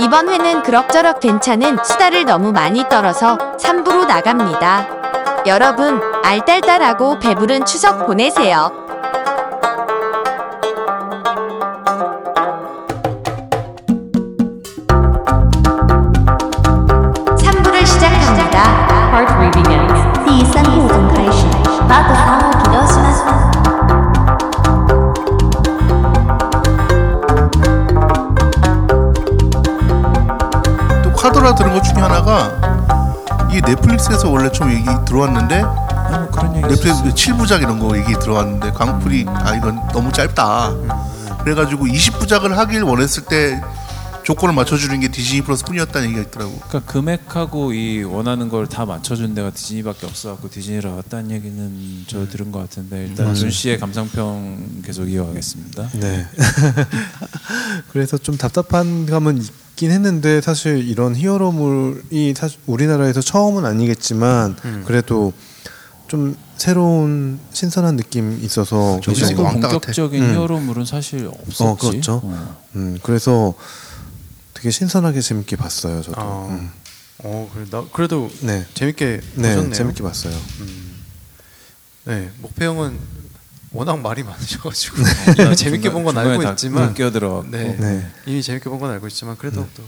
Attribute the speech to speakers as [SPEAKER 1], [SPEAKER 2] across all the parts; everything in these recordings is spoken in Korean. [SPEAKER 1] 이번 회는 그럭저럭 괜찮은 수다를 너무 많이 떨어서 3부로 나갑니다. 여러분, 알딸딸하고 배부른 추석 보내세요. 삼부를 시작합니다.
[SPEAKER 2] Part 3 begins.
[SPEAKER 3] 第三部分开始。バグさんを起動します。
[SPEAKER 4] 또 카더라 들은 것 중에 하나가 이게 넷플릭스에서 원래 좀 얘기 들어왔는데
[SPEAKER 5] 뭐 그런 얘기
[SPEAKER 4] 넷플릭스
[SPEAKER 5] 있었어요.
[SPEAKER 4] 7부작 이런 거 얘기 들어왔는데 광풀이 아 이건 너무 짧다 그래가지고 20부작을 하길 원했을 때 조건을 맞춰주는 게 디즈니 플러스 뿐이었다는 얘기가 있더라고
[SPEAKER 5] 그러니까 금액하고 이 원하는 걸 다 맞춰준 데가 디즈니밖에 없어갖고 디즈니로 왔다는 얘기는 저 들은 것 같은데 일단 순 씨의 감상평 계속 이어가겠습니다.
[SPEAKER 6] 네. 그래서 좀 답답한 감은 있긴 했는데 사실 이런 히어로물이 사실 우리나라에서 처음은 아니겠지만 그래도 좀 새로운 신선한 느낌 이 있어서
[SPEAKER 4] 저기
[SPEAKER 5] 이
[SPEAKER 4] 정도
[SPEAKER 5] 정도
[SPEAKER 4] 왕따 같아.
[SPEAKER 5] 본격적인
[SPEAKER 6] 음.
[SPEAKER 5] 히어로물은 사실 없었지.
[SPEAKER 6] 어, 그렇죠.
[SPEAKER 5] 어.
[SPEAKER 6] 음, 그래서 되게 신선하게 재밌게 봤어요. 저도.
[SPEAKER 7] 아,
[SPEAKER 6] 음.
[SPEAKER 7] 어, 그래, 나, 그래도
[SPEAKER 6] 네.
[SPEAKER 7] 재밌게
[SPEAKER 6] 네,
[SPEAKER 7] 보셨네요.
[SPEAKER 6] 재밌게 봤어요.
[SPEAKER 7] 음. 네, 목표 형은 워낙 말이 많으셔가지고 이미 재밌게 본 건
[SPEAKER 5] 중간에
[SPEAKER 7] 알고
[SPEAKER 5] 다그
[SPEAKER 7] 있지만
[SPEAKER 5] 끼어들어.
[SPEAKER 7] 네,
[SPEAKER 6] 네.
[SPEAKER 7] 이미 재밌게 본 건 알고 있지만 그래도 또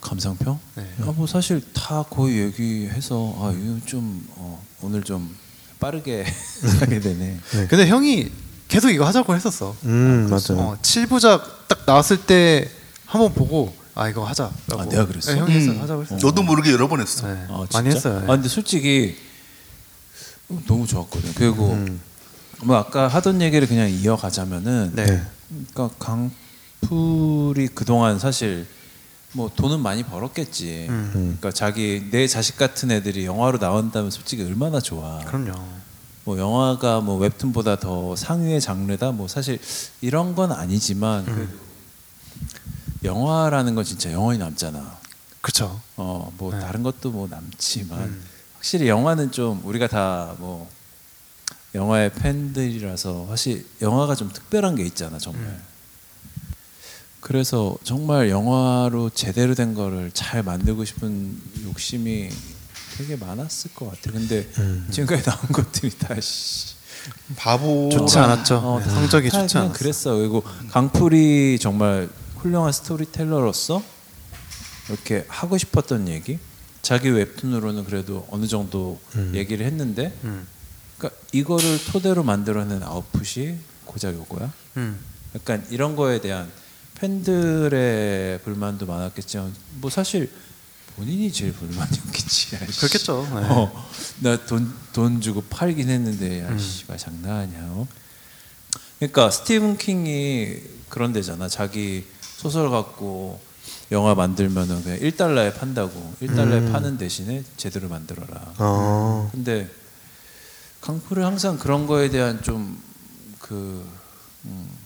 [SPEAKER 5] 감상평?
[SPEAKER 7] 네.
[SPEAKER 5] 아, 뭐 사실 다 거의 얘기해서 아 이거 좀 어, 오늘 좀 빠르게 하게 되네.
[SPEAKER 7] 근데 형이 계속 이거 하자고 했었어.
[SPEAKER 6] 음, 맞아요.
[SPEAKER 7] 어, 7부작 딱 나왔을 때 한번 보고 아 이거 하자라고.
[SPEAKER 5] 아, 내가 그랬어?
[SPEAKER 7] 네, 형이 했어,
[SPEAKER 4] 음.
[SPEAKER 7] 하자고 했어.
[SPEAKER 4] 너도 모르게 여러 번 했어
[SPEAKER 7] 네,
[SPEAKER 5] 아, 진짜?
[SPEAKER 7] 많이 했어요.
[SPEAKER 5] 아
[SPEAKER 7] 네.
[SPEAKER 5] 근데 솔직히 너무 좋았거든요. 그리고 뭐 아까 하던 얘기를 그냥
[SPEAKER 7] 음.
[SPEAKER 5] 이어가자면은
[SPEAKER 7] 네.
[SPEAKER 5] 그러니까 강풀이 그동안 사실 뭐 돈은 많이 벌었겠지.
[SPEAKER 7] 음.
[SPEAKER 5] 그러니까 자기 내 자식 같은 애들이 영화로 나온다면 솔직히 얼마나 좋아.
[SPEAKER 7] 그럼요.
[SPEAKER 5] 뭐 영화가 뭐 웹툰보다 더 상위의 장르다. 뭐 사실 이런 건 아니지만
[SPEAKER 7] 음.
[SPEAKER 5] 그래도 영화라는 건 진짜 영원히 남잖아.
[SPEAKER 7] 그렇죠.
[SPEAKER 5] 어 뭐
[SPEAKER 7] 네.
[SPEAKER 5] 다른 것도 뭐 남지만
[SPEAKER 7] 음.
[SPEAKER 5] 확실히 영화는 좀 우리가 다 뭐 영화의 팬들이라서 사실 영화가 좀 특별한 게 있잖아 정말.
[SPEAKER 7] 음.
[SPEAKER 5] 그래서 정말 영화로 제대로 된 거를 잘 만들고 싶은 욕심이 되게 많았을 것 같아. 근데
[SPEAKER 7] 음.
[SPEAKER 5] 지금까지 나온 것들이 다 씨.
[SPEAKER 4] 바보
[SPEAKER 7] 좋지 않았죠.
[SPEAKER 5] 어,
[SPEAKER 7] 네,
[SPEAKER 5] 다-
[SPEAKER 7] 성적이
[SPEAKER 5] 다
[SPEAKER 7] 좋지
[SPEAKER 5] 그냥
[SPEAKER 7] 않았어.
[SPEAKER 5] 그랬어. 그리고 강풀이 정말 훌륭한 스토리텔러로서 이렇게 하고 싶었던 얘기, 자기 웹툰으로는 그래도 어느 정도 얘기를 했는데,
[SPEAKER 7] 음.
[SPEAKER 5] 그러니까 이거를 토대로 만들어낸 아웃풋이 고작 요거야.
[SPEAKER 7] 음.
[SPEAKER 5] 약간 이런 거에 대한 팬들의 불만도 많았겠지만, 뭐 사실 본인이 제일 불만이었겠지. 아이씨.
[SPEAKER 7] 그렇겠죠. 네.
[SPEAKER 5] 어, 나돈 돈 주고 팔긴 했는데
[SPEAKER 7] 음.
[SPEAKER 5] 아씨발 장난 아니야. 어? 그러니까 스티븐 킹이 그런 데잖아. 자기 소설 갖고 영화 만들면은 그냥 1달러에 판다고. 1달러에
[SPEAKER 7] 음.
[SPEAKER 5] 파는 대신에 제대로 만들어라.
[SPEAKER 6] 어,
[SPEAKER 5] 근데 강풀은 항상 그런 거에 대한 좀 그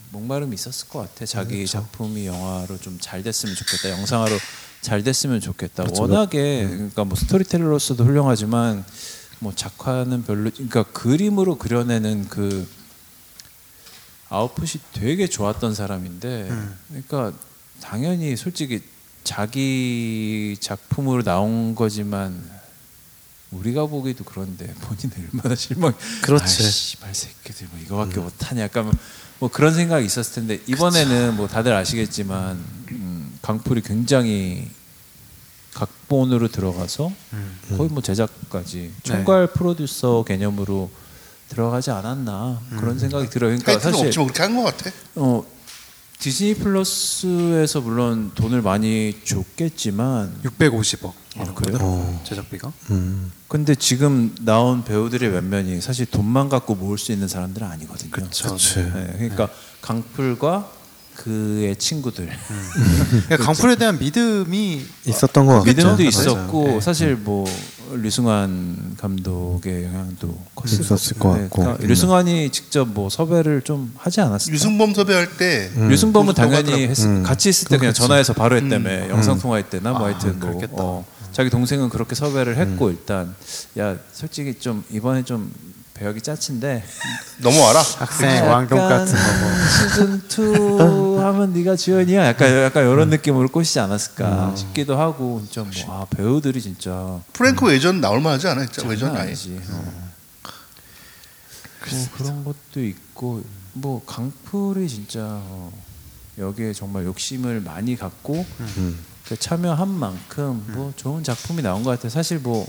[SPEAKER 5] 목마름이 있었을 것 같아. 자기 작품이 영화로 좀 잘 됐으면 좋겠다. 영상화로 잘 됐으면 좋겠다. 워낙에 그러니까 뭐 스토리텔러로서도 훌륭하지만 뭐 작화는 별로 그러니까 그림으로 그려내는 그 아웃풋이 되게 좋았던 사람인데 그러니까 당연히 솔직히 자기 작품으로 나온 거지만 우리가 보기도 그런데 본인 얼마나 실망.
[SPEAKER 7] 그렇지.
[SPEAKER 5] 아씨발 새끼들 뭐 이거밖에 못하냐. 약간 뭐 그런 생각이 있었을 텐데 이번에는 뭐 다들 아시겠지만 음, 강풀이 굉장히 각본으로 들어가서 거의 뭐 제작까지 총괄 프로듀서 개념으로 들어가지 않았나 그런 생각이 들어요. 그러니까
[SPEAKER 4] 타이틀은
[SPEAKER 5] 사실
[SPEAKER 4] 없지만 그렇게 한 것 같아
[SPEAKER 5] 어, 디즈니 플러스에서 물론 돈을 많이 줬겠지만
[SPEAKER 7] 650억.
[SPEAKER 5] 아, 그래요?
[SPEAKER 7] 제작비가?
[SPEAKER 6] 어. 음,
[SPEAKER 5] 근데 지금 나온 배우들의 몇몇이 사실 돈만 갖고 모을 수 있는 사람들은 아니거든요.
[SPEAKER 7] 그쵸.
[SPEAKER 6] 그치.
[SPEAKER 5] 네, 그러니까 강풀과 그의 친구들
[SPEAKER 6] 음,
[SPEAKER 7] 그러니까 강풀에 대한 믿음이
[SPEAKER 6] 있었던 것 같아요.
[SPEAKER 5] 믿음도
[SPEAKER 6] 맞아요. 네.
[SPEAKER 5] 있었고 사실 뭐 류승환 감독의 영향도 컸을
[SPEAKER 6] 있었을
[SPEAKER 5] 거고.
[SPEAKER 6] 것 같고.
[SPEAKER 5] 그러니까 류승환이 직접 뭐 섭외를 좀 하지 않았을까?
[SPEAKER 4] 유승범 섭외할 때
[SPEAKER 6] 음.
[SPEAKER 5] 음. 유승범은 당연히
[SPEAKER 4] 하더라고.
[SPEAKER 5] 했, 같이 있을 때 그냥 전화해서 바로 했다며
[SPEAKER 6] 음.
[SPEAKER 5] 영상 통화할 때나
[SPEAKER 6] 아,
[SPEAKER 5] 뭐 하여튼 뭐
[SPEAKER 7] 그랬겠다.
[SPEAKER 6] 음.
[SPEAKER 5] 어, 자기 동생은 그렇게 섭외를 했고 일단 야 솔직히 좀 이번에 좀 배역이 짜친데
[SPEAKER 4] 넘어와라.
[SPEAKER 7] 학생 네, 왕동 같은 거고. 뭐.
[SPEAKER 5] 시즌 2 하면 네가 지원이야. 약간 약간
[SPEAKER 7] 음.
[SPEAKER 5] 이런 느낌으로 꼬시지 않았을까 싶기도 하고 진짜 뭐아 배우들이 진짜
[SPEAKER 4] 프랭크 외전 나올만 하지 않아? 진짜 외전
[SPEAKER 5] 장난
[SPEAKER 4] 아예.
[SPEAKER 5] 아니지.
[SPEAKER 7] 음.
[SPEAKER 5] 어. 뭐 그런 것도 있고 뭐 강풀이 진짜 어, 여기에 정말 욕심을 많이 갖고
[SPEAKER 7] 음.
[SPEAKER 5] 그 참여한 만큼 뭐 좋은 작품이 나온 것 같아요. 사실 뭐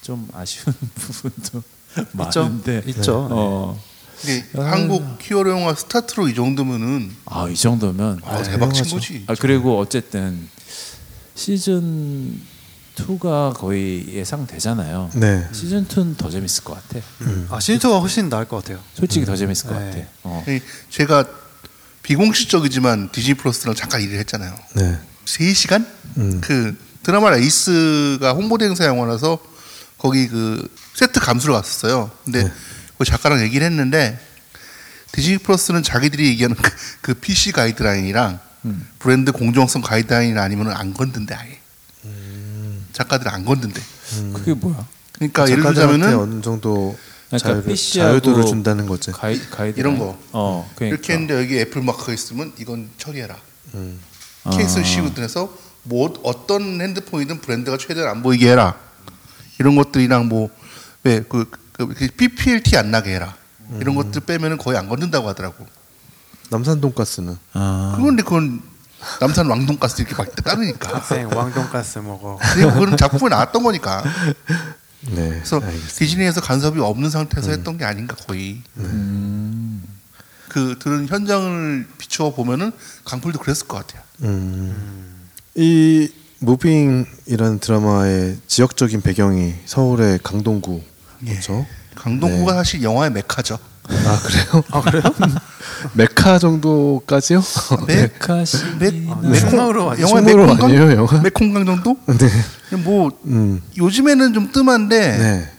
[SPEAKER 5] 좀 아쉬운 부분도 많은데
[SPEAKER 7] 있죠. 네.
[SPEAKER 5] 어.
[SPEAKER 4] 근데 한국 히어로 영화 스타트로 이 정도면은
[SPEAKER 5] 아이 정도면
[SPEAKER 4] 아, 대박 친 거지.
[SPEAKER 5] 아 그리고 어쨌든 시즌 2가 거의 예상되잖아요.
[SPEAKER 6] 네.
[SPEAKER 5] 시즌 2는 더 재밌을 것 같아.
[SPEAKER 7] 아 신투가 훨씬 나을 것 같아요.
[SPEAKER 5] 솔직히 더 재밌을 것
[SPEAKER 7] 네.
[SPEAKER 5] 같아. 어.
[SPEAKER 4] 아니, 제가 비공식적이지만 디즈니 플러스랑 잠깐 일을 했잖아요.
[SPEAKER 6] 네.
[SPEAKER 4] 3시간?
[SPEAKER 6] 음.
[SPEAKER 4] 그 드라마 에이스가 홍보대 행사 영화라서 거기 그 세트 감수로 갔었어요. 근데
[SPEAKER 6] 네.
[SPEAKER 4] 그 작가랑 얘기를 했는데 디즈니 플러스는 자기들이 얘기하는 그, 그 PC 가이드라인이랑
[SPEAKER 6] 음.
[SPEAKER 4] 브랜드 공정성 가이드라인 아니면 안 건든대 아예. 작가들 안 건든대.
[SPEAKER 5] 그게 뭐야?
[SPEAKER 4] 그러니까 예를
[SPEAKER 6] 음. 작가들한테
[SPEAKER 4] 들자면은
[SPEAKER 6] 어느 정도
[SPEAKER 5] 그러니까
[SPEAKER 6] 자유를,
[SPEAKER 5] PC하고
[SPEAKER 6] 자유도를 준다는 거지.
[SPEAKER 5] 가이, 가이드
[SPEAKER 4] 이런 거.
[SPEAKER 5] 어, 그러니까.
[SPEAKER 4] 이렇게 했는데 여기 애플 마크가 있으면 이건 처리해라.
[SPEAKER 6] 음.
[SPEAKER 5] 아.
[SPEAKER 4] 케이스를 씌우든해서 뭐 어떤 핸드폰이든 브랜드가 최대한 안 보이게 해라. 이런 것들이랑 뭐, 뭐왜그 그, 그 PPLT 안 나게 해라. 이런
[SPEAKER 6] 음.
[SPEAKER 4] 것들 빼면은 거의 안 건든다고 하더라고.
[SPEAKER 6] 남산 돈가스는
[SPEAKER 5] 아.
[SPEAKER 4] 그건데 그건 남산 왕돈가스 이렇게 막 따르니까.
[SPEAKER 7] 학생 왕동 가스 뭐 먹어.
[SPEAKER 4] 근데 그건 작품에 나왔던 거니까.
[SPEAKER 6] 네.
[SPEAKER 4] 그래서
[SPEAKER 6] 알겠습니다. 음. 네.
[SPEAKER 4] 디즈니에서 간섭이 없는 상태에서 했던 게 아닌가 거의. 음. 그 들은 현장을 비추어 보면은 강풀도 그랬을 것 같아요.
[SPEAKER 6] 음. 이 무빙이라는 드라마의 지역적인 배경이 서울의 강동구
[SPEAKER 4] 예.
[SPEAKER 6] 그렇죠?
[SPEAKER 4] 강동구가 사실 영화의 메카죠.
[SPEAKER 6] 아 그래요? 아 그래요? 메카 정도까지요?
[SPEAKER 4] 메
[SPEAKER 5] 메카 시기나
[SPEAKER 4] 메-
[SPEAKER 7] 충무로
[SPEAKER 4] 메콩-
[SPEAKER 7] 아니에요?
[SPEAKER 4] 영화의
[SPEAKER 6] 충무로
[SPEAKER 4] 메콩강?
[SPEAKER 6] 아니에요, 아, 네. 영화?
[SPEAKER 4] 메콩강 정도?
[SPEAKER 6] 네.
[SPEAKER 4] 뭐
[SPEAKER 6] 음.
[SPEAKER 4] 요즘에는 좀 뜸한데
[SPEAKER 6] 네.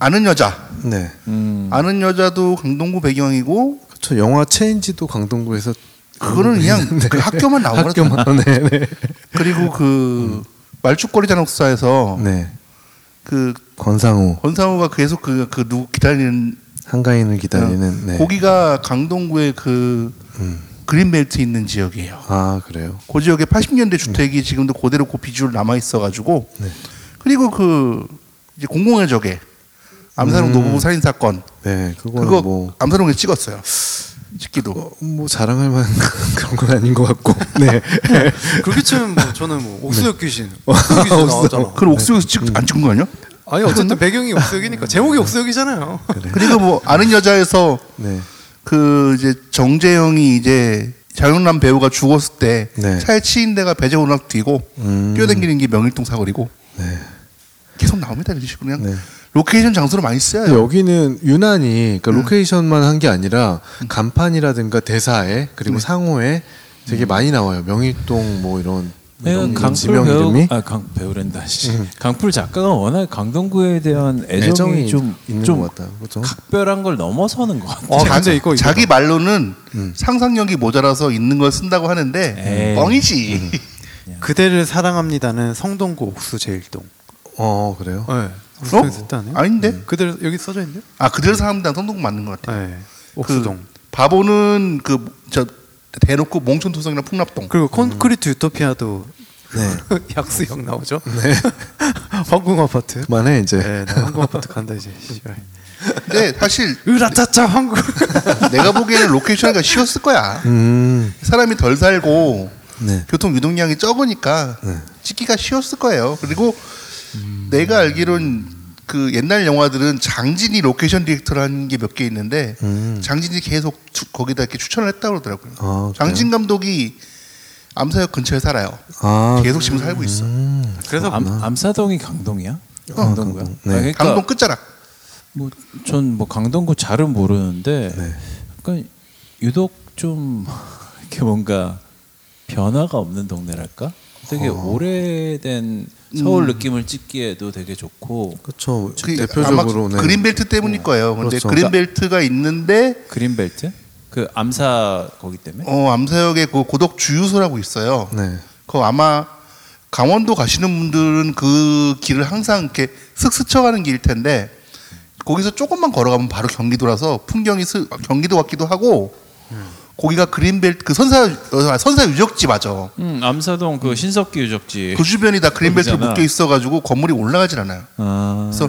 [SPEAKER 4] 아는 여자,
[SPEAKER 6] 네.
[SPEAKER 5] 음.
[SPEAKER 4] 아는 여자도 강동구 배경이고
[SPEAKER 6] 그렇죠. 영화 체인지도 강동구에서 네.
[SPEAKER 4] 그거는 그냥 그 학교만 나오거나
[SPEAKER 6] 학교만 네. 네.
[SPEAKER 4] 그리고 그 말죽거리 잔혹사에서
[SPEAKER 6] 네.
[SPEAKER 4] 그
[SPEAKER 6] 권상우
[SPEAKER 4] 권상우가 계속 그, 그 누구 기다리는
[SPEAKER 6] 한가인을
[SPEAKER 4] 어.
[SPEAKER 6] 기다리는 네. 음.
[SPEAKER 4] 거기가 강동구의 그 그린벨트 있는 지역이에요.
[SPEAKER 6] 아 그래요.
[SPEAKER 4] 그 지역에 80년대
[SPEAKER 6] 네.
[SPEAKER 4] 주택이 지금도 그대로 그 비주얼 남아 있어 가지고 그리고 그 이제 공공의 적에 암사롱 노부부 살인 사건
[SPEAKER 6] 네. 음. 그거는
[SPEAKER 4] 그거
[SPEAKER 6] 뭐,
[SPEAKER 4] 암사롱에 찍었어요. 찍기도
[SPEAKER 6] 뭐 자랑할 만한 그런 건 아닌 것 같고. 네.
[SPEAKER 7] 그렇게 치면 뭐 저는 뭐 옥수역 귀신.
[SPEAKER 6] 아,
[SPEAKER 7] 옥수역
[SPEAKER 6] 네. 음.
[SPEAKER 7] 귀신
[SPEAKER 6] 옥수역.
[SPEAKER 7] 나왔잖아.
[SPEAKER 4] 그 그럼 옥수에서 찍 안 찍은 거 아니야?
[SPEAKER 7] 아니 어쨌든 배경이 옥수역이니까 제목이 옥수역이잖아요.
[SPEAKER 4] 그리고 뭐 아는 여자에서
[SPEAKER 6] 네.
[SPEAKER 4] 그 이제 정재영이 이제 장영란 배우가 죽었을 때
[SPEAKER 6] 네.
[SPEAKER 4] 차에 치인 데가 배제 오락 뒤고
[SPEAKER 6] 음.
[SPEAKER 4] 뛰어다니는 게 명일동 사거리고
[SPEAKER 6] 네.
[SPEAKER 4] 계속 나옵니다 이런 식으로 그냥
[SPEAKER 6] 네.
[SPEAKER 4] 로케이션 장소로 많이
[SPEAKER 6] 근데
[SPEAKER 4] 쓰여요.
[SPEAKER 6] 여기는 유난히
[SPEAKER 4] 음.
[SPEAKER 6] 그러니까 로케이션만 한 게 아니라 간판이라든가 대사에
[SPEAKER 4] 네.
[SPEAKER 6] 그리고 상호에
[SPEAKER 4] 음.
[SPEAKER 6] 되게 많이 나와요. 명일동 뭐 이런
[SPEAKER 4] 네,
[SPEAKER 6] 이런
[SPEAKER 5] 음, 강풀
[SPEAKER 6] 지명
[SPEAKER 5] 배우
[SPEAKER 6] 이름이 음.
[SPEAKER 5] 아, 강 배우랜다 씨. 강풀 작가가 워낙 강동구에 대한 애정이,
[SPEAKER 6] 애정이
[SPEAKER 5] 좀
[SPEAKER 6] 있는
[SPEAKER 5] 좀
[SPEAKER 6] 것 같다. 그렇죠?
[SPEAKER 5] 각별한 걸 넘어서는 것 같아.
[SPEAKER 7] 어, 근데 이거 음. 이거.
[SPEAKER 4] 자기 말로는 상상력이 모자라서 있는 걸 쓴다고 하는데
[SPEAKER 5] 에이.
[SPEAKER 4] 뻥이지.
[SPEAKER 7] 음. 그대를 사랑합니다는 성동구 옥수 제일동.
[SPEAKER 6] 어 그래요.
[SPEAKER 7] 네.
[SPEAKER 4] 어?
[SPEAKER 7] 옥수동에서 했다네요. 음.
[SPEAKER 4] 아닌데?
[SPEAKER 7] 그대로 여기 써져 있는데?
[SPEAKER 4] 아 그대로 사람당 성동 맞는 것 같아.
[SPEAKER 7] 네.
[SPEAKER 4] 그
[SPEAKER 7] 옥수동.
[SPEAKER 4] 바보는 그 저 대놓고 몽촌토성이나 풍납동.
[SPEAKER 7] 그리고 콘크리트 유토피아도
[SPEAKER 6] 네.
[SPEAKER 7] 약수역 나오죠. 황궁 아파트.
[SPEAKER 6] 그만해 이제.
[SPEAKER 7] 네, 나 황궁 아파트 간다 이제. 씨발.
[SPEAKER 4] 근데 사실
[SPEAKER 7] 으라차차 황궁.
[SPEAKER 4] 내가 보기에는 로케이션이가 쉬웠을 거야.
[SPEAKER 6] 음.
[SPEAKER 4] 사람이 덜 살고
[SPEAKER 6] 네.
[SPEAKER 4] 교통 유동량이 적으니까 찍기가 쉬웠을 거예요. 그리고 내가 알기론 그 옛날 영화들은 장진이 로케이션 디렉터를 하는 게 몇 개 있는데 장진이 계속 추- 거기다 이렇게 추천을 했다고 그러더라고요.
[SPEAKER 6] 음. 아, 그래요?
[SPEAKER 4] 장진 감독이 암사역 근처에 살아요.
[SPEAKER 6] 아 음.
[SPEAKER 4] 계속 지금 살고 있어.
[SPEAKER 7] 그래서
[SPEAKER 5] 암, 암사동이 강동이야? 강동구야?
[SPEAKER 6] 어, 강동.
[SPEAKER 5] 아,
[SPEAKER 6] 네.
[SPEAKER 5] 그러니까
[SPEAKER 4] 강동 끝자락.
[SPEAKER 5] 뭐, 전 뭐 강동구 잘은 모르는데
[SPEAKER 6] 네.
[SPEAKER 5] 약간 유독 좀 이렇게 뭔가 변화가 없는 동네랄까? 되게
[SPEAKER 6] 어.
[SPEAKER 5] 오래된
[SPEAKER 6] 음.
[SPEAKER 5] 서울 느낌을 찍기에도 되게 좋고
[SPEAKER 6] 그렇죠.
[SPEAKER 4] 그
[SPEAKER 6] 대표적으로
[SPEAKER 4] 아마
[SPEAKER 6] 네.
[SPEAKER 4] 그린벨트 때문일 거예요. 근데
[SPEAKER 6] 그렇죠.
[SPEAKER 4] 그린벨트가 있는데
[SPEAKER 5] 그린벨트? 그 암사 거기 때문에?
[SPEAKER 4] 어, 암사역에 그 고덕 주유소라고 있어요.
[SPEAKER 6] 네.
[SPEAKER 4] 그 아마 강원도 가시는 분들은 그 길을 항상 이렇게 슥 스쳐가는 길일 텐데 거기서 조금만 걸어가면 바로 경기도라서 풍경이 슬- 경기도 같기도 하고 거기가 그린벨트 그 선사 어, 선사 유적지 맞아.
[SPEAKER 5] 음, 암사동 그 신석기 유적지.
[SPEAKER 4] 그 주변이 다 그린벨트로
[SPEAKER 5] 거기잖아.
[SPEAKER 4] 묶여 있어가지고 건물이 올라가진 않아요.
[SPEAKER 5] 아,
[SPEAKER 4] 그래서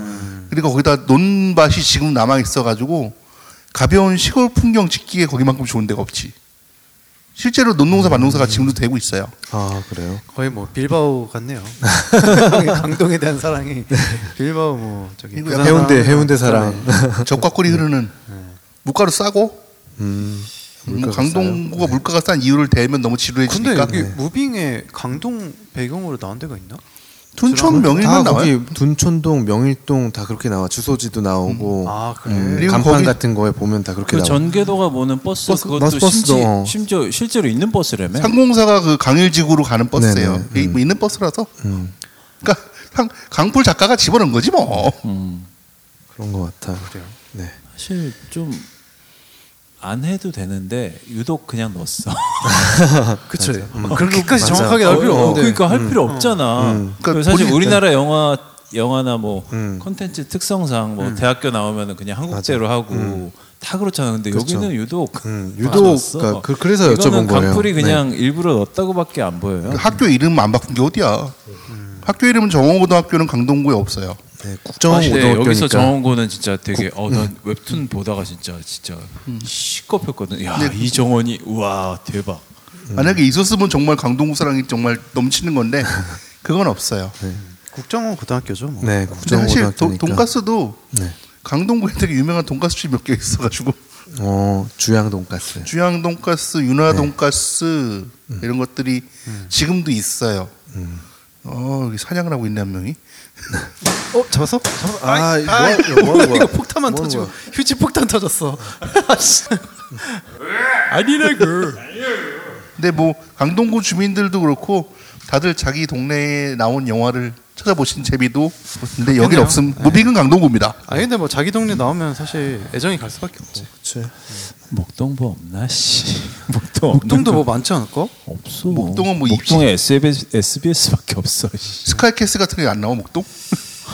[SPEAKER 4] 그러니까 거기다 논밭이 지금 남아 있어가지고 가벼운 시골 풍경 짓기에 거기만큼 좋은 데가 없지. 실제로 논농사
[SPEAKER 6] 음.
[SPEAKER 4] 밭농사가 지금도 되고 있어요.
[SPEAKER 6] 아 그래요?
[SPEAKER 7] 거의 뭐 빌바오 같네요. 강동에 대한 사랑이 빌바오 뭐 저기
[SPEAKER 4] 그리고 네.
[SPEAKER 7] 부산
[SPEAKER 6] 해운대
[SPEAKER 7] 사람이나
[SPEAKER 6] 해운대 사랑.
[SPEAKER 4] 적과 꿀이 흐르는 물가로 싸고
[SPEAKER 6] 음,
[SPEAKER 4] 뭐
[SPEAKER 6] 물가가 네.
[SPEAKER 4] 강동구가 물가가 싼 이유를 대면 너무
[SPEAKER 7] 근데
[SPEAKER 4] 지루해지니까
[SPEAKER 7] 여기 그 무빙에 강동 배경으로 나온 데가 있나?
[SPEAKER 4] 둔촌
[SPEAKER 6] 다
[SPEAKER 4] 명일만 나와요.
[SPEAKER 6] 거기 둔촌동, 명일동 다 그렇게 나와. 주소지도 나오고.
[SPEAKER 7] 아 그래.
[SPEAKER 6] 음,
[SPEAKER 4] 그리고
[SPEAKER 6] 간판
[SPEAKER 4] 거기-
[SPEAKER 6] 같은 거에 보면 다 그렇게
[SPEAKER 5] 그
[SPEAKER 6] 나와.
[SPEAKER 5] 전개도가 모는 버스,
[SPEAKER 6] 버스,
[SPEAKER 5] 그것도
[SPEAKER 6] 버스, 버스도,
[SPEAKER 5] 심지,
[SPEAKER 6] 어.
[SPEAKER 5] 심지어 실제로 있는 버스라며.
[SPEAKER 4] 상공사가 그 강일지구로 가는 버스예요.
[SPEAKER 6] 네네.
[SPEAKER 4] 이게 뭐 있는 버스라서.
[SPEAKER 6] 음.
[SPEAKER 4] 그러니까 강- 강풀 작가가 집어넣은 거지 뭐.
[SPEAKER 5] 음,
[SPEAKER 6] 그런 것 같아.
[SPEAKER 7] 그래요.
[SPEAKER 6] 네.
[SPEAKER 5] 사실 좀 안 해도 되는데 유독 그냥 넣었어.
[SPEAKER 7] 그쵸. 음. 그렇게까지
[SPEAKER 6] 맞아.
[SPEAKER 7] 정확하게 나올 필요
[SPEAKER 5] 어,
[SPEAKER 7] 없는데.
[SPEAKER 5] 그러니까 할 필요 없잖아.
[SPEAKER 4] 그러니까
[SPEAKER 5] 사실
[SPEAKER 4] 본인-
[SPEAKER 5] 우리나라 영화 영화나 뭐
[SPEAKER 6] 음.
[SPEAKER 5] 컨텐츠 특성상 뭐 대학교 나오면은 그냥 한국제로 하고 다 그렇잖아. 근데
[SPEAKER 6] 그렇죠.
[SPEAKER 5] 여기는 유독
[SPEAKER 6] 음,
[SPEAKER 5] 다
[SPEAKER 6] 유독
[SPEAKER 5] 넣었어.
[SPEAKER 6] 그러니까 그- 그래서
[SPEAKER 5] 이거는
[SPEAKER 6] 여쭤본 거예요.
[SPEAKER 5] 강풀이
[SPEAKER 6] 네.
[SPEAKER 5] 그냥 일부러 넣었다고밖에 안 보여요.
[SPEAKER 4] 그 학교 이름 안 바꾼 게 어디야?
[SPEAKER 6] 음.
[SPEAKER 4] 학교 이름은 정원고등학교는 강동구에 없어요.
[SPEAKER 6] 네, 국정원
[SPEAKER 5] 아, 근데 여기서
[SPEAKER 6] 고등학교니까.
[SPEAKER 5] 정원고는 진짜 되게 어난 웹툰 보다가 진짜 진짜 시겁했거든. 야,
[SPEAKER 4] 근데-
[SPEAKER 5] 이 정원이 우와, 대박.
[SPEAKER 4] 음. 만약에 있었으면 정말 강동구 사랑이 정말 넘치는 건데 그건 없어요.
[SPEAKER 7] 네, 국정원 고등학교죠. 뭐.
[SPEAKER 6] 네,
[SPEAKER 4] 근데
[SPEAKER 6] 국정원
[SPEAKER 4] 사실 도,
[SPEAKER 6] 고등학교니까.
[SPEAKER 4] 돈가스도
[SPEAKER 6] 네.
[SPEAKER 4] 강동구에 되게 유명한 돈가스 집이 몇 개 있어가지고
[SPEAKER 6] 어, 주양 돈가스.
[SPEAKER 4] 주양 돈가스, 윤화
[SPEAKER 7] 네.
[SPEAKER 4] 돈가스
[SPEAKER 7] 음.
[SPEAKER 4] 이런 것들이 지금도 있어요. 어 여기 사냥을 하고 있네 한 명이.
[SPEAKER 7] 어 잡았어? 잡았어.
[SPEAKER 6] 아,
[SPEAKER 7] 아이,
[SPEAKER 6] 이거
[SPEAKER 7] 아이,
[SPEAKER 6] 뭐야, 이거 뭐야,
[SPEAKER 7] 이거
[SPEAKER 6] 뭐야.
[SPEAKER 7] 폭탄만
[SPEAKER 6] 뭐야,
[SPEAKER 7] 터지고
[SPEAKER 6] 뭐야.
[SPEAKER 7] 휴지 폭탄 터졌어.
[SPEAKER 4] 근데 뭐 강동구 주민들도 그렇고 다들 자기 동네에 나온 영화를 찾아보신 재미도 근데 여기
[SPEAKER 7] 그러네요.
[SPEAKER 4] 없음 무빙은 강동구입니다.
[SPEAKER 7] 아 근데 뭐 자기 동네 나오면 사실 애정이 갈 수밖에 없지.
[SPEAKER 6] 그치.
[SPEAKER 5] 목동부 없나 씨. 목동 없는
[SPEAKER 7] 목동도
[SPEAKER 5] 거
[SPEAKER 7] 뭐 많지 않을까?
[SPEAKER 5] 없어.
[SPEAKER 4] 목동은 뭐
[SPEAKER 5] 목동에 SBS, SBS밖에 없어. 씨.
[SPEAKER 4] 스카이캐스 같은 게 안 나와 목동?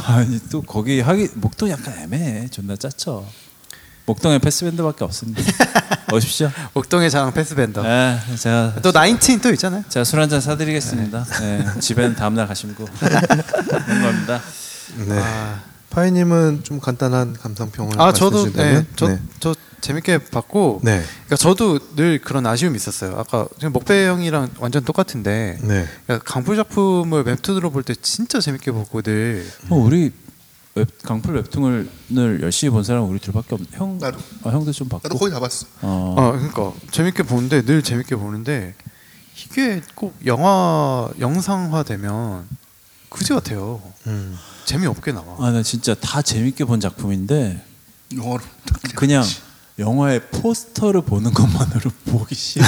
[SPEAKER 5] 아니 또 거기 하기 목동 약간 애매해. 존나 짜쳐. 목동에 패스밴드밖에 없습니다. 오십시오.
[SPEAKER 7] 목동의 자랑 패스밴더.
[SPEAKER 5] 예, 제가
[SPEAKER 7] 네. 또 나인틴 또 있잖아요.
[SPEAKER 5] 제가 술 한잔 사드리겠습니다. 예, 집에는 다음날 가심고 그런 겁니다.
[SPEAKER 6] 네. 파이님은 좀 간단한 감상평을
[SPEAKER 7] 아 저도
[SPEAKER 6] 말씀해주신다면?
[SPEAKER 7] 네저저 재밌게 봤고
[SPEAKER 6] 네.
[SPEAKER 7] 그러니까 저도 늘 그런 아쉬움이 있었어요. 아까 지금 목배 형이랑 완전 똑같은데
[SPEAKER 6] 네.
[SPEAKER 7] 그러니까 강풀 작품을 웹툰으로 볼 때 진짜 재밌게 보고 늘
[SPEAKER 5] 어, 우리 웹, 강풀 웹툰을 열심히 본 사람은 우리 둘밖에 없네. 형,
[SPEAKER 4] 나도.
[SPEAKER 5] 아, 형도 좀
[SPEAKER 4] 나도
[SPEAKER 5] 봤고.
[SPEAKER 4] 거의 다 봤어.
[SPEAKER 5] 어,
[SPEAKER 7] 아 그러니까 재밌게 보는데 늘 재밌게 보는데 이게 꼭 영화 영상화되면 그지 같아요.
[SPEAKER 6] 음.
[SPEAKER 7] 재미없게 나와.
[SPEAKER 5] 아, 나 진짜 다 재밌게 본 작품인데
[SPEAKER 4] 영화로
[SPEAKER 5] 그냥 영화의 포스터를 보는 것만으로 보기 싫어.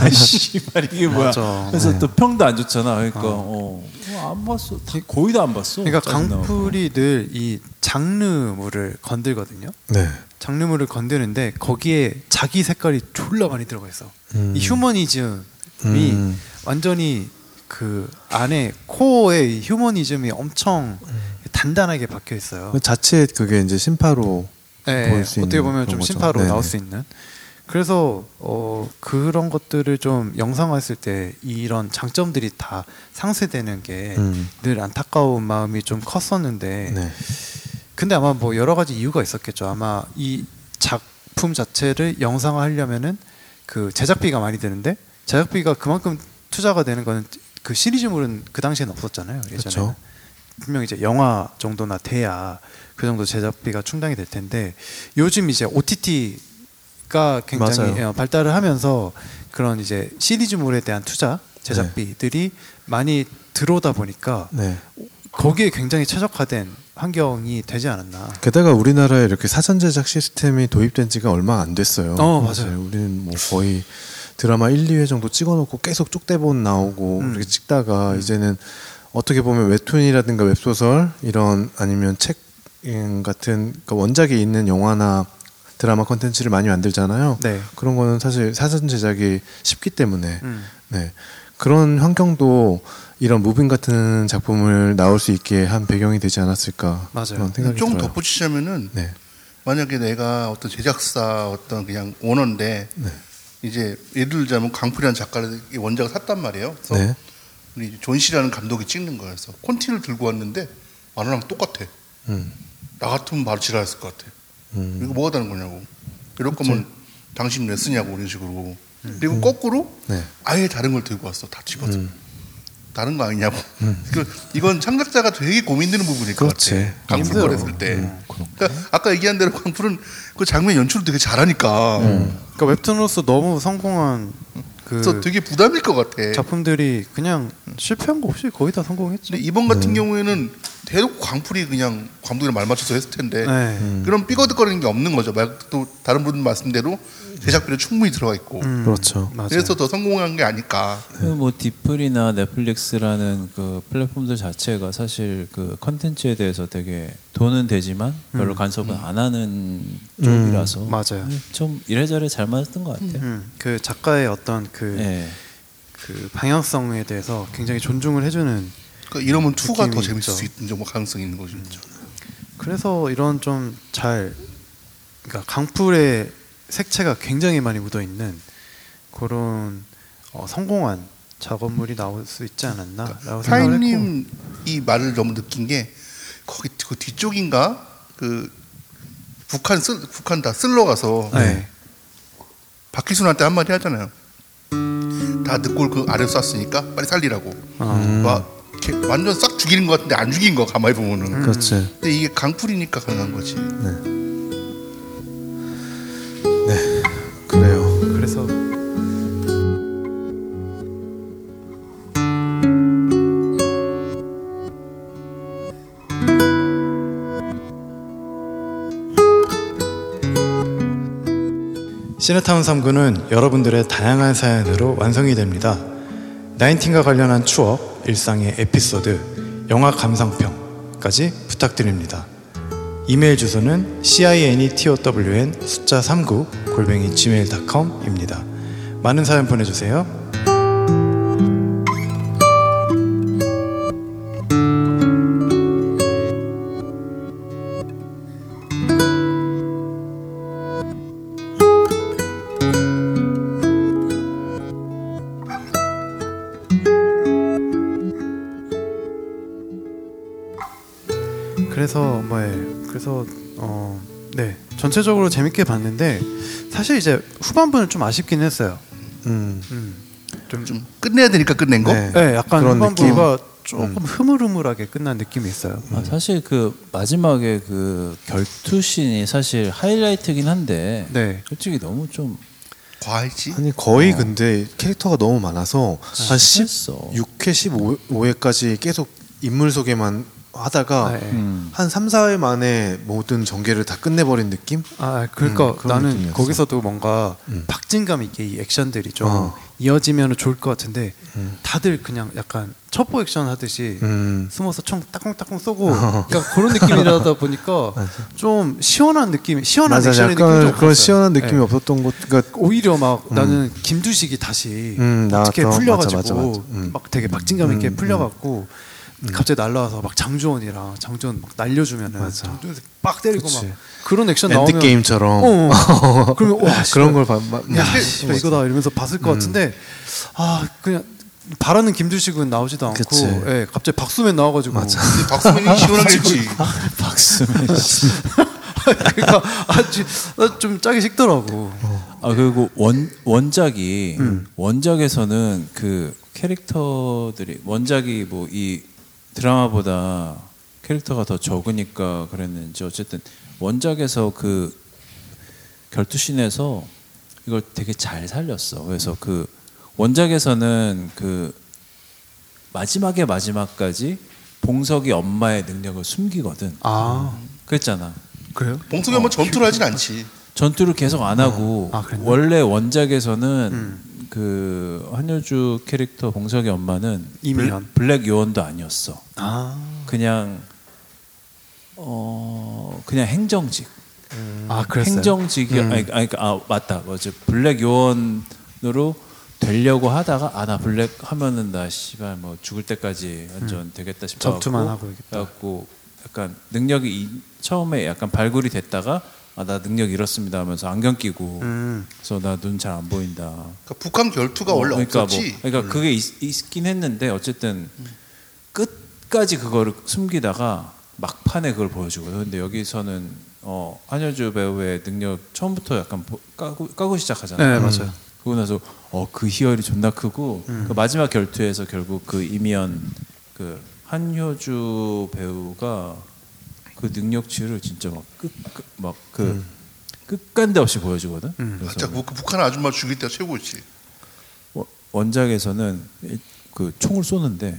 [SPEAKER 5] 아, 씨발 이게 뭐야.
[SPEAKER 7] 맞아. 네.
[SPEAKER 5] 그래서 또 평도 안 좋잖아. 그러니까 어. 어, 안 봤어. 다- 거의 다 안 봤어.
[SPEAKER 7] 그러니까
[SPEAKER 5] 짜증나고. 네.
[SPEAKER 7] 강풀이 늘 이 장르물을 건들거든요.
[SPEAKER 6] 네.
[SPEAKER 7] 장르물을 건드는데 거기에 자기 색깔이 졸라 많이 들어가 있어.
[SPEAKER 6] 음.
[SPEAKER 7] 이 휴머니즘이
[SPEAKER 6] 음.
[SPEAKER 7] 완전히 그 안에 코어에 이 휴머니즘이 엄청
[SPEAKER 6] 음.
[SPEAKER 7] 단단하게 박혀 있어요.
[SPEAKER 6] 그 자체 그게 이제 심파로
[SPEAKER 7] 네,
[SPEAKER 6] 보일 수 있는
[SPEAKER 7] 어떻게 보면
[SPEAKER 6] 그런
[SPEAKER 7] 좀
[SPEAKER 6] 거죠.
[SPEAKER 7] 심파로
[SPEAKER 6] 네네.
[SPEAKER 7] 나올 수 있는. 그래서 어, 그런 것들을 좀 영상화했을 때 이런 장점들이 다 상쇄되는 게 늘
[SPEAKER 6] 음.
[SPEAKER 7] 안타까운 마음이 좀 컸었는데
[SPEAKER 6] 네.
[SPEAKER 7] 근데 아마 뭐 여러 가지 이유가 있었겠죠. 아마 이 작품 자체를 영상화하려면은 그 제작비가 많이 드는데 제작비가 그만큼 투자가 되는 거는 그 시리즈물은 그 당시에는 없었잖아요. 예전에
[SPEAKER 6] 그쵸.
[SPEAKER 7] 분명 이제 영화 정도나 돼야 그 정도 제작비가 충당이 될 텐데 요즘 이제 OTT가 굉장히
[SPEAKER 6] 맞아요.
[SPEAKER 7] 어, 발달을 하면서 그런 이제 시리즈물에 대한 투자 제작비들이 많이 들어오다 보니까
[SPEAKER 6] 네.
[SPEAKER 7] 거기에 굉장히 최적화된 환경이 되지 않았나.
[SPEAKER 6] 게다가 우리나라에 이렇게 사전 제작 시스템이 도입된 지가 얼마 안 됐어요.
[SPEAKER 7] 어, 맞아요.
[SPEAKER 6] 사실 우리는 뭐 거의 드라마 1, 2회 정도 찍어놓고 계속 쪽대본 나오고
[SPEAKER 7] 음.
[SPEAKER 6] 이렇게 찍다가 이제는 어떻게 보면 웹툰이라든가 웹소설 이런 아니면 책 음, 같은 그러니까 원작이 있는 영화나 드라마 컨텐츠를 많이 만들잖아요.
[SPEAKER 7] 네.
[SPEAKER 6] 그런 거는 사실 사전 제작이 쉽기 때문에
[SPEAKER 7] 음.
[SPEAKER 6] 네. 그런 환경도 이런 무빙 같은 작품을 나올 수 있게 한 배경이 되지 않았을까
[SPEAKER 7] 맞아요.
[SPEAKER 6] 그런 생각이
[SPEAKER 4] 좀
[SPEAKER 6] 들어요.
[SPEAKER 4] 덧붙이자면은
[SPEAKER 6] 네.
[SPEAKER 4] 만약에 내가 어떤 제작사 어떤 그냥 오너인데
[SPEAKER 6] 네.
[SPEAKER 4] 이제 예를 들자면 강풀이라는 작가의 원작을 샀단 말이에요. 그래서
[SPEAKER 6] 네.
[SPEAKER 4] 우리 이제 존 씨라는 감독이 찍는 거여서 콘티를 들고 왔는데 만화랑 똑같아.
[SPEAKER 6] 음.
[SPEAKER 4] 나 같으면 바로 지랄했을 것 같아.
[SPEAKER 6] 음.
[SPEAKER 4] 이거 뭐가 다른 거냐고. 이럴 거면 당신 왜 쓰냐고 이런 식으로. 그리고 거꾸로
[SPEAKER 6] 네. 음.
[SPEAKER 4] 아예 다른 걸 들고 왔어. 다 집어서. 다른 거 아니냐고. 그 이건 창작자가 되게 고민되는 부분일 것
[SPEAKER 6] 그렇지. 음,
[SPEAKER 4] 같아. 강풀 거랬을 때. 그러니까 아까 얘기한 대로 강풀은 그 장면 연출을 되게 잘하니까.
[SPEAKER 6] 음.
[SPEAKER 7] 그러니까 웹툰으로서 너무 성공한 그
[SPEAKER 4] 그래서 되게 음. 부담일 것 같아.
[SPEAKER 7] 작품들이 그냥 실패한 거 없이 거의 다 성공했죠.
[SPEAKER 4] 근데 이번 같은 경우에는 대놓고 광풀이 그냥 감독이랑 말 맞춰서 했을 텐데
[SPEAKER 7] 네.
[SPEAKER 4] 그런 삐거덕거리는 게 없는 거죠. 말- 또 다른 분 말씀대로 제작비로 충분히 들어가 있고
[SPEAKER 7] 음,
[SPEAKER 6] 그렇죠.
[SPEAKER 7] 맞아요.
[SPEAKER 4] 그래서 더 성공한 게 아닐까.
[SPEAKER 5] 그뭐 디플이나 넷플릭스라는 그 플랫폼들 자체가 사실 그 컨텐츠에 대해서 되게 돈은 되지만 별로 간섭은 안 하는 쪽이라서
[SPEAKER 7] 음.
[SPEAKER 5] 음,
[SPEAKER 7] 맞아요.
[SPEAKER 5] 좀 이래저래 잘 맞았던 것 같아요.
[SPEAKER 7] 음, 그 작가의 어떤 그,
[SPEAKER 4] 네.
[SPEAKER 5] 예.
[SPEAKER 7] 그 방향성에 대해서 굉장히 존중을 해주는
[SPEAKER 4] 그러니까 이러면 투가 더
[SPEAKER 7] 느낌이
[SPEAKER 4] 재밌을 수
[SPEAKER 7] 있죠.
[SPEAKER 4] 있는 정도 가능성이 있는 거죠.
[SPEAKER 7] 음.
[SPEAKER 4] 진짜.
[SPEAKER 7] 그래서 이런 좀 잘 그러니까 강풀의 색채가 굉장히 많이 묻어 있는 그런 어, 성공한 작업물이 나올 수 있지 아, 않았나라고 생각을 했고
[SPEAKER 4] 사인님 그러니까 이 말을 너무 느낀 게 거기 그 뒤쪽인가 그 북한 쓸 북한 다 쓸러 가서
[SPEAKER 7] 네.
[SPEAKER 4] 박희순한테 한 마디 하잖아요. 다 늦골 그 아래 쐈으니까 빨리 살리라고. 음. 막 이렇게 완전 싹 죽이는 것 같은데 안 죽인 거 가만히 보면은.
[SPEAKER 6] 그렇지.
[SPEAKER 4] 근데 이게 강풀이니까 가능한 거지.
[SPEAKER 6] 그래요.
[SPEAKER 7] 그래서
[SPEAKER 2] 시네타운 3구는 여러분들의 다양한 사연으로 완성이 됩니다. 나인틴과 관련한 추억, 일상의 에피소드, 영화 감상평까지 부탁드립니다. 이메일 주소는 e cineton 숫자 39 골뱅이 gmail.com입니다. 많은 사연 보내주세요.
[SPEAKER 7] 그래서 뭐 예. 그래서 어, 네 전체적으로 재밌게 봤는데 사실 이제 후반부는 좀 아쉽긴 했어요.
[SPEAKER 6] 음.
[SPEAKER 4] 좀 끝내야 되니까 끝낸 거.
[SPEAKER 6] 네.
[SPEAKER 7] 네, 약간
[SPEAKER 6] 그런 음.
[SPEAKER 7] 후반부가 조금 흐물흐물하게 끝난 느낌이 있어요.
[SPEAKER 5] 아, 사실 그 마지막에 그 결투씬이 사실 하이라이트긴 한데
[SPEAKER 7] 네.
[SPEAKER 5] 솔직히 너무 좀
[SPEAKER 4] 과했지.
[SPEAKER 6] 아니 거의 근데 캐릭터가 너무 많아서
[SPEAKER 7] 네.
[SPEAKER 6] 한
[SPEAKER 5] 심했어.
[SPEAKER 6] 16회 15회까지 계속 인물 소개만 하다가
[SPEAKER 7] 아, 예.
[SPEAKER 5] 음.
[SPEAKER 6] 한 3, 4회 만에 모든 전개를 다 끝내버린 느낌?
[SPEAKER 7] 아, 그러니까
[SPEAKER 6] 음, 그런
[SPEAKER 7] 나는
[SPEAKER 6] 느낌이었어.
[SPEAKER 7] 거기서도 뭔가 박진감 있게 이 액션들이 좀
[SPEAKER 6] 어.
[SPEAKER 7] 이어지면 좋을 것 같은데 다들 그냥 약간 첩보 액션 하듯이
[SPEAKER 6] 음. 어.
[SPEAKER 7] 숨어서 총 따콩따콩 쏘고 그러니까 그런 느낌이라다 보니까 좀 시원한 느낌, 시원한
[SPEAKER 6] 맞아,
[SPEAKER 7] 액션의 느낌이
[SPEAKER 6] 약간
[SPEAKER 7] 좀
[SPEAKER 6] 그런
[SPEAKER 7] 없었어요.
[SPEAKER 6] 시원한 느낌이
[SPEAKER 7] 네.
[SPEAKER 6] 없었던 것, 그러니까
[SPEAKER 7] 오히려 막 나는 김두식이 다시
[SPEAKER 6] 음,
[SPEAKER 7] 어떻게
[SPEAKER 6] 나왔던-
[SPEAKER 7] 풀려가지고
[SPEAKER 6] 맞아, 맞아, 맞아. 음.
[SPEAKER 7] 막 되게 박진감 있게
[SPEAKER 6] 음,
[SPEAKER 7] 풀려갖고 갑자기 날라와서 막 장주원이랑 장주원 막 날려주면은 장주원에서 빡 때리고
[SPEAKER 6] 그치.
[SPEAKER 7] 막 그런 액션 나오면
[SPEAKER 6] 엔드 게임처럼
[SPEAKER 7] 어, 어. 그러면 와 씨,
[SPEAKER 6] 그런 걸 봐. 마-
[SPEAKER 7] 야
[SPEAKER 6] 음.
[SPEAKER 7] 씨, 이거다 이러면서 봤을 것 같은데 아 그냥 바라는 김두식은 나오지도 않고
[SPEAKER 6] 그치.
[SPEAKER 7] 예, 갑자기 박수맨 나와가지고
[SPEAKER 4] 근데 박수민이 시원하게 했지.
[SPEAKER 5] 박수맨 씨.
[SPEAKER 7] 그러니까 아좀 짜게 식더라고
[SPEAKER 6] 어,
[SPEAKER 5] 아 그리고 원 원작이 원작에서는 그 캐릭터들이 원작이 뭐 이 드라마보다 캐릭터가 더 적으니까 그랬는지 어쨌든 원작에서 그 결투씬에서 이걸 되게 잘 살렸어. 그래서 그 원작에서는 그 마지막에 마지막까지 봉석이 엄마의 능력을 숨기거든.
[SPEAKER 7] 아
[SPEAKER 5] 그랬잖아.
[SPEAKER 7] 그래요?
[SPEAKER 4] 봉석이 한번 전투를 하진 않지.
[SPEAKER 5] 전투를 계속 안 하고
[SPEAKER 7] 아, 그랬나? 음.
[SPEAKER 5] 원래 원작에서는 그 한효주 캐릭터 봉석의 엄마는
[SPEAKER 7] 이미연.
[SPEAKER 5] 블- 블랙 요원도 아니었어.
[SPEAKER 7] 아,
[SPEAKER 5] 그냥 어 그냥 행정직.
[SPEAKER 7] 아 그랬어요? 음.
[SPEAKER 5] 행정직이 아니 아니 아 맞다. 뭐지 블랙 요원으로 되려고 하다가 아 나 블랙 하면은 나 씨발 뭐 죽을 때까지 완전
[SPEAKER 7] 음.
[SPEAKER 5] 되겠다 싶어
[SPEAKER 7] 전투만 하고 있겠다.
[SPEAKER 5] 갖고 약간 능력이 이- 처음에 약간 발굴이 됐다가 아, 나 능력 잃었습니다 하면서 안경 끼고
[SPEAKER 7] 음.
[SPEAKER 5] 그래서 나 눈 잘 안 보인다.
[SPEAKER 4] 그러니까 북한 결투가 원래
[SPEAKER 5] 그러니까
[SPEAKER 4] 없었지. 음.
[SPEAKER 5] 뭐, 그러니까 그게 있, 있긴 했는데 어쨌든 끝까지 그거를 숨기다가 막판에 그걸 보여주고 근데 여기서는 어, 한효주 배우의 능력 처음부터 약간 보- 까고, 까고
[SPEAKER 7] 네,
[SPEAKER 5] 시작하잖아요. 음.
[SPEAKER 7] 맞아요. 음.
[SPEAKER 5] 그러고 나서 어, 그 희열이 존나 크고 그 마지막 결투에서 결국 그 이미연 그 한효주 배우가 그 능력치를 진짜 막끝막그
[SPEAKER 7] 음.
[SPEAKER 5] 끝간데 없이 보여주거든. 그래서
[SPEAKER 4] 진짜 그 북한 아줌마 죽일 때가 최고였지.
[SPEAKER 5] 원- 원작에서는 이- 그 총을 쏘는데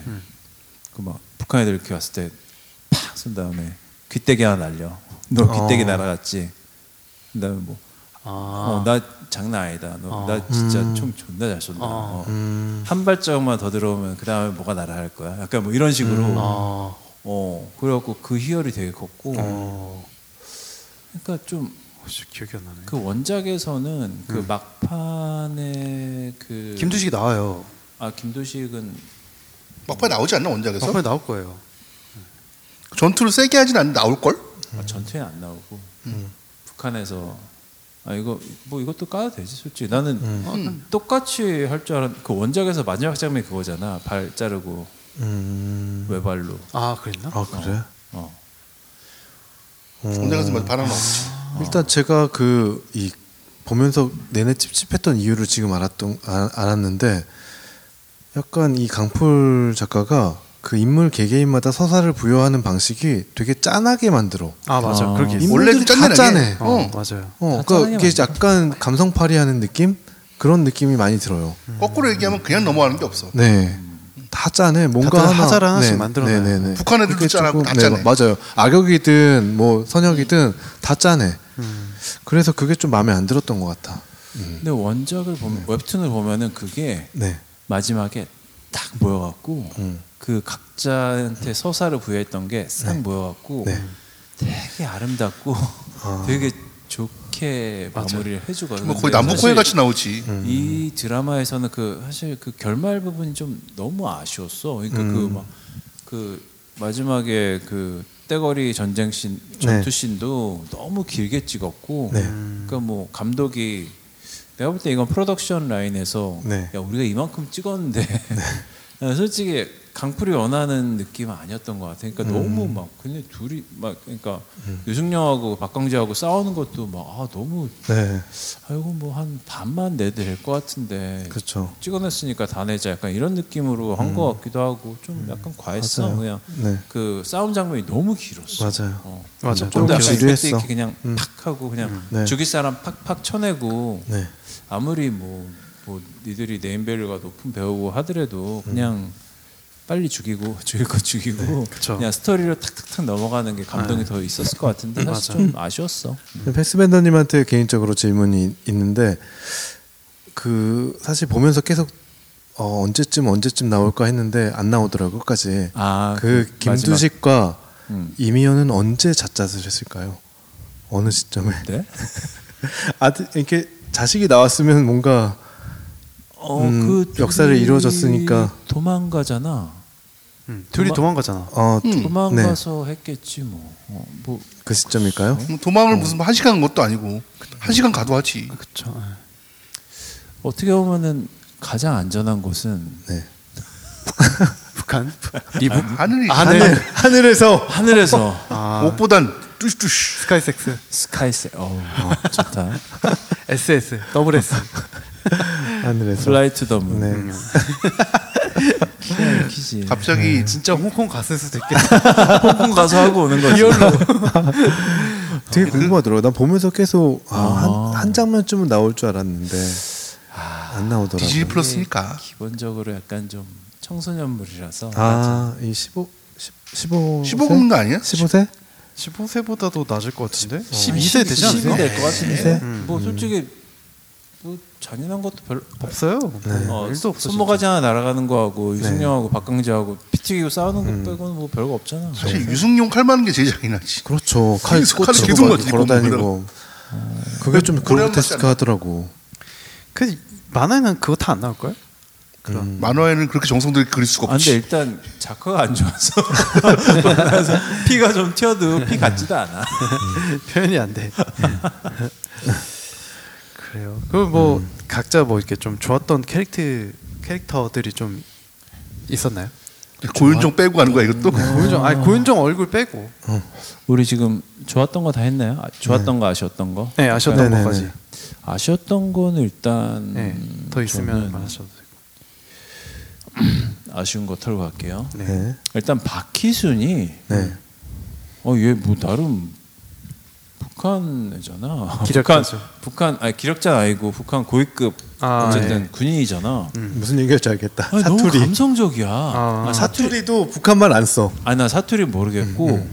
[SPEAKER 5] 그 막 북한 애들 이렇게 왔을 때 팍 쏜 다음에 귀때기 하나 날려. 너 귀때기 날아갔지. 그다음에 뭐. 어, 나 장난 아니다. 너, 나 진짜 총 존나 잘 쏜다. 어. 한 발짝만 더 들어오면 그 다음에 뭐가 날아갈 거야. 약간 뭐 이런 식으로. 어, 그래갖고 그 희열이 되게 컸고.
[SPEAKER 7] 어.
[SPEAKER 5] 그러니까 좀
[SPEAKER 7] 혹시 기억이 안 나네.
[SPEAKER 5] 그 원작에서는 그 막판에 그
[SPEAKER 7] 김두식이 나와요.
[SPEAKER 5] 아 김도식은
[SPEAKER 4] 막판에 나오지 않나 원작에서?
[SPEAKER 7] 막판에 나올 거예요.
[SPEAKER 4] 전투를 세게 하진 않는데 나올 걸?
[SPEAKER 5] 아, 전투에 안 나오고
[SPEAKER 4] 음.
[SPEAKER 5] 북한에서 아 이거 뭐 이것도 까도 되지 솔직히 나는
[SPEAKER 4] 음.
[SPEAKER 5] 아, 똑같이 할 줄 알았 그 원작에서 마지막 장면 이 그거잖아 발 자르고
[SPEAKER 4] 음.
[SPEAKER 5] 외발로
[SPEAKER 7] 아 그랬나?
[SPEAKER 6] 음. 아 그래?
[SPEAKER 5] 어.
[SPEAKER 4] 원작에서 막 바람 나오지.
[SPEAKER 5] 어.
[SPEAKER 6] 일단 제가 그 이 보면서 내내 찝찝했던 이유를 지금 알았던 아, 알았는데 약간 이 강풀 작가가 그 인물 개개인마다 서사를 부여하는 방식이 되게 짠하게 만들어.
[SPEAKER 7] 아 맞아.
[SPEAKER 5] 아.
[SPEAKER 7] 그렇게 있어.
[SPEAKER 4] 원래도
[SPEAKER 6] 인물들이 다
[SPEAKER 4] 짠내네,
[SPEAKER 6] 짠해.
[SPEAKER 4] 걔.
[SPEAKER 7] 어,
[SPEAKER 4] 어.
[SPEAKER 7] 맞아요.
[SPEAKER 6] 어,
[SPEAKER 5] 다
[SPEAKER 6] 그러니까
[SPEAKER 5] 짠하게
[SPEAKER 6] 이게 약간 감성팔이하는 느낌 그런 느낌이 많이 들어요.
[SPEAKER 4] 거꾸로 얘기하면 그냥 넘어가는 게 없어.
[SPEAKER 6] 네. 다 짜네. 뭔가
[SPEAKER 7] 다들
[SPEAKER 6] 하나,
[SPEAKER 7] 하자를 하나씩 만들어놔요.
[SPEAKER 6] 네네네.
[SPEAKER 4] 북한 애들도
[SPEAKER 6] 그게
[SPEAKER 4] 짜고
[SPEAKER 6] 조금-
[SPEAKER 4] 다 짜네.
[SPEAKER 6] 맞아요. 악역이든 뭐 선역이든
[SPEAKER 5] 음.
[SPEAKER 6] 다 짜네. 그래서 그게 좀 마음에 안 들었던 것 같아.
[SPEAKER 4] 음.
[SPEAKER 5] 근데 원작을 보면 웹툰을 보면은 그게
[SPEAKER 6] 네.
[SPEAKER 5] 마지막에 딱 모여갖고
[SPEAKER 4] 음.
[SPEAKER 5] 그 각자한테 서사를 부여했던 게 싹 모여갖고
[SPEAKER 6] 네.
[SPEAKER 5] 되게 아름답고 되게 좋게 마무리를 해주거든요.
[SPEAKER 4] 뭐 거의
[SPEAKER 5] 근데
[SPEAKER 4] 남북호해
[SPEAKER 5] 사실
[SPEAKER 4] 같이 나오지.
[SPEAKER 5] 이 드라마에서는 그 사실 그 결말 부분이 좀 너무 아쉬웠어. 그러니까 그 막 그 마지막에 그 떼거리 전쟁 씬 전투 씬도 너무 길게 찍었고 그러니까 뭐 감독이 내가 볼 때 이건 프로덕션 라인에서
[SPEAKER 6] 네.
[SPEAKER 5] 야 우리가 이만큼 찍었는데 야, 솔직히 강풀이 원하는 느낌은 아니었던 것 같아. 그러니까 너무 막 그냥 둘이 막 그러니까 유승용하고 박광재하고 싸우는 것도 막 아 너무
[SPEAKER 6] 네.
[SPEAKER 5] 아이고 뭐 한 반만 내도 될 것 같은데
[SPEAKER 6] 그렇죠. 음.
[SPEAKER 5] 찍어냈으니까 다 내자 약간 이런 느낌으로 한 것 같기도 하고 좀 약간 과했어
[SPEAKER 6] 맞아요.
[SPEAKER 5] 그냥
[SPEAKER 6] 네.
[SPEAKER 5] 그 싸움 장면이 너무 길었어
[SPEAKER 6] 맞아요.
[SPEAKER 5] 어.
[SPEAKER 7] 맞아요.
[SPEAKER 5] 좀
[SPEAKER 6] 좀
[SPEAKER 5] 약간
[SPEAKER 6] 지루했어. 음.
[SPEAKER 5] 이렇게 그냥 팍 하고 그냥
[SPEAKER 6] 네.
[SPEAKER 5] 죽일 사람 팍팍 쳐내고
[SPEAKER 6] 네.
[SPEAKER 5] 아무리 뭐, 뭐 니들이 네임밸류가 높은 배우고 하더라도
[SPEAKER 6] 음.
[SPEAKER 5] 그냥 빨리 죽이고 죽일 거 죽이고
[SPEAKER 6] 네.
[SPEAKER 5] 그냥 스토리로 탁탁탁 넘어가는 게 감동이 더 있었을 것 같은데 사실 좀 아쉬웠어
[SPEAKER 6] 패스벤더님한테 개인적으로 질문이 있는데 그 사실 보면서 계속 어, 언제쯤 언제쯤 나올까 했는데 안 나오더라고 끝까지.
[SPEAKER 5] 아,
[SPEAKER 6] 그
[SPEAKER 5] 그 마지막-
[SPEAKER 6] 김두식과
[SPEAKER 5] 음.
[SPEAKER 6] 이미연은 언제 잣잣을 했을까요? 어느 시점에?
[SPEAKER 5] 네?
[SPEAKER 6] 아들 이렇게 자식이 나왔으면 뭔가
[SPEAKER 5] 어,
[SPEAKER 6] 음,
[SPEAKER 5] 둘이
[SPEAKER 6] 역사를 이루어졌으니까.
[SPEAKER 5] 도망가잖아.
[SPEAKER 7] 음, 둘이
[SPEAKER 5] 도망-
[SPEAKER 7] 도망가잖아.
[SPEAKER 6] 어,
[SPEAKER 5] 음. 도망가서 했겠지 뭐. 어, 뭐
[SPEAKER 6] 그 시점일까요?
[SPEAKER 5] 어?
[SPEAKER 4] 음, 도망을 무슨 한 시간 것도 아니고 한 시간 가도 하지.
[SPEAKER 7] 그쵸. 예.
[SPEAKER 5] 어떻게 보면은 가장 안전한 곳은
[SPEAKER 6] 네.
[SPEAKER 7] 북한 미북
[SPEAKER 4] 하늘이
[SPEAKER 7] 아, 네. 하늘
[SPEAKER 6] 하늘에서
[SPEAKER 5] 하늘에서
[SPEAKER 7] 아.
[SPEAKER 4] 옷보단 뚜시뚜시.
[SPEAKER 7] 스카이섹스
[SPEAKER 5] 스카이세. 어, 어, 좋다.
[SPEAKER 7] SS 더블 S
[SPEAKER 6] 하늘에서
[SPEAKER 5] 플라이 투 더문.
[SPEAKER 6] 네.
[SPEAKER 5] 키지.
[SPEAKER 4] 갑자기
[SPEAKER 7] 네. 진짜 홍콩 갔을 수도 있겠다.
[SPEAKER 5] 홍콩 가서 하고 오는 거지.
[SPEAKER 6] 되게 궁금하더라고. 요난 보면서 계속 아, 한, 한 장면쯤은 나올 줄 알았는데 안 나오더라고.
[SPEAKER 4] 디즈니
[SPEAKER 6] 요
[SPEAKER 4] 플러스니까.
[SPEAKER 5] 기본적으로 약간 좀 청소년물이라서
[SPEAKER 6] 아이 15, 15,
[SPEAKER 7] 네.
[SPEAKER 4] 15분 아니야?
[SPEAKER 6] 15세?
[SPEAKER 7] 15세보다도 낮을 것 같은데. 어.
[SPEAKER 5] 12세
[SPEAKER 7] 12세 되지 네. 않나요?
[SPEAKER 5] 될것 같은데. 아, 네. 뭐 솔직히 뭐 잔인한 것도 별로
[SPEAKER 7] 없어요. 네.
[SPEAKER 5] 어,
[SPEAKER 7] 일도 없어.
[SPEAKER 5] 손모가지 하나 날아가는 거하고 유승용하고 박강재하고 피 튀기고 싸우는 거 빼고는 뭐 별거 없잖아.
[SPEAKER 4] 사실 유승용 칼 맞는 게 제일 잔인하지.
[SPEAKER 6] 그렇죠. 칼
[SPEAKER 4] 계속 칼을
[SPEAKER 6] 꽂히고
[SPEAKER 4] 계속
[SPEAKER 6] 막
[SPEAKER 4] 맞으니까
[SPEAKER 6] 걸어다니고. 그게 좀
[SPEAKER 4] 고래한 맛이 안
[SPEAKER 6] 그로테스크 하더라고.
[SPEAKER 7] 그 만화는 그거 다 안 나올 거야? 그런
[SPEAKER 4] 음. 만화에는 그렇게 정성들이 그릴 수가
[SPEAKER 5] 아, 근데
[SPEAKER 4] 없지.
[SPEAKER 5] 일단 작화가 안 좋아서 그래서 피가 좀 튀어도 피 같지도 않아.
[SPEAKER 7] 네, 표현이 안 돼. 그래요. 그럼 뭐 각자 뭐 이렇게 좀 좋았던 캐릭터 캐릭터들이 좀 있었나요? 그
[SPEAKER 4] 고윤정 빼고 하는 거야 이것도.
[SPEAKER 7] 고윤정, 아니 고윤정 얼굴 빼고,
[SPEAKER 5] 우리 지금 좋았던 거 다 했나요? 아, 좋았던 거 아쉬웠던 거?
[SPEAKER 7] 네 아쉬웠던
[SPEAKER 6] 네네네.
[SPEAKER 7] 것까지,
[SPEAKER 5] 아쉬웠던 거는 일단
[SPEAKER 7] 네
[SPEAKER 6] 음,
[SPEAKER 7] 더 있으면
[SPEAKER 5] 저는
[SPEAKER 7] 말하셔도 되고.
[SPEAKER 5] 아쉬운 거 털고 갈게요.
[SPEAKER 6] 네.
[SPEAKER 5] 일단 박희순이
[SPEAKER 6] 네.
[SPEAKER 5] 어얘뭐 나름 북한 애잖아.
[SPEAKER 7] 기력자죠.
[SPEAKER 5] 북한 북한 아니 기력자 아니고 북한 고위급
[SPEAKER 7] 아,
[SPEAKER 5] 어쨌든 군인이잖아.
[SPEAKER 6] 무슨 얘기할지 알겠다.
[SPEAKER 5] 아니, 너무
[SPEAKER 6] 사투리.
[SPEAKER 5] 감성적이야. 아, 사투리 음,
[SPEAKER 6] 사투리도 북한말 안 써.
[SPEAKER 5] 아니 나 사투리 모르겠고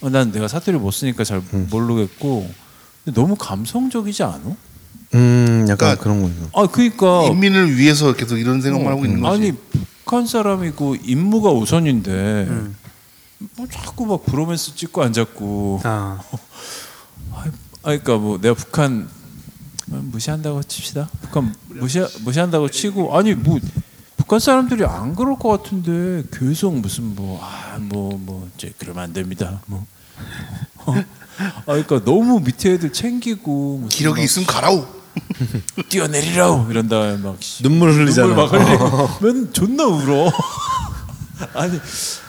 [SPEAKER 5] 어, 난 내가 사투리 못 쓰니까 잘 모르겠고 근데 너무 감성적이지 않아?
[SPEAKER 6] 음, 약간
[SPEAKER 4] 그러니까
[SPEAKER 6] 그런 거죠.
[SPEAKER 5] 아 그러니까
[SPEAKER 4] 어. 인민을 위해서 계속 이런 생각만
[SPEAKER 7] 어.
[SPEAKER 4] 하고 있는 거지.
[SPEAKER 5] 아니 북한 사람이고 임무가 우선인데 뭐 자꾸 막 브로맨스 찍고 앉았고 아
[SPEAKER 7] 아,
[SPEAKER 6] 어,
[SPEAKER 5] 그러니까 뭐 내가 북한 무시한다고 칩시다 북한 무시 무시한다고 치고 아니 뭐 북한 사람들이 안 그럴 것 같은데 계속 무슨 뭐 아 뭐 뭐 이제 그러면 안 됩니다 뭐 어. 아 그러니까 너무 밑에 애들 챙기고 무슨
[SPEAKER 4] 기력이
[SPEAKER 5] 막
[SPEAKER 4] 있으면
[SPEAKER 7] 어.
[SPEAKER 4] 가라오.
[SPEAKER 5] 뛰어내리라고 이런 다음에 막 씨,
[SPEAKER 6] 눈물 흘리잖아.
[SPEAKER 5] 눈물 막 흘리면 존나 울어. 아니,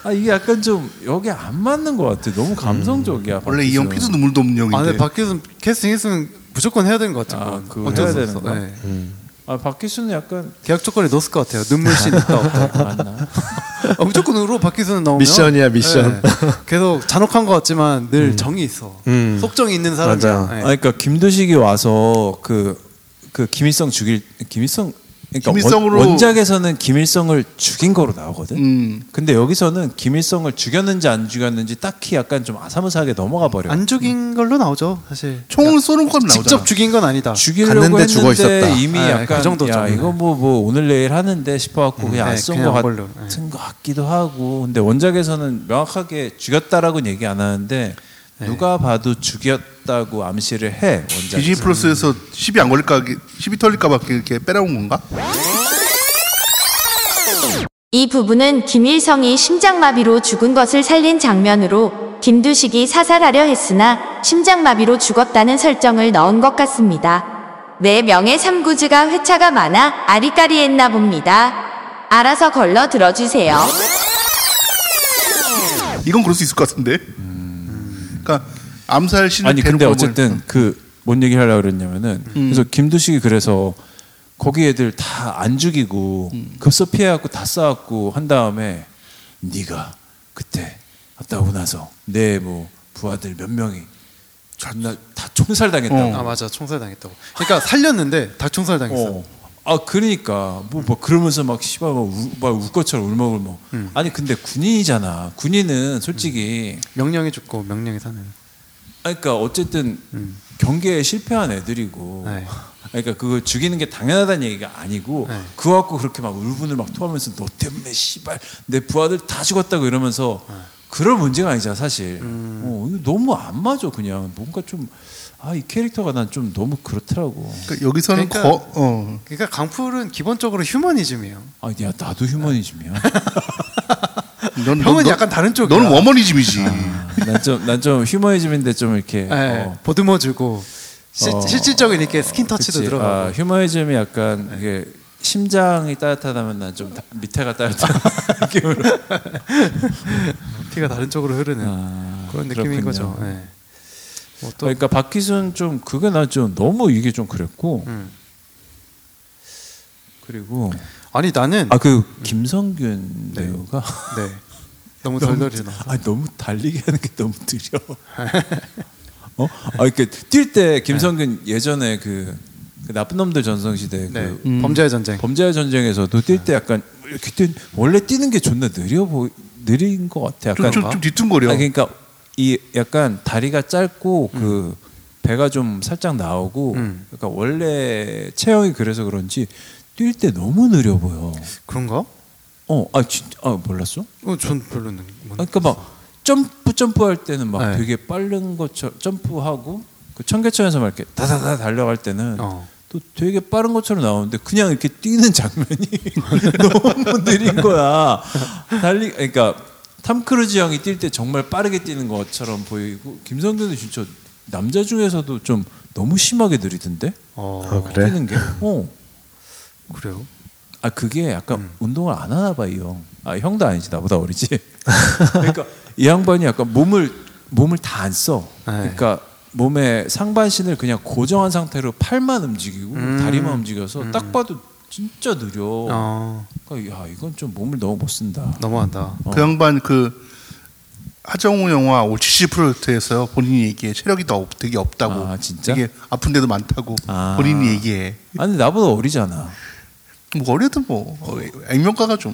[SPEAKER 5] 아 이게 약간 좀 여기 안 맞는 것 같아. 너무 감성적이야.
[SPEAKER 4] 음. 원래 이 형 피도 눈물도 없는 형인데.
[SPEAKER 7] 아 근데 박희순 캐스팅했으면 무조건 해야 되는 것 같아요.
[SPEAKER 5] 아,
[SPEAKER 7] 그건.
[SPEAKER 5] 그거
[SPEAKER 7] 어쩔
[SPEAKER 5] 해야
[SPEAKER 7] 수
[SPEAKER 5] 되는
[SPEAKER 7] 없어.
[SPEAKER 5] 거야?
[SPEAKER 7] 네.
[SPEAKER 5] 아 박희수는 약간
[SPEAKER 7] 계약 조건에 넣었을 것 같아요. 눈물 씬 있다 없다.
[SPEAKER 5] 맞나?
[SPEAKER 7] 아, 무조건으로 박희순 나오면
[SPEAKER 6] 미션이야, 미션.
[SPEAKER 7] 네. 계속 잔혹한 것 같지만 늘 정이 있어.
[SPEAKER 6] 음.
[SPEAKER 7] 속정이 있는 사람이야.
[SPEAKER 6] 맞아.
[SPEAKER 7] 네.
[SPEAKER 5] 아 그러니까 김도식이 와서 그 그 김일성 죽일 김일성 그러니까
[SPEAKER 4] 김일성으로-
[SPEAKER 5] 원, 원작에서는 김일성을 죽인 거로 나오거든.
[SPEAKER 4] 음.
[SPEAKER 5] 근데 여기서는 김일성을 죽였는지 안 죽였는지 딱히 약간 좀 아사무사하게 넘어가 버려.
[SPEAKER 7] 안 죽인 걸로 나오죠 사실.
[SPEAKER 4] 총을 쏘는 건 나오잖아.
[SPEAKER 7] 직접 죽인 건 아니다.
[SPEAKER 5] 죽이려고
[SPEAKER 6] 갔는데
[SPEAKER 5] 했는데
[SPEAKER 6] 죽어 있었다.
[SPEAKER 5] 이미
[SPEAKER 7] 네,
[SPEAKER 5] 약간
[SPEAKER 7] 그 정도죠.
[SPEAKER 5] 야 이거 뭐 뭐 오늘 내일 하는데 싶어갖고 그냥
[SPEAKER 7] 네,
[SPEAKER 5] 안 쓴
[SPEAKER 7] 그냥
[SPEAKER 5] 것
[SPEAKER 7] 그걸로,
[SPEAKER 5] 같은 것 같기도 하고 근데 원작에서는 명확하게 죽였다라고는 얘기 안 하는데 누가 봐도 죽였다고 암시를 해
[SPEAKER 4] 디즈니
[SPEAKER 5] 원작.
[SPEAKER 4] 플러스에서 시비 안 걸릴까 시비 털릴까 봐 이렇게 빼라온 건가?
[SPEAKER 1] 이 부분은 김일성이 심장마비로 죽은 것을 살린 장면으로 김두식이 사살하려 했으나 심장마비로 죽었다는 설정을 넣은 것 같습니다. 네 명의 삼구즈가 회차가 많아 아리까리했나 봅니다. 알아서 걸러 들어주세요.
[SPEAKER 4] 이건 그럴 수 있을 것 같은데. 그러니까 암살 신을
[SPEAKER 5] 아니 근데
[SPEAKER 4] 대놓고
[SPEAKER 5] 어쨌든 그 뭔 얘기 하려고 그랬냐면은 그래서 김두식이 그래서 거기 애들 다 안 죽이고 급소 피해갖고 다 싸갖고 한 다음에 네가 그때 갔다 오고 나서 내 뭐 부하들 몇 명이 존나 다 총살당했다고.
[SPEAKER 7] 아 맞아 총살 당했다고. 그러니까 살렸는데 다 총살 당했어.
[SPEAKER 5] 어. 아 그러니까 뭐 뭐 그러면서 막 씨발 막울 것처럼 울먹울먹. 아니 근데 군인이잖아. 군인은 솔직히
[SPEAKER 7] 명령이 죽고 명령이 사는.
[SPEAKER 5] 아니, 그러니까 어쨌든 경계에 실패한 애들이고
[SPEAKER 7] 네.
[SPEAKER 5] 그러니까 그걸 죽이는 게 당연하다는 얘기가 아니고
[SPEAKER 7] 네.
[SPEAKER 5] 그거 갖고 그렇게 막 울분을 막 토하면서 너 때문에 씨발 내 부하들 다 죽었다고 이러면서
[SPEAKER 7] 네.
[SPEAKER 5] 그럴 문제가 아니잖아 사실
[SPEAKER 7] 음.
[SPEAKER 5] 어, 이거 너무 안 맞아 그냥 뭔가 좀 아 이 캐릭터가 난 좀 너무 그렇더라고
[SPEAKER 4] 그러니까 여기서는
[SPEAKER 7] 그러니까-
[SPEAKER 4] 거, 어.
[SPEAKER 7] 그러니까 강풀은 기본적으로 휴머니즘이에요.
[SPEAKER 5] 아야 나도 휴머니즘이야
[SPEAKER 7] 네.
[SPEAKER 4] 넌,
[SPEAKER 7] 형은 약간 다른 쪽이야.
[SPEAKER 5] 뭐?
[SPEAKER 4] 너는 워머니즘이지.
[SPEAKER 5] 아, 난 좀 난 좀 휴머니즘인데 좀 이렇게
[SPEAKER 7] 네,
[SPEAKER 5] 어,
[SPEAKER 7] 보듬어 주고
[SPEAKER 5] 어.
[SPEAKER 7] 실질적인 이렇게 스킨 터치도
[SPEAKER 5] 그치.
[SPEAKER 7] 들어가고. 네.
[SPEAKER 5] 아, 휴머니즘이 약간 이게 심장이 따뜻하다면 난 좀 밑에가 따뜻한 느낌으로
[SPEAKER 7] 피가 다른 쪽으로 흐르는
[SPEAKER 5] 아,
[SPEAKER 7] 그런 느낌인
[SPEAKER 5] 그렇군요.
[SPEAKER 7] 거죠. 예. 뭐 또,
[SPEAKER 5] 그러니까 박희순 좀 그게 나 좀 너무 이게 좀 그랬고
[SPEAKER 7] 음.
[SPEAKER 5] 그리고
[SPEAKER 7] 아니 나는
[SPEAKER 5] 아 그 김성균 배우가
[SPEAKER 7] 네 너무 덜덜이나
[SPEAKER 5] 아 너무 달리게 하는 게 너무 느려. 어? 아 이렇게 뛸 때
[SPEAKER 7] 네.
[SPEAKER 5] 김성균 예전에 그, 그 나쁜 놈들 전성 시대
[SPEAKER 7] 네
[SPEAKER 5] 그
[SPEAKER 7] 범죄의 전쟁
[SPEAKER 5] 범죄의 전쟁에서도 뛸 때 약간 이렇게 뛴 원래 뛰는 게 존나 느려 보이 느린 것 같아.
[SPEAKER 4] 좀,
[SPEAKER 5] 약간
[SPEAKER 4] 좀, 좀 뒤뚱거려.
[SPEAKER 5] 아 그러니까 이 약간 다리가 짧고 그 배가 좀 살짝 나오고
[SPEAKER 7] 음.
[SPEAKER 5] 그러니까 원래 체형이 그래서 그런지 뛸 때 너무 느려 보여.
[SPEAKER 7] 그런가?
[SPEAKER 5] 어, 아, 진, 아 몰랐어?
[SPEAKER 7] 어전 별로는 못-
[SPEAKER 5] 아, 그러니까 막 점프 점프할 때는 막
[SPEAKER 7] 네.
[SPEAKER 5] 되게 빠른 것처럼 점프하고 그 청계천에서 막 이렇게 다다다 달려갈 때는
[SPEAKER 7] 어.
[SPEAKER 5] 또 되게 빠른 것처럼 나오는데 그냥 이렇게 뛰는 장면이 너무 느린 거야. 달리 그러니까 탐 크루즈 형이 뛸 때 정말 빠르게 뛰는 것처럼 보이고 김성근은 진짜 남자 중에서도 좀 너무 심하게 느리던데
[SPEAKER 7] 어,
[SPEAKER 6] 아, 그래?
[SPEAKER 5] 뛰는 게. 어.
[SPEAKER 7] 그래요.
[SPEAKER 5] 아 그게 약간
[SPEAKER 7] 음.
[SPEAKER 5] 운동을 안 하나 봐 이 형. 아 형도 아니지 나보다 어리지. 그러니까 이 양반이 약간 몸을 몸을 다 안 써.
[SPEAKER 7] 네.
[SPEAKER 5] 그러니까 몸의 상반신을 그냥 고정한 상태로 팔만 움직이고 다리만 움직여서 딱 봐도 진짜 느려.
[SPEAKER 7] 음. 어,
[SPEAKER 5] 그러니까 야 이건 좀 몸을 너무 못 쓴다.
[SPEAKER 7] 넘어간다.
[SPEAKER 5] 어.
[SPEAKER 4] 그 양반 그 하정우 영화 70%에서요 본인이 얘기해 체력이 더 없- 되게 없다고
[SPEAKER 5] 아, 진짜?
[SPEAKER 4] 되게 아픈데도 많다고
[SPEAKER 5] 아.
[SPEAKER 4] 본인이 얘기해
[SPEAKER 5] 아니 나보다 어리잖아.
[SPEAKER 4] 뭐 어려도 뭐 어, 액면가가 좀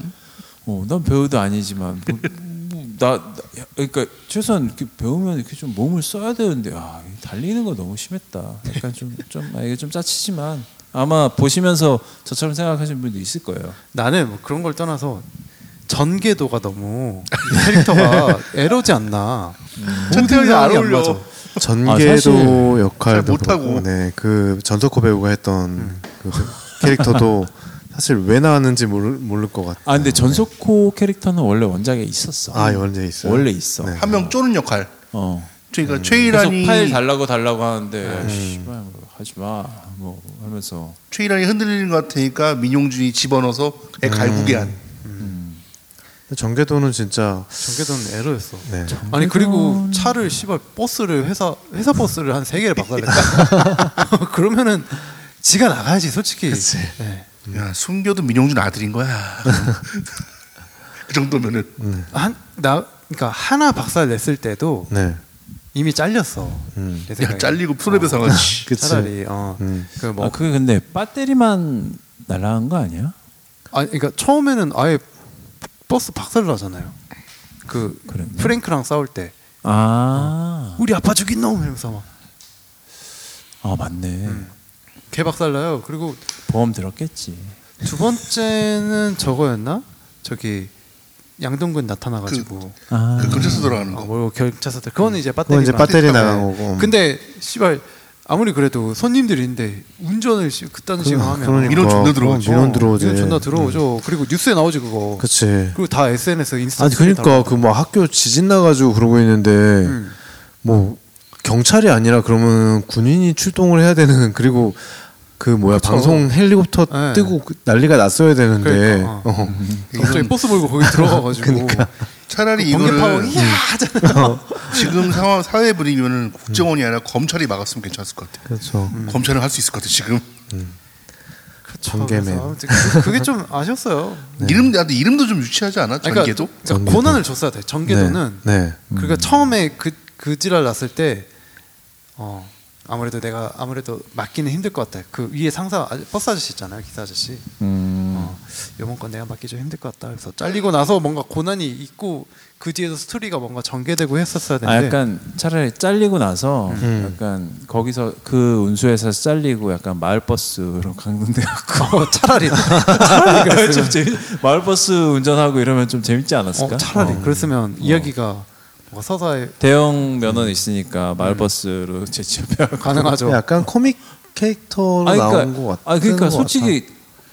[SPEAKER 5] 어, 난 배우도 아니지만 뭐, 뭐, 나, 나- 야, 그러니까 최소한 이렇게 배우면 이렇게 좀 몸을 써야 되는데 아, 이 달리는 거 너무 심했다. 약간 좀좀 아, 이게 좀 짜치지만 아마 보시면서 저처럼 생각하시는 분도 있을 거예요.
[SPEAKER 7] 나는 뭐 그런 걸 떠나서 전개도가 너무 이 캐릭터가 에러지 않나.
[SPEAKER 4] 최태현이 안
[SPEAKER 7] 생각이 뭐, 안
[SPEAKER 4] 어울려.
[SPEAKER 7] 맞아.
[SPEAKER 5] 아,
[SPEAKER 6] 전개도
[SPEAKER 5] 사실
[SPEAKER 6] 역할도
[SPEAKER 4] 잘 못하고.
[SPEAKER 6] 그렇고, 네, 그 전석호 배우가 했던 그 캐릭터도 사실 왜 나왔는지 모를, 모를 것 같아.
[SPEAKER 5] 아 근데 전소코 캐릭터는 원래 원작에 있었어.
[SPEAKER 6] 네. 아, 원래 있어요?
[SPEAKER 5] 원래 있어.
[SPEAKER 6] 네.
[SPEAKER 4] 한 명 쪼는 역할
[SPEAKER 5] 어.
[SPEAKER 4] 그러니까
[SPEAKER 5] 계속
[SPEAKER 4] 최일환이
[SPEAKER 5] 파일 달라고 달라고 하는데
[SPEAKER 6] 네.
[SPEAKER 5] 야, 씨발 뭐, 하지 마. 뭐 하면서
[SPEAKER 4] 최일환이 흔들리는 것 같으니까 민용준이 집어넣어서 애 갈구게 한
[SPEAKER 6] 근데 전개도는 진짜
[SPEAKER 7] 전개도는 에러였어.
[SPEAKER 6] 네.
[SPEAKER 7] 아니 그리고 차를 씨발 버스를 회사 회사 버스를 한 세 개를 박살냈다. 그러면은 지가 나가야지 솔직히. 네.
[SPEAKER 4] 야, 숨겨도 민용준 아들인 거야 그 정도면은
[SPEAKER 7] 음. 한나 그러니까 하나 박살 냈을 때도
[SPEAKER 6] 네.
[SPEAKER 7] 이미 잘렸어. 내
[SPEAKER 4] 야,
[SPEAKER 7] 생각에.
[SPEAKER 4] 잘리고 푸르베 상하지
[SPEAKER 6] 그치.
[SPEAKER 7] 어. 차라리 어.
[SPEAKER 6] 음.
[SPEAKER 7] 그뭐
[SPEAKER 5] 아 그게 근데 배터리만 날아간 거 아니야?
[SPEAKER 7] 아니 그러니까 처음에는 아예 버스 박살 나잖아요. 그
[SPEAKER 5] 그랬나?
[SPEAKER 7] 프랭크랑 싸울 때
[SPEAKER 5] 아,
[SPEAKER 7] 우리 아빠 죽인 놈 이러면서 막
[SPEAKER 6] 어.
[SPEAKER 5] 아 맞네.
[SPEAKER 7] 개박살 나요. 그리고
[SPEAKER 5] 보험 들었겠지.
[SPEAKER 7] 두 번째는 저거였나? 저기 양동근 나타나가지고
[SPEAKER 5] 아,
[SPEAKER 4] 그 근처에서 돌아가는
[SPEAKER 7] 어,
[SPEAKER 4] 거
[SPEAKER 7] 뭐 결차사 때 그거는 이제 배터리
[SPEAKER 6] 그건 이제 배터리 나간 거고. 뭐.
[SPEAKER 7] 근데 씨발 아무리 그래도 손님들인데 운전을 씨- 그딴
[SPEAKER 6] 그러니까,
[SPEAKER 7] 식으로 하면 뭐
[SPEAKER 4] 민원 존나 들어오지.
[SPEAKER 6] 민원 들어오지. 음,
[SPEAKER 7] 이거 존나 들어오죠. 그리고 뉴스에 나오지 그거.
[SPEAKER 6] 그치.
[SPEAKER 7] 그리고 다 SNS 인스타.
[SPEAKER 6] 아니 그러니까 그 뭐 학교 지진 나가지고 그러고 있는데 뭐 경찰이 아니라 그러면 군인이 출동을 해야 되는 그리고 그 뭐야 방송 헬리콥터
[SPEAKER 7] 네.
[SPEAKER 6] 뜨고 그 난리가 났어야 되는데
[SPEAKER 7] 그러니까, 어.
[SPEAKER 6] 어.
[SPEAKER 7] 갑자기 버스 몰고 거기 들어가가지고. 그러니까.
[SPEAKER 4] 차라리
[SPEAKER 7] 번개파워
[SPEAKER 4] 이거를
[SPEAKER 6] 음.
[SPEAKER 7] 이야 하잖아.
[SPEAKER 4] 지금 상황 사회
[SPEAKER 7] 음.
[SPEAKER 4] 분위기면은 국정원이 아니라 검찰이 막았으면 괜찮았을 것 같아.
[SPEAKER 6] 그렇죠
[SPEAKER 4] 검찰은 할 수 있을 것 같아. 지금
[SPEAKER 6] 전개맨.
[SPEAKER 7] 그래서 아무튼 그- 그게 좀 아쉬웠어요.
[SPEAKER 4] 이름 나도 이름도 좀 유치하지 않아?
[SPEAKER 7] 네. 그러니까,
[SPEAKER 4] 전개도
[SPEAKER 7] 그러니까 고난을 줬어야 돼. 전개도는.
[SPEAKER 6] 네, 네.
[SPEAKER 7] 그러니까 처음에 그, 그 지랄 났을 때, 어, 아무래도 내가 아무래도 맡기는 힘들 것 같다. 그 위에 상사 아- 버스 아저씨 있잖아요, 기사 아저씨. 어, 이번 건 내가 맡기 좀 힘들 것 같다. 그래서 잘리고 나서 뭔가 고난이 있고 그 뒤에서 스토리가 뭔가 전개되고 했었어야
[SPEAKER 5] 아
[SPEAKER 7] 되는데.
[SPEAKER 5] 약간 차라리 잘리고 나서 약간 거기서 그 운수에서 잘리고 약간 마을버스로 강등돼 갖고
[SPEAKER 7] 어, 차라리 차라리 그랬으면,
[SPEAKER 5] 좀 재밌 마을버스 운전하고 이러면 좀 재밌지 않았을까?
[SPEAKER 7] 어, 차라리
[SPEAKER 5] 어.
[SPEAKER 7] 그랬으면 이야기가 뭔가 서사에
[SPEAKER 5] 대형 면허는 있으니까 마을버스로 재취업해 갖고
[SPEAKER 7] 가능하죠.
[SPEAKER 6] 약간 코믹 캐릭터로 나온 것 같아.
[SPEAKER 5] 아 그러니까 솔직히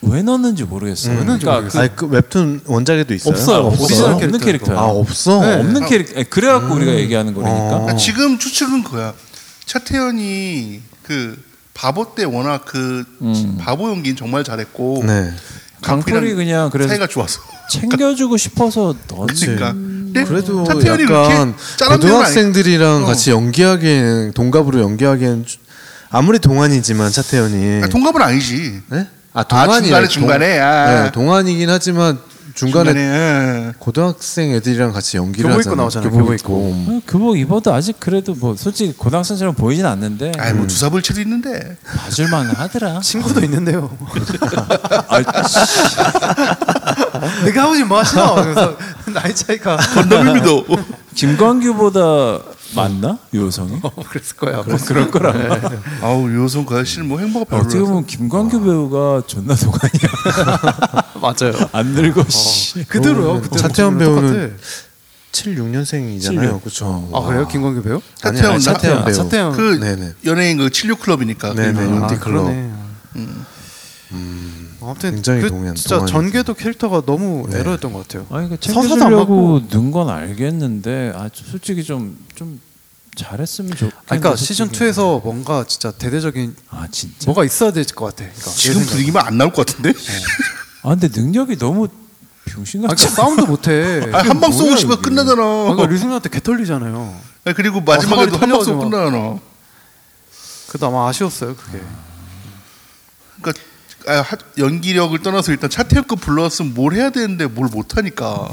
[SPEAKER 5] 왜 넣었는지 모르겠어.
[SPEAKER 7] 넣었는지
[SPEAKER 5] 그러니까 그
[SPEAKER 7] 모르겠어.
[SPEAKER 6] 아니 그 웹툰 원작에도 있어요.
[SPEAKER 5] 없어요.
[SPEAKER 6] 아,
[SPEAKER 5] 오리지널
[SPEAKER 6] 없어요?
[SPEAKER 5] 없는 캐릭터야.
[SPEAKER 6] 아 없어.
[SPEAKER 7] 네.
[SPEAKER 5] 없는 캐릭터. 아, 그래갖고 우리가 얘기하는 거니까.
[SPEAKER 7] 어.
[SPEAKER 4] 그러니까 지금 추측은 그거야. 차태현이 그 바보 때 워낙 그
[SPEAKER 7] 음.
[SPEAKER 4] 바보 연기는 정말 잘했고
[SPEAKER 6] 네.
[SPEAKER 5] 강풀이
[SPEAKER 4] 강풀이랑
[SPEAKER 5] 그냥 그래서
[SPEAKER 4] 사이가 좋아서
[SPEAKER 5] 챙겨주고 싶어서 넣은
[SPEAKER 4] 그러니까 근데
[SPEAKER 6] 그래도
[SPEAKER 4] 차태현이
[SPEAKER 6] 약간
[SPEAKER 4] 그렇게 짜란 배우는 아니-
[SPEAKER 6] 고등학생들이랑
[SPEAKER 4] 어.
[SPEAKER 6] 같이 연기하기엔 동갑으로 연기하기엔 주- 아무리 동안이지만 차태현이
[SPEAKER 4] 아, 동갑은 아니지.
[SPEAKER 6] 네? 아
[SPEAKER 4] 중간에, 중간에, 아.
[SPEAKER 6] 네, 동안이긴 하지만 중간에,
[SPEAKER 4] 중간에, 예.
[SPEAKER 6] 고등학생 애들이랑 같이 연기를
[SPEAKER 7] 교복
[SPEAKER 6] 하잖아요.
[SPEAKER 7] 입고 나오잖아요, 교복 입고.
[SPEAKER 6] 음.
[SPEAKER 5] 어, 교복 입어도 아직 그래도 뭐 솔직히 고등학생처럼 보이진 않는데
[SPEAKER 4] 아이 뭐 두사불치도 있는데
[SPEAKER 5] 봐줄만 하더라.
[SPEAKER 7] 친구도 있는데요.
[SPEAKER 5] 아, 씨.
[SPEAKER 7] 내가 하고 지금 뭐 하시나? 그래서 나이 차이가
[SPEAKER 4] 건담입니다.
[SPEAKER 5] 김광규보다 많나 유호성이?
[SPEAKER 7] 어, 그랬을 거야.
[SPEAKER 5] 뭐 그럴 거라.
[SPEAKER 4] 아우 요성 그 사실은 뭐 행보가
[SPEAKER 5] 어떻게
[SPEAKER 4] 별로라서.
[SPEAKER 5] 보면 김광규 배우가 존나 동안이야.
[SPEAKER 7] 맞아요.
[SPEAKER 5] 안 늙어. 씨.
[SPEAKER 7] 그대로요. 그대로
[SPEAKER 6] 차태현
[SPEAKER 7] 목소리랑
[SPEAKER 6] 배우는
[SPEAKER 7] 똑같아.
[SPEAKER 6] 7, 6년생이잖아요. 그렇죠.
[SPEAKER 7] 아 그래요? 김광규 배우?
[SPEAKER 6] 아니,
[SPEAKER 4] 차태현 나-
[SPEAKER 6] 아니, 차태현
[SPEAKER 7] 아,
[SPEAKER 6] 배우.
[SPEAKER 7] 차태현.
[SPEAKER 4] 그
[SPEAKER 6] 네네.
[SPEAKER 4] 연예인 그 76클럽이니까
[SPEAKER 6] 네네.
[SPEAKER 7] 아,
[SPEAKER 6] 아, 클럽.
[SPEAKER 7] 그러네. 아무튼
[SPEAKER 6] 굉장히
[SPEAKER 7] 그
[SPEAKER 6] 동의한-
[SPEAKER 7] 진짜
[SPEAKER 6] 동의합니다.
[SPEAKER 7] 전개도 캐릭터가 너무
[SPEAKER 6] 네.
[SPEAKER 7] 에러였던 것 같아요.
[SPEAKER 5] 아니 그
[SPEAKER 7] 서사도 안
[SPEAKER 5] 챙겨주려고 는 건 알겠는데 아 솔직히 좀 좀 잘했으면 좋겠는데
[SPEAKER 7] 아니, 그러니까 시즌
[SPEAKER 5] 솔직히.
[SPEAKER 7] 2에서 뭔가 진짜 대대적인
[SPEAKER 5] 아 진짜
[SPEAKER 7] 뭐가 있어야 될 것 같아. 그러니까 내
[SPEAKER 4] 지금
[SPEAKER 7] 생각에.
[SPEAKER 4] 분위기면 안 나올 것 같은데?
[SPEAKER 5] 아 근데 능력이 너무 병신같아
[SPEAKER 7] 아, 그러니까 싸움도 못해.
[SPEAKER 4] 아, 한방 쏘고 싶어 끝나잖아.
[SPEAKER 7] 아, 그러니까 류승룡한테 개털리잖아요.
[SPEAKER 4] 아, 그리고 마지막에도
[SPEAKER 7] 아,
[SPEAKER 4] 한방 쏘고
[SPEAKER 7] 털려가지고.
[SPEAKER 4] 끝나잖아.
[SPEAKER 7] 그래도 아마 아쉬웠어요 그게. 네.
[SPEAKER 4] 그러니까 아, 하- 연기력을 떠나서 일단 차태엽급 불러왔으면 뭘 해야 되는데 뭘 못하니까.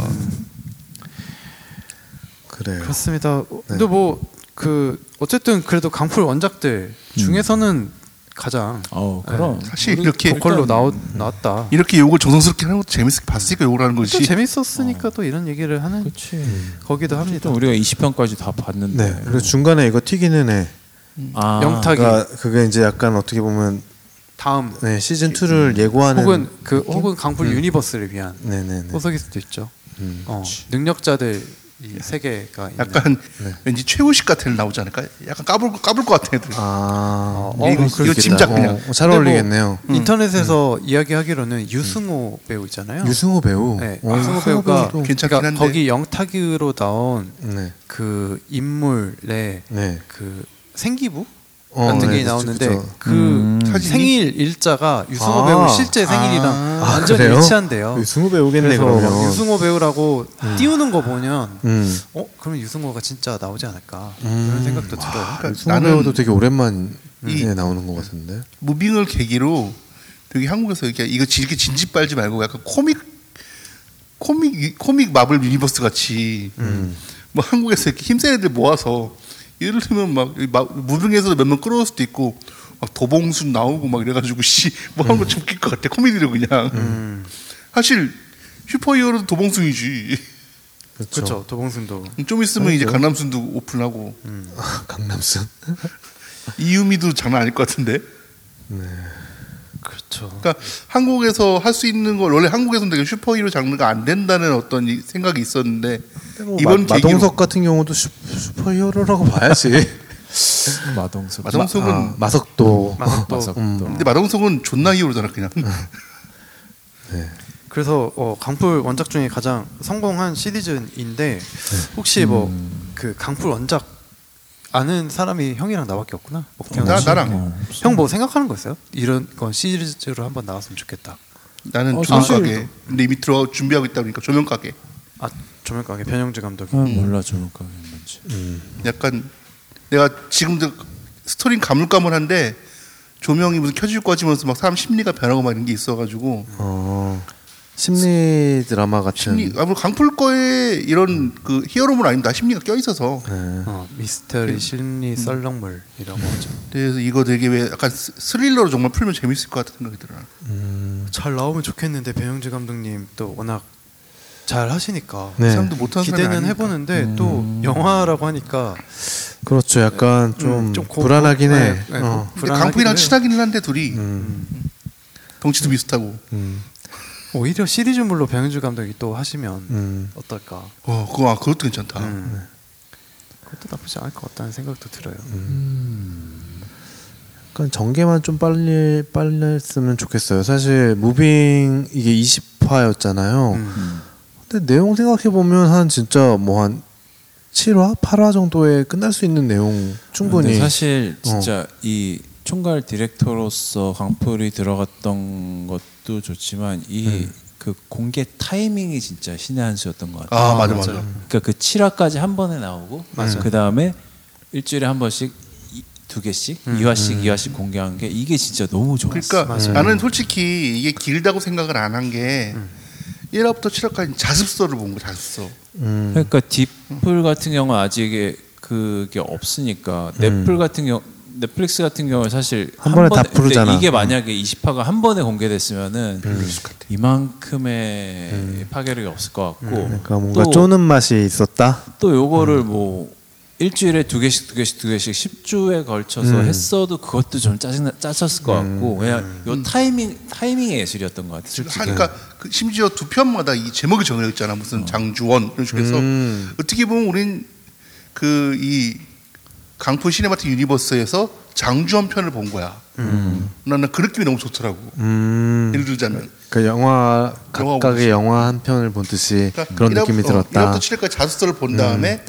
[SPEAKER 6] 그래요.
[SPEAKER 7] 그렇습니다. 어, 근데 뭐 그 어쨌든 그래도 강풀 원작들 중에서는 가장
[SPEAKER 5] 어 그럼
[SPEAKER 7] 네,
[SPEAKER 4] 사실 이렇게
[SPEAKER 7] 보컬로 나오, 나왔다.
[SPEAKER 4] 이렇게 욕을 정성스럽게 하는 것도 재밌게 봤으니까 욕을 하는
[SPEAKER 7] 또
[SPEAKER 4] 것이.
[SPEAKER 7] 재밌었으니까 또 이런 얘기를 하는
[SPEAKER 5] 그렇지
[SPEAKER 7] 거기도 합니다.
[SPEAKER 5] 일단 우리가 20편까지 다 봤는데
[SPEAKER 6] 네. 그리고 중간에 이거 튀기는 애.
[SPEAKER 5] 아,
[SPEAKER 7] 영탁이
[SPEAKER 6] 그러니까 그게 이제 약간 어떻게 보면
[SPEAKER 7] 다음
[SPEAKER 6] 네, 시즌 2를 예고하는 음.
[SPEAKER 7] 혹은 그 혹은 강풀 유니버스를 위한
[SPEAKER 6] 네네네. 음,
[SPEAKER 7] 호석일 수도 있죠. 어, 능력자들 이 세계가 있는.
[SPEAKER 4] 약간 왠지 최우식 같은 애 나오지 않을까? 약간 까불 까불 것 같은 애들.
[SPEAKER 6] 아,
[SPEAKER 4] 어, 이거- 이거
[SPEAKER 6] 그렇겠다.
[SPEAKER 4] 짐작 그냥.
[SPEAKER 6] 어,
[SPEAKER 7] 근데
[SPEAKER 6] 잘
[SPEAKER 7] 뭐
[SPEAKER 6] 어울리겠네요. 음.
[SPEAKER 7] 인터넷에서 이야기하기로는 유승호 배우 있잖아요.
[SPEAKER 6] 유승호 배우.
[SPEAKER 7] 네,
[SPEAKER 6] 어,
[SPEAKER 7] 유승호
[SPEAKER 6] 유승호
[SPEAKER 7] 배우가 그러니까
[SPEAKER 6] 배우도-
[SPEAKER 4] 괜찮긴 한데.
[SPEAKER 7] 거기 영탁으로 나온
[SPEAKER 6] 네.
[SPEAKER 7] 그 인물의
[SPEAKER 6] 네.
[SPEAKER 7] 그 생기부
[SPEAKER 6] 어,
[SPEAKER 7] 같은
[SPEAKER 6] 네,
[SPEAKER 7] 게
[SPEAKER 6] 그쵸,
[SPEAKER 7] 나오는데
[SPEAKER 6] 그쵸. 음.
[SPEAKER 7] 그
[SPEAKER 4] 사진이?
[SPEAKER 7] 생일 일자가 유승호
[SPEAKER 6] 아.
[SPEAKER 7] 배우 실제 생일이랑
[SPEAKER 6] 아,
[SPEAKER 7] 완전 히
[SPEAKER 6] 그래요?
[SPEAKER 7] 일치한대요.
[SPEAKER 6] 유승호 배우겠네
[SPEAKER 7] 그래서
[SPEAKER 6] 그러면.
[SPEAKER 7] 유승호 배우라고 띄우는 거 보면
[SPEAKER 6] 음.
[SPEAKER 7] 어 그러면 유승호가 진짜 나오지 않을까 그런 생각도 들어요.
[SPEAKER 4] 그러니까
[SPEAKER 6] 유승호
[SPEAKER 4] 나는-
[SPEAKER 6] 배우도 되게 오랜만에
[SPEAKER 4] 이-
[SPEAKER 6] 나오는 것 같은데.
[SPEAKER 4] 무빙을 계기로 되게 한국에서 이렇게 이거 지- 이렇게 진지 빨지 말고 약간 코믹 코믹 유- 코믹 마블 유니버스 같이 뭐 한국에서 이렇게 힘센 애들 모아서 예를 들면 막 이 마- 무빙에서도 몇 명 끌어올 수도 있고 막 도봉순 나오고 막 이래가지고 씨뭐 하는 거좀 웃길 것 같아 코미디로 그냥 사실 슈퍼히어로도 도봉순이지
[SPEAKER 7] 그렇죠. 도봉순도
[SPEAKER 4] 좀 있으면 이제 강남순도 오픈하고
[SPEAKER 6] 강남순.
[SPEAKER 4] 이유미도 장난 아닐 것 같은데
[SPEAKER 7] 그렇죠.
[SPEAKER 4] 그러니까 한국에서 할 수 있는 걸 원래 한국에서는 되게 슈퍼히로 장르가 안 된다는 어떤 이 생각이 있었는데 이번
[SPEAKER 6] 뭐 마,
[SPEAKER 4] 계기로
[SPEAKER 6] 마동석 같은 경우도 슈, 슈퍼히어로라고 봐야지.
[SPEAKER 5] 마동석
[SPEAKER 4] 마동석은
[SPEAKER 6] 아, 마석도.
[SPEAKER 7] 마석도
[SPEAKER 5] 마석도
[SPEAKER 4] 근데 마동석은 존나 히어로잖아 그냥
[SPEAKER 6] 네,
[SPEAKER 7] 그래서 어, 강풀 원작 중에 가장 성공한 시리즈인데 혹시 뭐 그 강풀 원작 아는 사람이 형이랑 나밖에 어, 없구나. 먹태현
[SPEAKER 4] 나
[SPEAKER 7] 씨.
[SPEAKER 6] 그렇죠.
[SPEAKER 5] 어,
[SPEAKER 4] 나랑
[SPEAKER 7] 형 뭐 생각하는 거 있어요? 이런 건 시리즈로 한번 나왔으면 좋겠다.
[SPEAKER 4] 나는
[SPEAKER 5] 어,
[SPEAKER 4] 조명
[SPEAKER 5] 사실-
[SPEAKER 4] 가게 리미트로 준비하고 있다 보니까 조명 가게
[SPEAKER 7] 아 조명가게 변영재 감독이
[SPEAKER 4] 음.
[SPEAKER 5] 아, 몰라 저런 거 뭔지
[SPEAKER 4] 약간 내가 지금도 스토리는 가물가물한데 조명이 무슨 켜지고 꺼지면서 막 사람 심리가 변하고 막 이런 게 있어가지고
[SPEAKER 6] 어, 심리 드라마 같은.
[SPEAKER 4] 심리 아무래도 뭐 강풀 거에 이런 그 히어로물 아닙니다 심리가 껴 있어서
[SPEAKER 6] 네.
[SPEAKER 7] 어, 미스터리 심리 썰렁물이라고 하죠.
[SPEAKER 4] 그래서 이거 되게 왜 약간 스- 스릴러로 정말 풀면 재밌을 것 같은 생각이 들어요.
[SPEAKER 7] 잘 나오면 좋겠는데 변영재 감독님 또 워낙 잘 하시니까
[SPEAKER 6] 네. 음.
[SPEAKER 4] 사람도 못하는 사람이
[SPEAKER 7] 기대는
[SPEAKER 4] 아니니까.
[SPEAKER 7] 해보는데 또 영화라고 하니까
[SPEAKER 6] 그렇죠. 약간 좀,
[SPEAKER 7] 음, 좀 고-
[SPEAKER 6] 불안하긴 해.
[SPEAKER 7] 네, 네,
[SPEAKER 6] 어.
[SPEAKER 4] 근데
[SPEAKER 7] 불안하기도 해요.
[SPEAKER 4] 강풀이랑 친하기는 한데 둘이 음. 덩치도 비슷하고.
[SPEAKER 7] 오히려 시리즈물로 변영재 감독이 또 하시면
[SPEAKER 6] 음.
[SPEAKER 7] 어떨까?
[SPEAKER 4] 어, 그거 아, 그것도 괜찮다.
[SPEAKER 7] 음. 그것도 나쁘지 않을 것 같다는 생각도 들어요.
[SPEAKER 6] 약간 그러니까 전개만 좀 빨리 빨렸으면 좋겠어요. 사실 무빙 이게 20화였잖아요.
[SPEAKER 7] 음.
[SPEAKER 6] 근데 내용 생각해 보면 한 진짜 뭐 한 7화, 8화 정도에 끝날 수 있는 내용 충분히
[SPEAKER 5] 근데
[SPEAKER 4] 어.
[SPEAKER 5] 사실 진짜 이 총괄 디렉터로서 강풀이 들어갔던 것도 좋지만 이
[SPEAKER 4] 음.
[SPEAKER 5] 그 공개 타이밍이 진짜 신의 한 수였던 것 같아요.
[SPEAKER 4] 아, 맞아, 맞아.
[SPEAKER 5] 그러니까 그 7화까지 한 번에 나오고 그 다음에 일주일에 한 번씩 이, 두 개씩 이 2화씩 이 2화씩 공개한 게 이게 진짜 너무 좋았어.
[SPEAKER 4] 음. 그러니까 나는 솔직히 이게 길다고 생각을 안 한 게 1화부터 7화까지 자습서를 본 거야, 자습서.
[SPEAKER 5] 그러니까 딥풀 같은 경우는 아직 그게 없으니까 넷플 같은 경우 넷플릭스 같은 경우는 사실
[SPEAKER 6] 음. 한 번에 다
[SPEAKER 5] 근데
[SPEAKER 6] 부르잖아. 음.
[SPEAKER 5] 이게 만약에 20화가 한 번에 공개됐으면은 이만큼의 파괴력이 없을 것 같고
[SPEAKER 6] 음. 그러니까 뭔가 음.
[SPEAKER 5] 또,
[SPEAKER 6] 쪼는 맛이 있었다.
[SPEAKER 5] 또 요거를 뭐 일주일에 두 개씩 두 개씩 두 개씩 10주에 걸쳐서
[SPEAKER 6] 음.
[SPEAKER 5] 했어도 그것도 좀 짜증 짜쳤을 것 같고 그냥 요 타이밍 타이밍의 예술이었던 것 같아. 솔직히.
[SPEAKER 4] 그러니까
[SPEAKER 6] 네.
[SPEAKER 4] 그 심지어 두 편마다 이 제목이 정해져 있잖아. 무슨
[SPEAKER 6] 어.
[SPEAKER 4] 장주원 이런 식으로 해서
[SPEAKER 6] 음.
[SPEAKER 4] 어떻게 보면 우린 그 이 강풀 시네마틱 유니버스에서 장주원 편을 본 거야.
[SPEAKER 6] 음.
[SPEAKER 4] 나는 그 느낌이 너무 좋더라고. 예를 들자면
[SPEAKER 6] 그 영화
[SPEAKER 4] 영화 그러니까
[SPEAKER 6] 각각의 영화 한 편을 본 듯이 그런 느낌이
[SPEAKER 4] 어,
[SPEAKER 6] 들었다.
[SPEAKER 4] 1화부터 7회까지 자수서를 본 다음에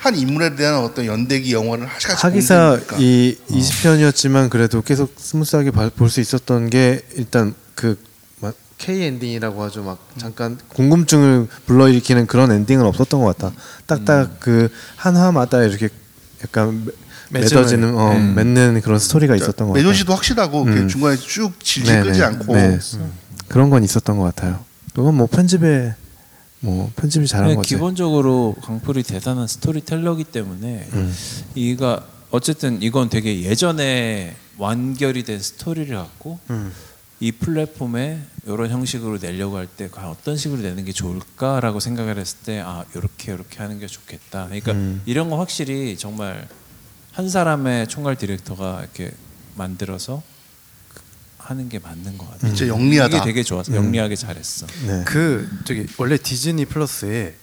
[SPEAKER 4] 한 인물에 대한 어떤 연대기 영화를 하시같이
[SPEAKER 6] 하기사 이 20편이었지만 그래도 계속 스무스하게 볼 수 있었던 게 일단 그 마- K 엔딩이라고 하죠. 막 잠깐 궁금증을 불러일으키는 그런 엔딩은 없었던 것 같아. 딱딱 그 한 화마다 이렇게 약간 매-
[SPEAKER 7] 맺음을,
[SPEAKER 6] 맺어지는 어, 맺는 그런 스토리가 있었던 것 음. 네, 같아.
[SPEAKER 4] 매조시도 확실하고 그 중간에 쭉 질질 그러니까 끌지 않고
[SPEAKER 6] 그런 건 있었던 것 같아요. 그건 뭐 편집에 뭐 편집이 잘한
[SPEAKER 5] 그냥
[SPEAKER 6] 거지.
[SPEAKER 5] 네, 기본적으로 강풀이 대단한 스토리텔러기 때문에
[SPEAKER 6] 음.
[SPEAKER 5] 이가 어쨌든 이건 되게 예전에 완결이 된 스토리를 갖고
[SPEAKER 6] 음.
[SPEAKER 5] 이 플랫폼에 이런 형식으로 내려고 할 때 과연 어떤 식으로 내는 게 좋을까라고 생각을 했을 때아 이렇게 이렇게 하는 게 좋겠다. 그러니까
[SPEAKER 6] 음.
[SPEAKER 5] 이런 거 확실히 정말 한 사람의 총괄 디렉터가 이렇게 만들어서 하는 게 맞는 것 같아요.
[SPEAKER 4] 진짜 영리하다.
[SPEAKER 5] 이게 되게 좋았어.
[SPEAKER 6] 음.
[SPEAKER 5] 영리하게 잘했어.
[SPEAKER 6] 네.
[SPEAKER 7] 그 저기 원래 디즈니 플러스에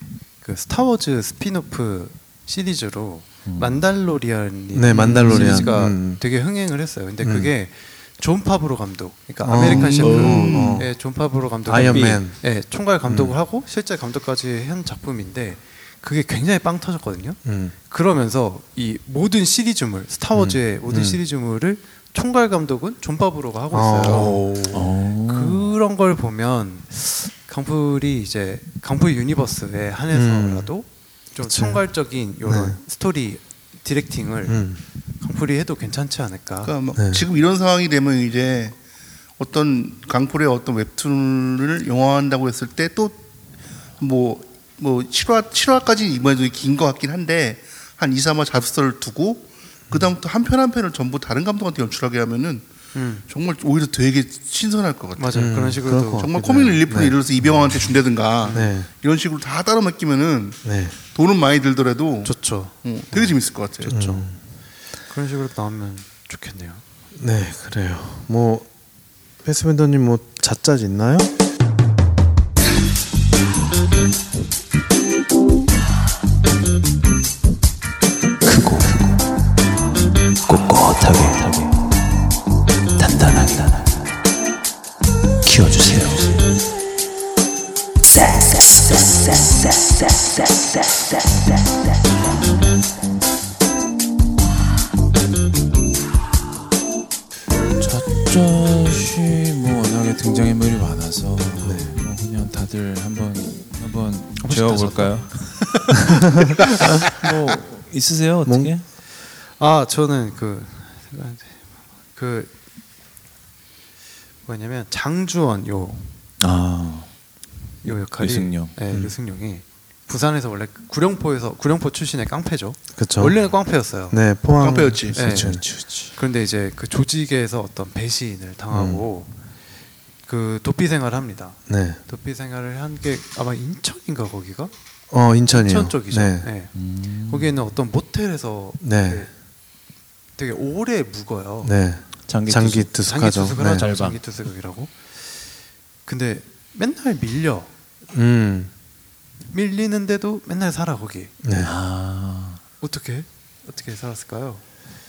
[SPEAKER 7] 그 스타워즈 스피노프 시리즈로 만달로리안이
[SPEAKER 6] 음. 네, 만달로리안.
[SPEAKER 7] 시리즈가
[SPEAKER 6] 음.
[SPEAKER 7] 되게 흥행을 했어요. 근데 그게 존 파브로 감독, 그러니까
[SPEAKER 6] 어.
[SPEAKER 7] 아메리칸
[SPEAKER 6] 음.
[SPEAKER 7] 셰프의 존 파브로 감독,
[SPEAKER 6] 아이언맨. 음.
[SPEAKER 7] 예, 총괄 감독을 하고 실제 감독까지 한 작품인데 그게 굉장히 빵 터졌거든요.
[SPEAKER 6] 음.
[SPEAKER 7] 그러면서 이 모든 시리즈물 스타워즈의 모든 시리즈물을 총괄 감독은 존 파브로가 하고 있어요. 그런 걸 보면 강풀이 이제 강풀 유니버스에 한해서라도 좀 총괄적인 이런 스토리 디렉팅을 강풀이 해도 괜찮지 않을까?
[SPEAKER 4] 그러니까 막 지금 이런 상황이 되면 이제 어떤 강풀의 어떤 웹툰을 영화한다고 했을 때 또 뭐 뭐 7화 7화까지 이번에도 긴 것 같긴 한데 한 2, 3화 잡서를 두고 그다음부터 한 편 한 편을 전부 다른 감독한테 연출하게 하면은 정말 오히려 되게 신선할 것 같아요.
[SPEAKER 7] 맞아요. 그런
[SPEAKER 6] 그럴 것
[SPEAKER 7] 식으로도
[SPEAKER 4] 정말 코믹 릴리프를 예를 들어서 이병헌한테 준다든가
[SPEAKER 6] 네.
[SPEAKER 4] 이런 식으로 다 따로 맡기면은
[SPEAKER 6] 네.
[SPEAKER 4] 돈은 많이 들더라도
[SPEAKER 7] 좋죠.
[SPEAKER 4] 어, 되게 재밌을 것 같아요. 음.
[SPEAKER 7] 좋죠. 그런 식으로 나오면 좋겠네요.
[SPEAKER 6] 네, 그래요. 뭐 패스밴더님 뭐 잣잣 있나요?
[SPEAKER 8] 크고 꼿꼿하게 단단하게 키워주세요
[SPEAKER 5] 저자씨 뭐 워낙에 등장인물이 많아서
[SPEAKER 6] 네.
[SPEAKER 5] 뭐 그냥 다들 한번 한번 재워볼까요? 뭐 있으세요 어떻게?
[SPEAKER 7] 아 저는 그 그 뭐냐면 장주원 요
[SPEAKER 5] 아
[SPEAKER 7] 요 역할이
[SPEAKER 5] 유승용. 음.
[SPEAKER 7] 네, 유승용이 부산에서 원래 구룡포에서 구룡포 출신의 깡패죠.
[SPEAKER 6] 그쵸.
[SPEAKER 7] 원래는 깡패였어요.
[SPEAKER 6] 네, 포항
[SPEAKER 4] 깡패였지.
[SPEAKER 7] 네. 그런데 이제 그 조직에서 어떤 배신을 당하고
[SPEAKER 6] 음.
[SPEAKER 7] 그 도피 생활을 합니다.
[SPEAKER 6] 네.
[SPEAKER 7] 도피 생활을 한 게 아마 인천인가 거기가
[SPEAKER 6] 어, 인천이요.
[SPEAKER 7] 인천 쪽이죠.
[SPEAKER 6] 네.
[SPEAKER 7] 네.
[SPEAKER 5] 음.
[SPEAKER 7] 거기에 있는 어떤 모텔에서
[SPEAKER 6] 네.
[SPEAKER 7] 되게- 되게 오래 묵어요.
[SPEAKER 6] 네.
[SPEAKER 5] 장기
[SPEAKER 6] 장기
[SPEAKER 5] 투숙.
[SPEAKER 6] 투숙하죠.
[SPEAKER 7] 장기투숙을
[SPEAKER 6] 네.
[SPEAKER 7] 하죠. 장기투숙이라고. 근데 맨날 밀려
[SPEAKER 6] 음.
[SPEAKER 7] 밀리는데도 맨날 살아 거기.
[SPEAKER 6] 네.
[SPEAKER 5] 아.
[SPEAKER 7] 어떻게 어떻게 살았을까요?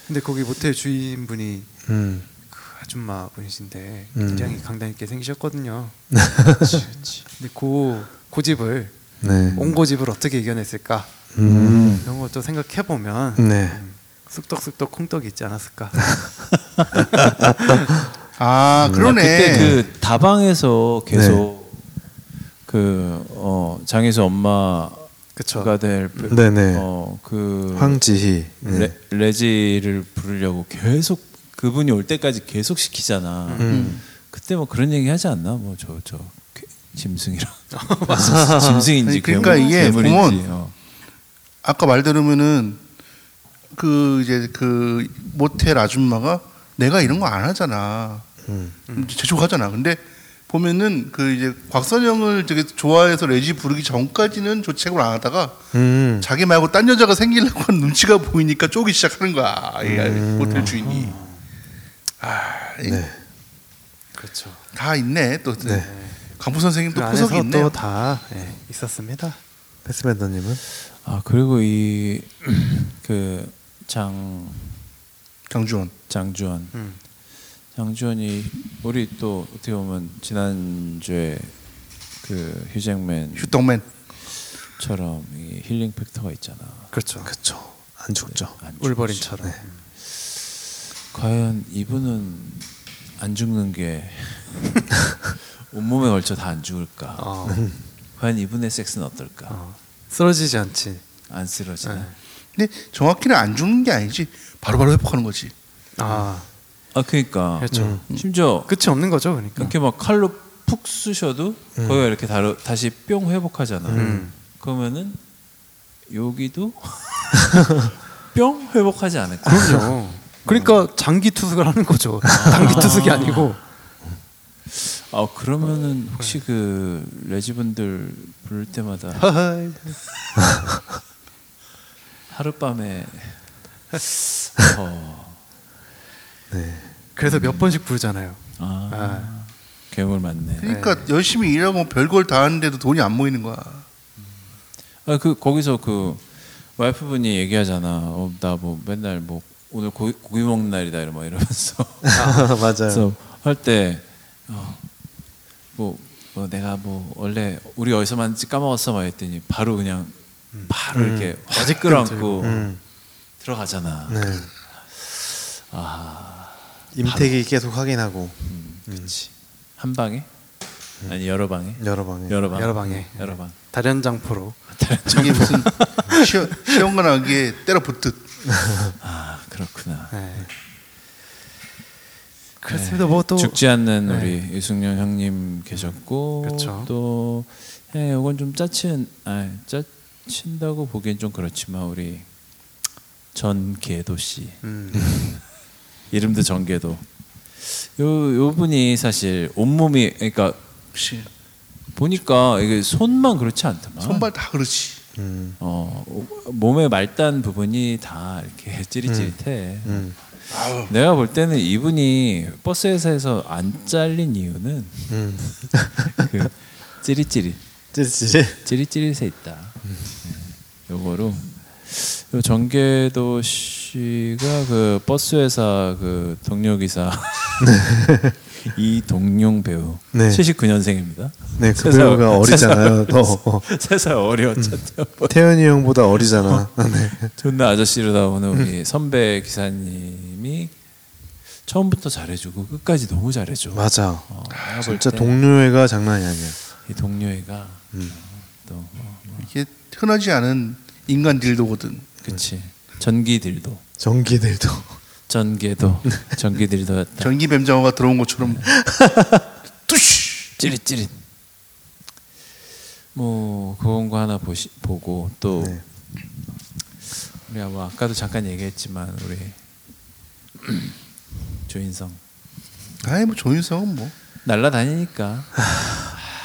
[SPEAKER 7] 근데 거기 모텔 주인분이
[SPEAKER 6] 음.
[SPEAKER 7] 그 아줌마 분이신데
[SPEAKER 6] 음.
[SPEAKER 7] 굉장히 강단 있게 생기셨거든요. 근데 그 고집을
[SPEAKER 6] 네.
[SPEAKER 4] 음.
[SPEAKER 7] 옹고집을 어떻게 이겨냈을까
[SPEAKER 6] 음.
[SPEAKER 7] 이런 것도 생각해 보면
[SPEAKER 4] 음.
[SPEAKER 6] 네.
[SPEAKER 7] 쑥덕쑥덕 콩떡이 있지 않았을까.
[SPEAKER 4] 아 그러네.
[SPEAKER 5] 그때 그 다방에서 계속
[SPEAKER 6] 네.
[SPEAKER 5] 그어 장혜수 엄마가
[SPEAKER 7] 그쵸.
[SPEAKER 5] 될
[SPEAKER 6] 네네.
[SPEAKER 5] 어그
[SPEAKER 6] 황지희. 네.
[SPEAKER 5] 레, 레지를 부르려고 계속 그분이 올 때까지 계속 시키잖아.
[SPEAKER 6] 음.
[SPEAKER 5] 그때 뭐 그런 얘기 하지 않나? 뭐 저 저 짐승이랑 짐승인지
[SPEAKER 4] 아니, 그러니까
[SPEAKER 5] 괴물-
[SPEAKER 4] 이게
[SPEAKER 5] 괴물인지,
[SPEAKER 4] 보면
[SPEAKER 5] 어.
[SPEAKER 4] 아까 말 들으면은 그 이제 그 모텔 아줌마가 내가 이런 거 안 하잖아. 음, 재촉하잖아. 근데 보면은 그 이제 곽선영을 되게 좋아해서 레지 부르기 전까지는 조책을 안 하다가
[SPEAKER 6] 음.
[SPEAKER 4] 자기 말고 딴 여자가 생기려고 한 눈치가 보이니까 쪼기 시작하는 거야. 이 모텔 주인이. 아, 이-
[SPEAKER 7] 그렇죠.
[SPEAKER 4] 다 있네. 또 강부 선생님
[SPEAKER 7] 그
[SPEAKER 4] 또 구석이
[SPEAKER 7] 안에서
[SPEAKER 4] 있네요.
[SPEAKER 7] 또 다 예, 있었습니다.
[SPEAKER 6] 패스밴더님은
[SPEAKER 5] 아 그리고 이 그 장
[SPEAKER 4] 장주원.
[SPEAKER 5] 장주원.
[SPEAKER 4] 음.
[SPEAKER 5] 장주원이 우리 또 어떻게 보면 지난주에 그 휴잭맨
[SPEAKER 4] 휴떡맨.
[SPEAKER 5] 처럼 이 힐링 팩터가 있잖아.
[SPEAKER 6] 그렇죠. 그렇죠. 안 죽죠.
[SPEAKER 5] 안 죽-
[SPEAKER 7] 울버린처럼.
[SPEAKER 4] 네.
[SPEAKER 7] 음.
[SPEAKER 5] 과연 이분은 안 죽는 게 온몸에 걸쳐 다 안 죽을까?
[SPEAKER 7] 어.
[SPEAKER 5] 과연 이분의 섹스는 어떨까?
[SPEAKER 7] 쓰러지지
[SPEAKER 4] 음.
[SPEAKER 7] 않지.
[SPEAKER 5] 안
[SPEAKER 7] 네.
[SPEAKER 5] 쓰러지나?
[SPEAKER 4] 근데 정확히는 안 죽는 게 아니지. 바로바로 회복하는 거지.
[SPEAKER 7] 아
[SPEAKER 5] 아 그러니까
[SPEAKER 7] 그렇죠.
[SPEAKER 5] 심지어
[SPEAKER 7] 끝이 없는 거죠, 그러니까.
[SPEAKER 5] 이렇게 막 칼로 푹 쑤셔도
[SPEAKER 7] 음.
[SPEAKER 5] 거기가 이렇게 다르, 다시 뿅 회복하잖아. 그러면은 여기도 뿅 회복하지 않을까?
[SPEAKER 7] 그럼요. 그러니까 장기 투숙을 하는 거죠. 단기 투숙이 아니고.
[SPEAKER 5] 아 그러면은 혹시
[SPEAKER 7] 네.
[SPEAKER 5] 그 레지분들 부를 때마다 하룻밤에 어,
[SPEAKER 7] 그래서 몇 번씩 부르잖아요.
[SPEAKER 5] 아,
[SPEAKER 7] 아.
[SPEAKER 5] 괴물 맞네.
[SPEAKER 4] 그러니까 열심히 일하고 별걸 다 하는데도 돈이 안 모이는 거야.
[SPEAKER 5] 아 그 거기서 그 와이프분이 얘기하잖아. 어, 나 뭐 맨날 뭐 오늘 고기, 고기 먹는 날이다 이러 막 이러면서
[SPEAKER 6] 아, 맞아요.
[SPEAKER 5] 그래서 할 때 어, 뭐, 뭐 내가 뭐 원래 우리 어디서 만지 바까먹었어 막 했더니 바로 그냥 바로 이렇게 화직 끌어안고 들어가잖아. 아,
[SPEAKER 6] 네. 임택이 계속 확인하고
[SPEAKER 5] 그렇지. 한 방에 아니 여러 방에
[SPEAKER 6] 여러 방에
[SPEAKER 5] 여러 방
[SPEAKER 7] 여러 방에.
[SPEAKER 5] 여러 방.
[SPEAKER 7] 다련장포로.
[SPEAKER 4] 이게 무슨 시험, 시험관하기에 때려붙듯.
[SPEAKER 5] 아 그렇구나.
[SPEAKER 7] 네. 그렇습니다. 네. 뭐또
[SPEAKER 5] 죽지 않는 우리 이승용 형님 계셨고
[SPEAKER 7] 그쵸.
[SPEAKER 5] 또 예, 이건 좀 짜친 아 짜친다고 보기엔 좀 그렇지만 우리 전계도 씨
[SPEAKER 7] 음.
[SPEAKER 5] 이름도 전계도 요 요분이 사실 온몸이 그러니까 보니까 이게 손만 그렇지 않더만
[SPEAKER 4] 손발 다 그렇지.
[SPEAKER 5] 어 오- 몸의 말단 부분이 다 이렇게 찌릿찌릿해
[SPEAKER 4] 아우,
[SPEAKER 5] 내가 볼 때는 이분이 버스 회사에서 안 잘린 이유는 그 찌릿찌릿
[SPEAKER 6] 찌릿찌릿
[SPEAKER 5] 찌릿찌릿에 있다. 네. 요거로 요 정계도 씨가 그 버스 회사 그 동료 기사 이동용 배우
[SPEAKER 6] 네.
[SPEAKER 5] 79년생입니다.
[SPEAKER 6] 네, 그 배우가 어리잖아요. 더 어.
[SPEAKER 5] 세살 어려웠죠.
[SPEAKER 6] 태연이 형보다 어리잖아. 네.
[SPEAKER 5] 존나 아저씨로다 보는 우리 선배 기사님이 처음부터 잘해주고 끝까지 너무 잘해줘.
[SPEAKER 6] 맞아.
[SPEAKER 5] 어, 내가 볼
[SPEAKER 6] 진짜
[SPEAKER 5] 때
[SPEAKER 6] 동료애가 장난이 아니야.
[SPEAKER 5] 이 동료애가 어, 또 어,
[SPEAKER 4] 이게 흔하지 않은 인간 딜도거든.
[SPEAKER 5] 그치 전기들도
[SPEAKER 6] 전기들도
[SPEAKER 5] 전개도 전기들도였다
[SPEAKER 4] 전기 뱀장어가 들어온 것처럼
[SPEAKER 5] 네.
[SPEAKER 4] 뚜쉬
[SPEAKER 5] 찌릿찌릿 뭐 그런 거 하나 보시, 보고 또
[SPEAKER 6] 네.
[SPEAKER 5] 우리 아마 아까도 잠깐 얘기했지만 우리 조인성
[SPEAKER 4] 아이 뭐 조인성은 뭐
[SPEAKER 5] 날라다니니까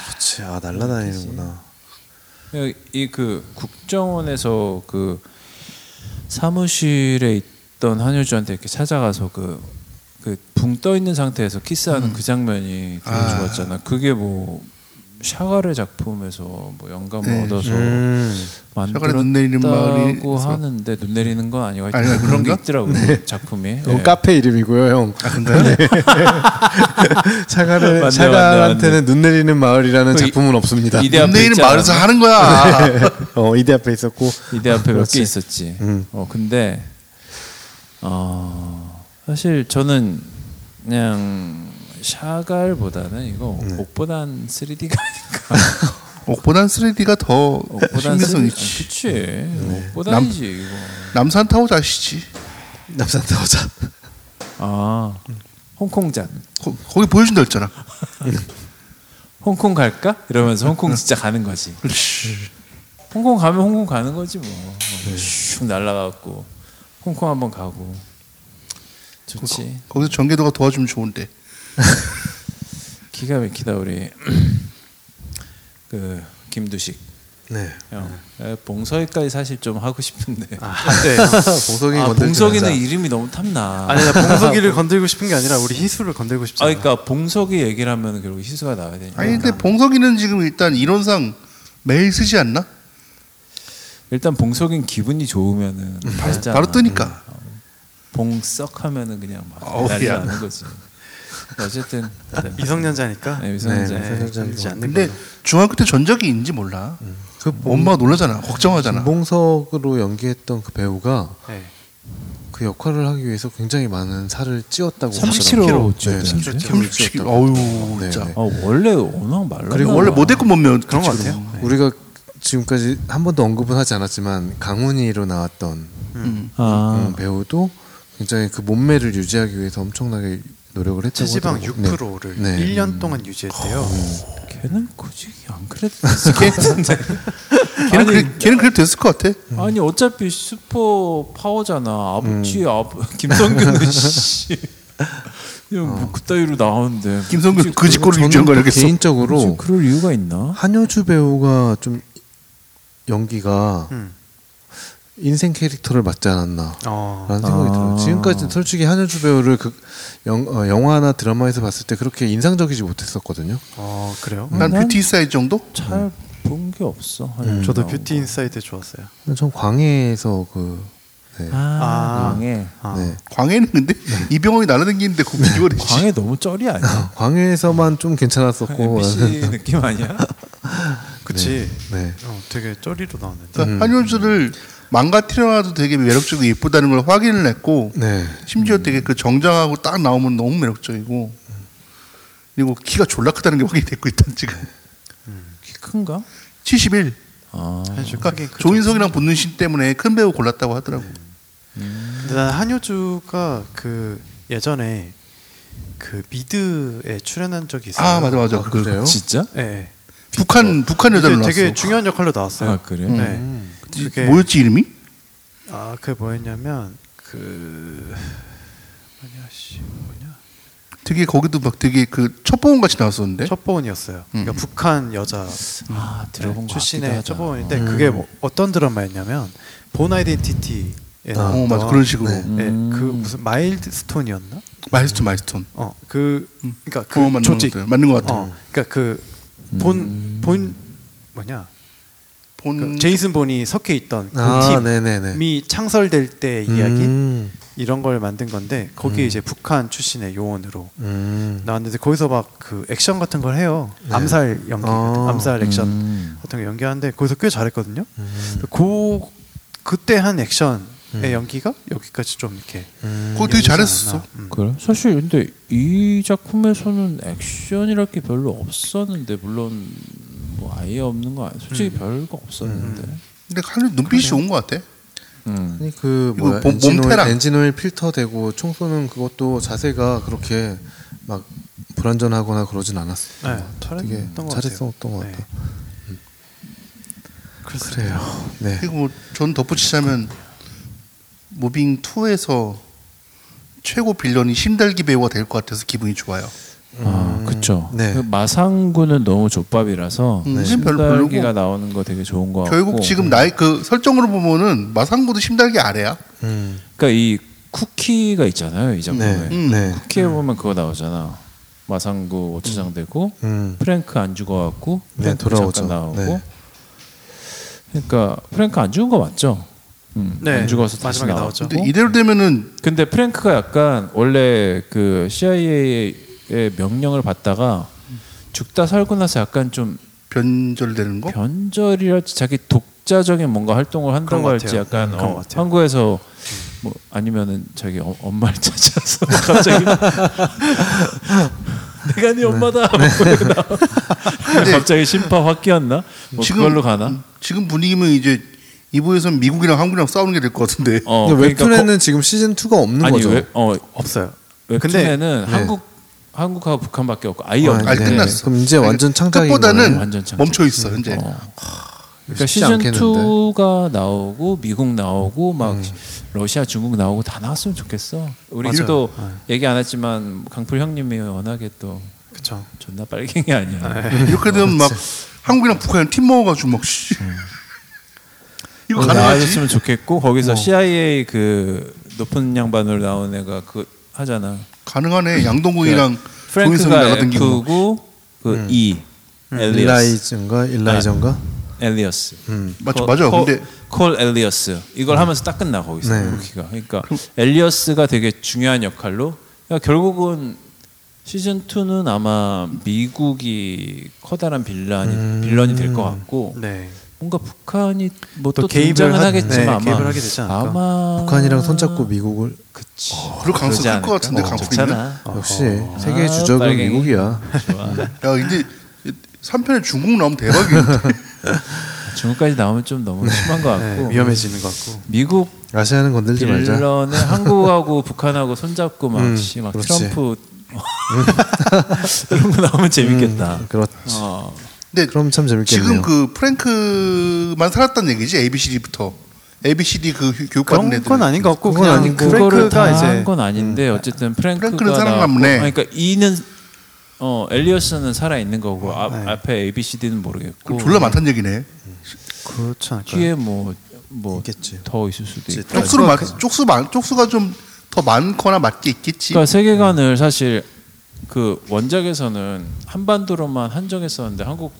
[SPEAKER 6] 그렇지. 아 날라다니는구나.
[SPEAKER 5] 이 그 국정원에서 그 사무실에 있던 한효주한테 이렇게 찾아가서 그 그 붕 떠 있는 상태에서 키스하는 그 장면이 되게
[SPEAKER 4] 음. 아.
[SPEAKER 5] 좋았잖아. 그게 뭐 샤가르 작품에서 뭐 영감을
[SPEAKER 4] 네.
[SPEAKER 5] 얻어서
[SPEAKER 6] 음.
[SPEAKER 4] 샤가르 눈 내리는
[SPEAKER 5] 만들었다고
[SPEAKER 4] 마을에서.
[SPEAKER 5] 하는데 눈 내리는 건 아니고 하여튼
[SPEAKER 4] 아니, 아니,
[SPEAKER 5] 그런 게
[SPEAKER 4] 그런가? 네.
[SPEAKER 5] 있더라고 작품이.
[SPEAKER 6] 그건
[SPEAKER 5] 예.
[SPEAKER 6] 어, 카페 이름이고요, 형.
[SPEAKER 4] 아 근가요?
[SPEAKER 5] 네.
[SPEAKER 6] 차가를
[SPEAKER 5] 맞네,
[SPEAKER 6] 차가한테는 눈 내리는 마을이라는
[SPEAKER 5] 그 이-
[SPEAKER 6] 작품은 없습니다.
[SPEAKER 5] 이대 앞에
[SPEAKER 4] 눈내리는
[SPEAKER 5] 있잖아. 네.
[SPEAKER 4] 마을에서 하는 거야.
[SPEAKER 6] 어 이대 앞에 있었고
[SPEAKER 5] 이대 앞에 몇
[SPEAKER 6] 그렇지.
[SPEAKER 5] 개 있었지.
[SPEAKER 6] 음.
[SPEAKER 5] 어 근데 어 사실 저는 그냥 샤갈보다는 이거
[SPEAKER 6] 네.
[SPEAKER 5] 옥보단 3D가 아닌가.
[SPEAKER 4] 옥보단 3D가 더 신빙성
[SPEAKER 5] 3D
[SPEAKER 4] 있지.
[SPEAKER 5] 아, 그치.
[SPEAKER 6] 네.
[SPEAKER 5] 옥보단이지 이거.
[SPEAKER 4] 남산 타워 자시지.
[SPEAKER 6] 남산 타오자.
[SPEAKER 5] 아 홍콩잔.
[SPEAKER 4] 거, 거기 보여준다 했잖아.
[SPEAKER 5] 홍콩 갈까? 이러면서 홍콩 진짜 가는 거지. 홍콩 가면 홍콩 가는 거지 뭐.
[SPEAKER 6] 네.
[SPEAKER 5] 슉 날라가고 홍콩 한번 가고. 좋지.
[SPEAKER 4] 거기서 전개도가 도와주면 좋은데.
[SPEAKER 5] 기가 막히다 우리 그 김두식
[SPEAKER 6] 네.
[SPEAKER 5] 형 에, 봉석이까지 사실 좀 하고 싶은데 아,
[SPEAKER 7] 네.
[SPEAKER 6] 아, 봉석이
[SPEAKER 5] 봉석이는 이름이 너무 탐나
[SPEAKER 7] 아니 네. 나 봉석이를 건들고 싶은 게 아니라 우리 희수를 건들고
[SPEAKER 5] 아,
[SPEAKER 7] 싶잖아.
[SPEAKER 5] 그러니까 봉석이 얘기를 하면 결국 희수가 나와야 되니까
[SPEAKER 4] 아니 근데 봉석이는 지금 일단 이론상 매일 쓰지 않나?
[SPEAKER 5] 일단 봉석인 기분이 좋으면은
[SPEAKER 4] 바로,
[SPEAKER 5] 팔잖아.
[SPEAKER 4] 바로 뜨니까.
[SPEAKER 5] 봉썩 하면은 그냥 막
[SPEAKER 4] 어우,
[SPEAKER 5] 난리
[SPEAKER 4] 야.
[SPEAKER 5] 나는 거지. 어쨌든 네.
[SPEAKER 9] 미성년자니까.
[SPEAKER 5] 네, 미성년자.
[SPEAKER 9] 네, 미성년자이지 않는
[SPEAKER 4] 근데
[SPEAKER 9] 걸로.
[SPEAKER 4] 중학교 때 전적이인지 몰라.
[SPEAKER 6] 그
[SPEAKER 4] 엄마가 놀라잖아.
[SPEAKER 6] 음.
[SPEAKER 4] 걱정하잖아.
[SPEAKER 6] 김봉석으로 연기했던 그 배우가
[SPEAKER 9] 네.
[SPEAKER 6] 그 역할을 하기 위해서 굉장히 많은 살을 찌웠다고
[SPEAKER 5] 30kg
[SPEAKER 6] 찌웠어요.
[SPEAKER 5] 찌웠죠.
[SPEAKER 4] 김치. 어유
[SPEAKER 6] 네.
[SPEAKER 4] 진짜.
[SPEAKER 5] 아, 원래 워낙 말라.
[SPEAKER 4] 그리고 원래 모델급 몸면 그런 거
[SPEAKER 9] 같아요.
[SPEAKER 6] 네. 우리가 지금까지 한 번도 언급은 하지 않았지만 강훈이로 나왔던
[SPEAKER 5] 아,
[SPEAKER 6] 음, 배우도 굉장히 그 몸매를 유지하기 위해서 엄청나게 노력을 했다고
[SPEAKER 9] 체지방
[SPEAKER 6] 하더라고요.
[SPEAKER 9] 6%를
[SPEAKER 6] 네. 네.
[SPEAKER 9] 1년 동안 유지했대요.
[SPEAKER 4] 어.
[SPEAKER 7] 음.
[SPEAKER 5] 걔는 굳이 안 그래도 됐을 것 같은데.
[SPEAKER 4] 걔는 그래, 걔는 그래도 됐을 것 같아.
[SPEAKER 5] 아니 어차피 슈퍼 파워잖아. 아버지 아버 김성균도 씨. 그냥 뭐 그따위로 나오는데.
[SPEAKER 4] 김성균 그 직고를
[SPEAKER 6] 저는
[SPEAKER 4] 유지한 거
[SPEAKER 6] 또
[SPEAKER 4] 알겠어.
[SPEAKER 6] 개인적으로
[SPEAKER 5] 그럴 이유가 있나?
[SPEAKER 6] 한효주 배우가 좀 연기가
[SPEAKER 9] 음.
[SPEAKER 6] 인생 캐릭터를 맞지 않았나.
[SPEAKER 9] 어.
[SPEAKER 6] 라는 생각이
[SPEAKER 5] 아.
[SPEAKER 6] 들어요. 지금까지 솔직히 한효주 배우를 그 영, 어, 영화나 드라마에서 봤을 때 그렇게 인상적이지 못했었거든요.
[SPEAKER 9] 어, 그래요?
[SPEAKER 4] 난 뷰티 인사이드 정도?
[SPEAKER 5] 잘 본 게 없어.
[SPEAKER 4] 음.
[SPEAKER 5] 한효주
[SPEAKER 7] 저도
[SPEAKER 5] 나오고.
[SPEAKER 7] 뷰티 인사이드 좋았어요.
[SPEAKER 6] 전 광해에서 그 네.
[SPEAKER 5] 아,
[SPEAKER 9] 아.
[SPEAKER 5] 광해.
[SPEAKER 9] 아.
[SPEAKER 6] 네.
[SPEAKER 4] 광해는 근데 이병헌이 날아다니는데 그 비주얼이
[SPEAKER 5] 광해 너무 쩔이 아니야?
[SPEAKER 6] 광해에서만
[SPEAKER 5] 어.
[SPEAKER 6] 좀
[SPEAKER 9] 아,
[SPEAKER 6] 괜찮았었고
[SPEAKER 5] MBC 느낌 아니야?
[SPEAKER 7] 그치.
[SPEAKER 6] 네.
[SPEAKER 7] 어, 되게 쩌리로 나왔는데.
[SPEAKER 4] 그러니까 한효주를 망가뜨려놔도 되게 매력적이고 예쁘다는 걸 확인을 했고
[SPEAKER 6] 네.
[SPEAKER 4] 심지어 되게 그 정장하고 딱 나오면 너무 매력적이고 그리고 키가 졸라 크다는 게 확인이 됐고 일단 지금
[SPEAKER 5] 키 큰가?
[SPEAKER 4] 71
[SPEAKER 5] 아,
[SPEAKER 4] 그러니까 조인성이랑 붙는 신 때문에 큰 배우 골랐다고 하더라고
[SPEAKER 7] 근데 난 한효주가 그 예전에 그 미드에 출연한 적이 있어요.
[SPEAKER 4] 아 맞아 맞아 그
[SPEAKER 6] 그래요?
[SPEAKER 5] 진짜?
[SPEAKER 7] 예. 네.
[SPEAKER 4] 북한 북한 여자로 나왔어 음.
[SPEAKER 7] 되게 중요한 역할로 나왔어요.
[SPEAKER 5] 아, 그래요?
[SPEAKER 7] 네. 그게
[SPEAKER 4] 뭐였지 이름이?
[SPEAKER 7] 아, 그게 뭐였냐면 그 뭐냐 씨 뭐냐
[SPEAKER 4] 되게 거기도 막 되게 그 첫보험 같이 나왔었는데
[SPEAKER 7] 첫보은이었어요. 그러니까 북한 여자
[SPEAKER 5] 네? 음.
[SPEAKER 7] 네,
[SPEAKER 5] 아, 들어본 거 같기도
[SPEAKER 7] 출신의
[SPEAKER 5] 하다.
[SPEAKER 7] 첫보은인데
[SPEAKER 4] 음.
[SPEAKER 7] 그게 뭐 어떤 드라마였냐면 본 아이덴티티에
[SPEAKER 4] 어
[SPEAKER 7] 나왔던
[SPEAKER 4] 맞아 그런 식으로
[SPEAKER 6] 네.
[SPEAKER 7] 예,
[SPEAKER 5] 음.
[SPEAKER 7] 그 무슨 마일드 스톤이었나?
[SPEAKER 4] 마일스톤 마일스톤
[SPEAKER 7] 어, 그
[SPEAKER 5] 음.
[SPEAKER 7] 그러니까
[SPEAKER 4] 어,
[SPEAKER 7] 그
[SPEAKER 4] 맞는
[SPEAKER 7] 조직
[SPEAKER 4] 것 같아요. 맞는 것 같아요.
[SPEAKER 7] 어, 그러니까 그
[SPEAKER 5] 음.
[SPEAKER 7] 본 본 뭐냐?
[SPEAKER 4] 본
[SPEAKER 5] 음.
[SPEAKER 7] 그 제이슨 본이 섞여 있던 그
[SPEAKER 6] 아,
[SPEAKER 7] 팀이
[SPEAKER 6] 네네네.
[SPEAKER 7] 창설될 때 이야기
[SPEAKER 6] 음.
[SPEAKER 7] 이런 걸 만든 건데 거기에 이제 북한 출신의 요원으로
[SPEAKER 6] 음.
[SPEAKER 7] 나왔는데 거기서 막 그 액션 같은 걸 해요. 암살 연기,
[SPEAKER 6] 아.
[SPEAKER 7] 암살 액션
[SPEAKER 5] 음.
[SPEAKER 7] 같은 거 연기하는데 거기서 꽤 잘했거든요. 그 그때 한 액션의 연기가 여기까지 좀 이렇게
[SPEAKER 4] 그거 되게 잘했었어
[SPEAKER 5] 그래? 사실 근데 이 작품에서는 액션이랄 게 별로 없었는데 물론 뭐 아예 없는 거 아니 솔직히
[SPEAKER 7] 음.
[SPEAKER 5] 별거 없었는데.
[SPEAKER 4] 근데 칼리 눈빛이 좋은 것 같아
[SPEAKER 5] 음.
[SPEAKER 6] 아니 그
[SPEAKER 4] 이거
[SPEAKER 6] 뭐야
[SPEAKER 4] 몸-
[SPEAKER 6] 엔진오일,
[SPEAKER 4] 몸테랑.
[SPEAKER 6] 엔진오일 필터 되고 총 쏘는 그것도 자세가 그렇게 막 불안전하거나 그러진 않았어.
[SPEAKER 7] 네, 잘했던 것 같아요.
[SPEAKER 6] 잘했었던 것
[SPEAKER 7] 네.
[SPEAKER 6] 같아. 그래요. 네.
[SPEAKER 4] 그리고 뭐전 덧붙이자면 무빙 2에서 최고 빌런이 신달기 배우가 될 것 같아서 기분이 좋아요. 음.
[SPEAKER 5] 아, 그쵸.
[SPEAKER 6] 네.
[SPEAKER 5] 그 마상군은 너무 족밥이라서
[SPEAKER 4] 음,
[SPEAKER 5] 신달
[SPEAKER 4] 별로 별로고.
[SPEAKER 5] 기가 나오는 거 되게 좋은 거 같고.
[SPEAKER 4] 결국 지금 나이 그 설정으로 보면은 마상보다 신달기 아래야.
[SPEAKER 6] 음.
[SPEAKER 5] 그러니까 이 쿠키가 있잖아요 이 작품에
[SPEAKER 6] 네.
[SPEAKER 4] 음.
[SPEAKER 6] 네.
[SPEAKER 5] 쿠키에 보면 그거 나오잖아 마상구 오차장 되고
[SPEAKER 6] 음.
[SPEAKER 5] 프랭크 안 죽어갖고
[SPEAKER 6] 네,
[SPEAKER 5] 프랭크
[SPEAKER 6] 돌아오죠.
[SPEAKER 5] 잠깐 나오고
[SPEAKER 6] 네.
[SPEAKER 5] 그러니까 프랭크 안 죽은 거 맞죠? 음,
[SPEAKER 7] 네,
[SPEAKER 5] 안 죽어서 다시
[SPEAKER 7] 마지막에 나오죠.
[SPEAKER 5] 나왔죠.
[SPEAKER 4] 근데 이대로 되면은
[SPEAKER 5] 근데 프랭크가 약간 원래 그 CIA의 명령을 받다가 죽다 살고 나서 약간 좀
[SPEAKER 4] 변절되는 거?
[SPEAKER 5] 변절이랄지 자기 독자적인 뭔가 활동을
[SPEAKER 7] 그런
[SPEAKER 5] 한다고
[SPEAKER 7] 것
[SPEAKER 5] 할지
[SPEAKER 7] 같아요.
[SPEAKER 5] 약간
[SPEAKER 7] 음, 그런
[SPEAKER 5] 어,
[SPEAKER 7] 것 같아요.
[SPEAKER 5] 한국에서 뭐 아니면은 자기 어, 엄마를 찾아서 갑자기 내가 네 엄마다 하고 나와.
[SPEAKER 4] 근데
[SPEAKER 5] 갑자기 심파 확 끼었나 뭐
[SPEAKER 4] 지금-
[SPEAKER 5] 그걸로 가나
[SPEAKER 4] 음, 지금 분위기면 이제 이부에서는 미국이랑 한국이랑 싸우는 게 될 것 같은데.
[SPEAKER 5] 어,
[SPEAKER 6] 근데
[SPEAKER 5] 그러니까
[SPEAKER 6] 웹툰에는 지금 시즌 2가 없는
[SPEAKER 5] 거, 아니
[SPEAKER 6] 거죠.
[SPEAKER 5] 웹, 어,
[SPEAKER 7] 없어요.
[SPEAKER 5] 웹툰에는 한국 한국하고 북한밖에 없고 아예
[SPEAKER 6] 아,
[SPEAKER 5] 없는
[SPEAKER 4] 아니
[SPEAKER 6] 네.
[SPEAKER 4] 끝났어.
[SPEAKER 6] 그럼 이제 완전 창작인
[SPEAKER 4] 끝보다는
[SPEAKER 6] 거네요.
[SPEAKER 5] 완전
[SPEAKER 4] 그러니까
[SPEAKER 5] 창작. 음.
[SPEAKER 4] 멈춰 있어 현재.
[SPEAKER 5] 그러니까
[SPEAKER 6] 쉽지
[SPEAKER 5] 시즌
[SPEAKER 6] 않겠는데.
[SPEAKER 5] 2가 나오고 미국 나오고 막 러시아 중국 나오고 다 나왔으면 좋겠어. 우리
[SPEAKER 7] 맞아요.
[SPEAKER 5] 또 얘기 안 했지만 강풀 형님이 워낙에 또
[SPEAKER 7] 그렇죠.
[SPEAKER 5] 존나 빨갱이 아니야.
[SPEAKER 4] 이렇게 되면 막 한국이랑 북한이랑 팀 모아가지고 막 씨.
[SPEAKER 5] 어,
[SPEAKER 4] 이거 가능하지?
[SPEAKER 5] 나왔으면 좋겠고 거기서 CIA 그 높은 양반으로 나온 애가 그 하잖아.
[SPEAKER 4] 가능하네. 양동근이랑 조인성
[SPEAKER 5] 그러니까 프랭크가
[SPEAKER 4] 날아다니고.
[SPEAKER 6] 음.
[SPEAKER 5] F고 그 E. 엘리어스. 아.
[SPEAKER 6] 일라이즈인가 일라이전가?
[SPEAKER 5] 엘리어스.
[SPEAKER 4] 맞죠, 맞아요.
[SPEAKER 5] 콜,
[SPEAKER 4] 근데-
[SPEAKER 5] 콜 엘리어스 이걸 하면서 딱 끝나 거기서
[SPEAKER 6] 네.
[SPEAKER 5] 루키가. 그러니까 엘리어스가 되게 중요한 역할로. 그러니까 결국은 시즌 2는 아마 미국이 커다란 빌런이 빌런이 될 것 같고
[SPEAKER 7] 네.
[SPEAKER 5] 뭔가 북한이 뭐
[SPEAKER 7] 또
[SPEAKER 5] 또
[SPEAKER 7] 개입을
[SPEAKER 5] 등장은
[SPEAKER 7] 하-
[SPEAKER 5] 하겠지만
[SPEAKER 7] 네,
[SPEAKER 5] 아마
[SPEAKER 7] 개입을 하게 되지 않을까?
[SPEAKER 5] 아마
[SPEAKER 6] 북한이랑 손잡고 미국을
[SPEAKER 5] 그치.
[SPEAKER 4] 그럴 가능성이 클
[SPEAKER 5] 그러지
[SPEAKER 4] 것 같은데,
[SPEAKER 5] 않을까? 어,
[SPEAKER 4] 강북이면?
[SPEAKER 5] 좋잖아.
[SPEAKER 6] 역시 세계의 주적은
[SPEAKER 5] 빨갱이.
[SPEAKER 6] 미국이야.
[SPEAKER 5] 좋아.
[SPEAKER 4] 야, 근데 3편에 중국 나오면 대박이겠는데.
[SPEAKER 5] 중국까지 나오면 좀 너무 심한 것 같고
[SPEAKER 7] 네, 위험해지는 것 같고.
[SPEAKER 5] 미국
[SPEAKER 6] 아시아는 건들지 말자.
[SPEAKER 5] 빌런에 한국하고 북한하고 손잡고 막, 씨, 막
[SPEAKER 6] 그렇지.
[SPEAKER 5] 트럼프 뭐 이런 거 나오면 재밌겠다.
[SPEAKER 6] 음, 그렇지.
[SPEAKER 5] 어,
[SPEAKER 4] 근데
[SPEAKER 6] 그럼 참 재밌겠네요.
[SPEAKER 4] 지금 그 프랭크만 살았다는 얘기지, ABCD부터. ABCD 그 휴- 교육받는
[SPEAKER 7] 그런
[SPEAKER 4] 애들.
[SPEAKER 7] 건 아닌 것 같고
[SPEAKER 6] 그건
[SPEAKER 7] 그냥
[SPEAKER 6] 아니고.
[SPEAKER 7] 프랭크가
[SPEAKER 5] 그거를 다 한
[SPEAKER 7] 이제
[SPEAKER 5] 건 아닌데 어쨌든 프랭크가
[SPEAKER 4] 프랭크는
[SPEAKER 5] 나왔고,
[SPEAKER 4] 살아남네.
[SPEAKER 5] 아니, 그러니까 이는 어 엘리어스는 살아 있는 거고 앞, 앞에 ABCD는 모르겠고
[SPEAKER 4] 그 졸라 많다는 얘기네.
[SPEAKER 7] 그렇지 않을까요?
[SPEAKER 5] 뒤에 뭐, 뭐뭐더 있을 수도 있고.
[SPEAKER 4] 쪽수로 많, 쪽수 많, 쪽수가 좀 더 많거나 맞게 있겠지.
[SPEAKER 5] 그러니까 세계관을 사실 그 원작에서는 한반도로만 한정했었는데 한국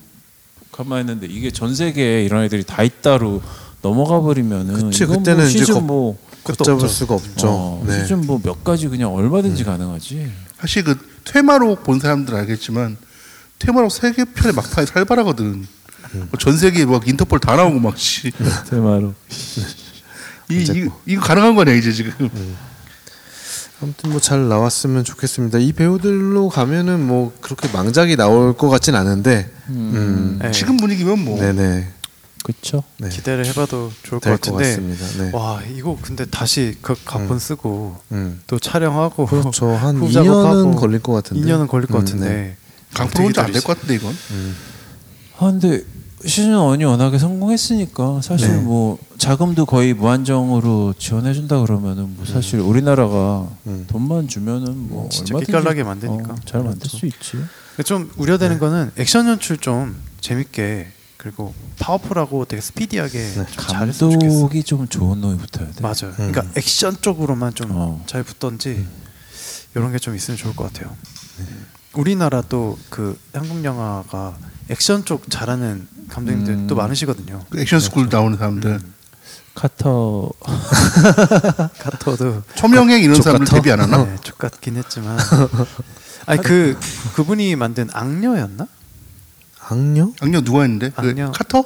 [SPEAKER 5] 가만 있는데 이게 전 세계에 이런 애들이 다 있다로 넘어가 버리면은
[SPEAKER 6] 그치,
[SPEAKER 5] 이건
[SPEAKER 6] 그때는
[SPEAKER 5] 뭐
[SPEAKER 6] 이제
[SPEAKER 5] 시즌
[SPEAKER 6] 거-
[SPEAKER 5] 뭐
[SPEAKER 6] 걷잡을 수가 없죠.
[SPEAKER 5] 어,
[SPEAKER 6] 네.
[SPEAKER 5] 시즌 뭐 몇 가지 그냥 얼마든지 가능하지.
[SPEAKER 4] 사실 그 퇴마로 본 사람들 은 알겠지만 퇴마로 세계 편의 막판이 살벌하거든. 뭐전 세계 막 인터폴 다 나오고 막 씨.
[SPEAKER 5] 대마로.
[SPEAKER 4] 이, 이 이거 가능한 거냐 이제 지금.
[SPEAKER 6] 아무튼 뭐 잘 나왔으면 좋겠습니다. 이 배우들로 가면은 뭐 그렇게 망작이 나올 것 같진 않은데. 음.
[SPEAKER 7] 네.
[SPEAKER 4] 지금 분위기면 뭐
[SPEAKER 6] 네네.
[SPEAKER 5] 그쵸?
[SPEAKER 6] 네.
[SPEAKER 7] 기대를 해봐도 좋을 것
[SPEAKER 6] 될것
[SPEAKER 7] 같은데
[SPEAKER 6] 같습니다. 네.
[SPEAKER 7] 와 이거 근데 다시 그 각본 쓰고
[SPEAKER 6] 음.
[SPEAKER 7] 또 촬영하고
[SPEAKER 6] 그렇죠. 한
[SPEAKER 7] 뭐 후
[SPEAKER 6] 2년은
[SPEAKER 7] 작업하고
[SPEAKER 6] 걸릴 것 같은데.
[SPEAKER 7] 2년은 걸릴 것
[SPEAKER 6] 음,
[SPEAKER 7] 같은데
[SPEAKER 6] 네.
[SPEAKER 4] 강포 혼자 안될 것 같은데 이건.
[SPEAKER 5] 아 근데 시즌 1이 워낙에 성공했으니까 사실 뭐 자금도 거의 무한정으로 지원해 준다 그러면은 뭐 사실 우리나라가 돈만 주면은 뭐
[SPEAKER 7] 진짜
[SPEAKER 5] 얼마든지
[SPEAKER 7] 깔깔나게 만드니까.
[SPEAKER 5] 어, 잘 만들 수 있지.
[SPEAKER 7] 근데 좀 우려되는 거는 액션 연출 좀 재밌게 그리고 파워풀하고 되게 스피디하게 좀 잘했으면 좋겠어
[SPEAKER 5] 감독이 좀 좋은 놈이 붙어야 돼.
[SPEAKER 7] 맞아요 그러니까 액션 쪽으로만 좀
[SPEAKER 5] 어.
[SPEAKER 7] 잘 붙던지 이런 게 좀 있으면 좋을 것 같아요 우리나라 또 그 한국 영화가 액션 쪽 잘하는 감독님들 또 많으시거든요
[SPEAKER 4] 그 액션 스쿨 나오는 사람들.
[SPEAKER 5] 카터
[SPEAKER 7] 카터도
[SPEAKER 4] 초명행 이런 사람들 데뷔 안 하나?
[SPEAKER 7] 네, 똑같긴 했지만 아니 그 그분이 만든 악녀였나?
[SPEAKER 6] 악녀?
[SPEAKER 4] 악녀 누가 했는데? 그
[SPEAKER 7] 악녀.
[SPEAKER 4] 카터?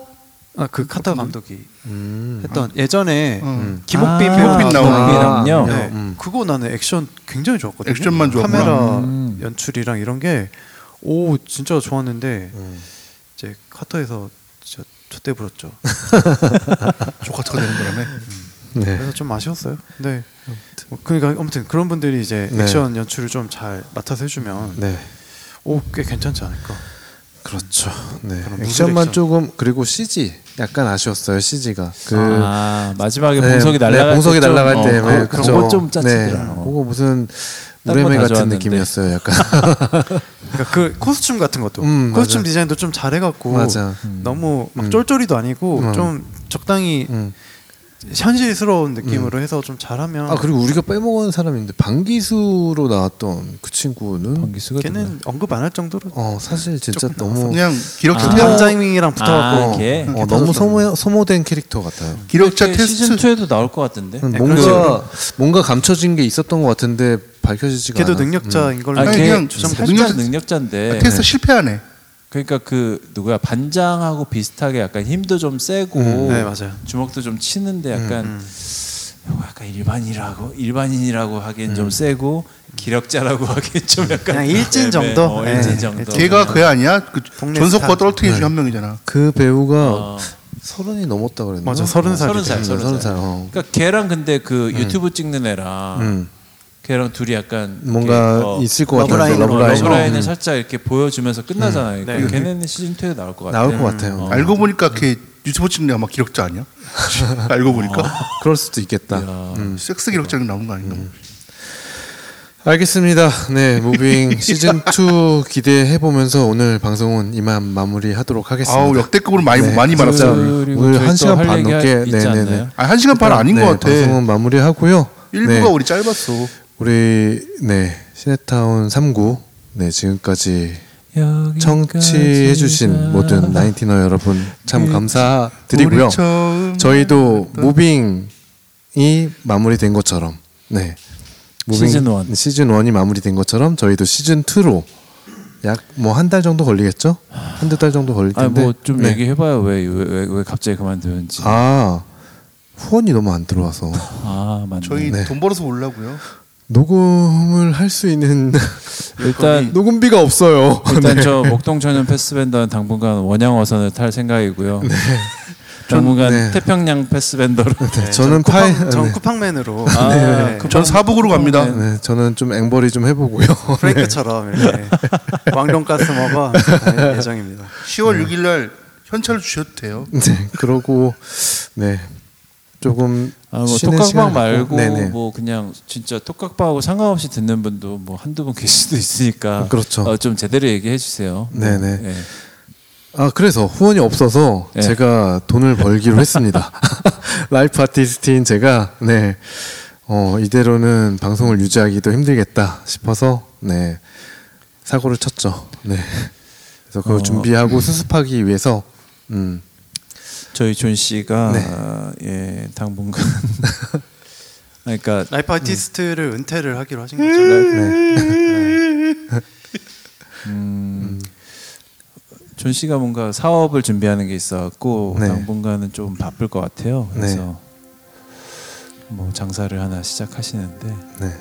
[SPEAKER 7] 아 그 카타 감독이
[SPEAKER 6] 음.
[SPEAKER 7] 했던 예전에
[SPEAKER 4] 음.
[SPEAKER 7] 김옥빈 배우
[SPEAKER 5] 아,
[SPEAKER 4] 김옥빈 나오는
[SPEAKER 5] 김옥빈
[SPEAKER 4] 거.
[SPEAKER 5] 남녀.
[SPEAKER 7] 네, 그거 나는 액션 굉장히 좋았거든요.
[SPEAKER 4] 음. 액션만 좋았구나.
[SPEAKER 7] 카메라 연출이랑 이런 게 오 진짜 좋았는데
[SPEAKER 4] 음.
[SPEAKER 7] 이제 카터에서 진짜 좆대 부렸죠.
[SPEAKER 4] 조카터가 되는 거라며.
[SPEAKER 6] 네.
[SPEAKER 7] 그래서 좀 아쉬웠어요. 네. 뭐, 그러니까 아무튼 그런 분들이 이제
[SPEAKER 6] 네.
[SPEAKER 7] 액션 연출을 좀 잘 맡아서
[SPEAKER 4] 음.
[SPEAKER 7] 해주면
[SPEAKER 6] 네.
[SPEAKER 7] 오 꽤 괜찮지 않을까.
[SPEAKER 6] 그렇죠. 네.
[SPEAKER 7] 그럼 무슨
[SPEAKER 6] 액션만
[SPEAKER 7] 액션?
[SPEAKER 6] 조금 그리고 CG 약간 아쉬웠어요. CG가. 그
[SPEAKER 5] 아 마지막에
[SPEAKER 6] 네,
[SPEAKER 5] 봉석이 날라갈
[SPEAKER 6] 네,
[SPEAKER 5] 때
[SPEAKER 6] 봉석이
[SPEAKER 5] 좀,
[SPEAKER 6] 날아갈
[SPEAKER 5] 어,
[SPEAKER 6] 때
[SPEAKER 5] 그-
[SPEAKER 6] 왜 그죠?
[SPEAKER 5] 그런 것좀 짜치더라.
[SPEAKER 6] 네.
[SPEAKER 5] 어.
[SPEAKER 6] 그거 무슨
[SPEAKER 5] 딴
[SPEAKER 6] 우레메
[SPEAKER 5] 건다
[SPEAKER 6] 같은
[SPEAKER 5] 좋았는데.
[SPEAKER 6] 느낌이었어요. 약간
[SPEAKER 7] 그러니까 그 코스튬 같은 것도
[SPEAKER 6] 음,
[SPEAKER 7] 코스튬
[SPEAKER 6] 맞아.
[SPEAKER 7] 디자인도 좀 잘해갖고
[SPEAKER 6] 맞아.
[SPEAKER 7] 너무 막 쫄쫄이도 아니고
[SPEAKER 6] 음.
[SPEAKER 7] 좀 적당히
[SPEAKER 6] 음.
[SPEAKER 7] 현실스러운 느낌으로 해서 좀 잘하면
[SPEAKER 6] 아 그리고 우리가 빼먹은 사람인데 방기수로 나왔던 그 친구는
[SPEAKER 5] 방기수가
[SPEAKER 7] 걔는 언급 안 할 정도로
[SPEAKER 6] 어 사실 진짜 너무
[SPEAKER 4] 그냥 기력자
[SPEAKER 5] 아.
[SPEAKER 4] 테,
[SPEAKER 7] 등장 장면이랑 붙어갖고
[SPEAKER 5] 아, 걔.
[SPEAKER 6] 어, 너무 소모 소모된 캐릭터 같아요.
[SPEAKER 4] 기력자 테스트
[SPEAKER 5] 시즌 2에도 나올 것 같은데.
[SPEAKER 6] 뭔가
[SPEAKER 7] 그렇죠.
[SPEAKER 6] 뭔가 감춰진 게 있었던 것 같은데 밝혀지지가
[SPEAKER 7] 걔도
[SPEAKER 6] 음. 않아.
[SPEAKER 7] 능력자인 걸로
[SPEAKER 5] 아,
[SPEAKER 4] 아니,
[SPEAKER 5] 걔
[SPEAKER 4] 그냥
[SPEAKER 5] 살짝
[SPEAKER 4] 능력자- 아,
[SPEAKER 5] 능력자인데.
[SPEAKER 4] 테스트 실패하네.
[SPEAKER 5] 그러니까 그 누구야 반장하고 비슷하게 약간 힘도 좀 세고
[SPEAKER 6] 음,
[SPEAKER 7] 네, 맞아요.
[SPEAKER 5] 주먹도 좀 치는데 약간 요거 약간 일반이라고 일반인이라고 하기엔
[SPEAKER 6] 음.
[SPEAKER 5] 좀 세고 기력자라고 하기엔 좀 약간
[SPEAKER 7] 그냥 일진
[SPEAKER 5] 애매-
[SPEAKER 7] 정도?
[SPEAKER 5] 어, 일진
[SPEAKER 7] 네.
[SPEAKER 5] 정도.
[SPEAKER 6] 그렇죠.
[SPEAKER 4] 걔가 그애 아니야? 그
[SPEAKER 7] 동네
[SPEAKER 4] 전석과
[SPEAKER 7] 스타.
[SPEAKER 4] 떨어뜨리 중한 명이잖아.
[SPEAKER 6] 그 배우가
[SPEAKER 5] 어.
[SPEAKER 6] 서른이 넘었다 그랬나?
[SPEAKER 7] 맞아 서른 살
[SPEAKER 5] 서른 살,
[SPEAKER 6] 음,
[SPEAKER 5] 서른
[SPEAKER 6] 서른
[SPEAKER 5] 살.
[SPEAKER 6] 살, 어.
[SPEAKER 5] 그러니까 걔랑 근데 그 유튜브 찍는 애랑
[SPEAKER 6] 음.
[SPEAKER 5] 걔랑 둘이 약간
[SPEAKER 6] 뭔가
[SPEAKER 5] 이렇게, 어,
[SPEAKER 6] 있을 것 같아요.
[SPEAKER 7] 러브라인으로,
[SPEAKER 6] 러브라인.
[SPEAKER 5] 러브라인을
[SPEAKER 6] 음.
[SPEAKER 5] 살짝 이렇게 보여주면서 끝나잖아요.
[SPEAKER 7] 네.
[SPEAKER 5] 그러니까 걔네는 시즌 2에 나올 것 같아.
[SPEAKER 6] 나올 것 같아요.
[SPEAKER 5] 어.
[SPEAKER 4] 알고 보니까 걔 유튜브 찍는 애막 기력자 아니야? 알고 보니까
[SPEAKER 6] 그럴 수도 있겠다. 아. 음.
[SPEAKER 4] 섹스 기력자는 나온 거 아닌가?
[SPEAKER 6] 알겠습니다. 네, 무빙 시즌 2 기대해 보면서 오늘 방송은 이만 마무리하도록 하겠습니다.
[SPEAKER 4] 아우 역대급으로 많이 많이
[SPEAKER 6] 진짜
[SPEAKER 4] 말았어요.
[SPEAKER 5] 그- 그리고
[SPEAKER 6] 오늘
[SPEAKER 5] 저희
[SPEAKER 6] 한
[SPEAKER 5] 또
[SPEAKER 6] 시간
[SPEAKER 5] 할
[SPEAKER 6] 반
[SPEAKER 5] 얘기가
[SPEAKER 6] 넘게
[SPEAKER 5] 있지 않나요?
[SPEAKER 4] 아, 한 시간 반 아닌
[SPEAKER 6] 네,
[SPEAKER 4] 것 같아.
[SPEAKER 6] 방송은 마무리하고요.
[SPEAKER 4] 일부가
[SPEAKER 6] 네,
[SPEAKER 4] 우리 짧았어.
[SPEAKER 6] 우리 네 시네타운 3구 네 지금까지 청취해주신 모든 나인티너 여러분
[SPEAKER 5] 네.
[SPEAKER 6] 참 감사드리고요.
[SPEAKER 4] 우리 처음
[SPEAKER 6] 저희도 무빙이 마무리된 것처럼 네
[SPEAKER 5] 시즌 원.
[SPEAKER 6] 시즌 1이 마무리된 것처럼 저희도 시즌 2로 약 뭐 한 달 정도 걸리겠죠? 한두 달 정도 걸릴 텐데
[SPEAKER 5] 아뭐좀
[SPEAKER 6] 네.
[SPEAKER 5] 얘기해봐요 왜왜 왜, 왜- 왜 갑자기 그만두는지 아,
[SPEAKER 6] 아 후원이 너무 안 들어와서
[SPEAKER 5] 아, 맞네
[SPEAKER 4] 저희
[SPEAKER 6] 네.
[SPEAKER 4] 돈 벌어서 올라고요.
[SPEAKER 6] 녹음을 할 수 있는
[SPEAKER 5] 일단
[SPEAKER 6] 녹음비가 없어요. 네.
[SPEAKER 5] 일단 저 목동 천연 패스밴더는 당분간 원양 어선을 탈 생각이고요 당분간
[SPEAKER 6] 네.
[SPEAKER 5] 태평양 패스밴더로
[SPEAKER 6] 네, 저는 파이
[SPEAKER 7] 전
[SPEAKER 6] 네.
[SPEAKER 7] 쿠팡맨으로
[SPEAKER 5] 아,
[SPEAKER 7] 네.
[SPEAKER 5] 그
[SPEAKER 4] 전 사북으로 갑니다.
[SPEAKER 5] 네.
[SPEAKER 6] 네, 저는 좀 앵벌이 좀 해보고요.
[SPEAKER 5] 그러니까
[SPEAKER 6] 네.
[SPEAKER 7] 프레이크처럼 이렇게 왕돈가스 먹어 하면서 다닐 예정입니다.
[SPEAKER 4] 10월 6일날 현찰 주셔도 돼요.
[SPEAKER 6] 네, 그러고 네 조금
[SPEAKER 5] 아, 뭐
[SPEAKER 6] 쉬는 시간
[SPEAKER 5] 톡각방 말고
[SPEAKER 6] 네네.
[SPEAKER 5] 뭐 그냥 진짜 톡각방하고 상관없이 듣는 분도 뭐 한두 분 계실 수도 있으니까
[SPEAKER 6] 그렇죠.
[SPEAKER 5] 어, 좀 제대로 얘기해 주세요.
[SPEAKER 6] 네네.
[SPEAKER 5] 네.
[SPEAKER 6] 아 그래서 후원이 없어서
[SPEAKER 5] 네.
[SPEAKER 6] 제가 돈을 벌기로 했습니다. 라이프 아티스트인 제가 네 어, 이대로는 방송을 유지하기도 힘들겠다 싶어서 네 사고를 쳤죠. 네 그래서 그걸
[SPEAKER 5] 어,
[SPEAKER 6] 준비하고 수습하기 위해서 음
[SPEAKER 5] 저희 존 씨가
[SPEAKER 6] 네.
[SPEAKER 5] 아, 예, 당분간 아니, 그러니까
[SPEAKER 7] 라이프 아티스트를 은퇴를 하기로 하신 거죠.
[SPEAKER 6] 네,
[SPEAKER 5] 존 씨가 뭔가 사업을 준비하는 게 있어갖고
[SPEAKER 6] 네.
[SPEAKER 5] 당분간은 좀 바쁠 것 같아요.
[SPEAKER 6] 네.
[SPEAKER 5] 그래서 뭐 장사를 하나 시작하시는데
[SPEAKER 6] 네.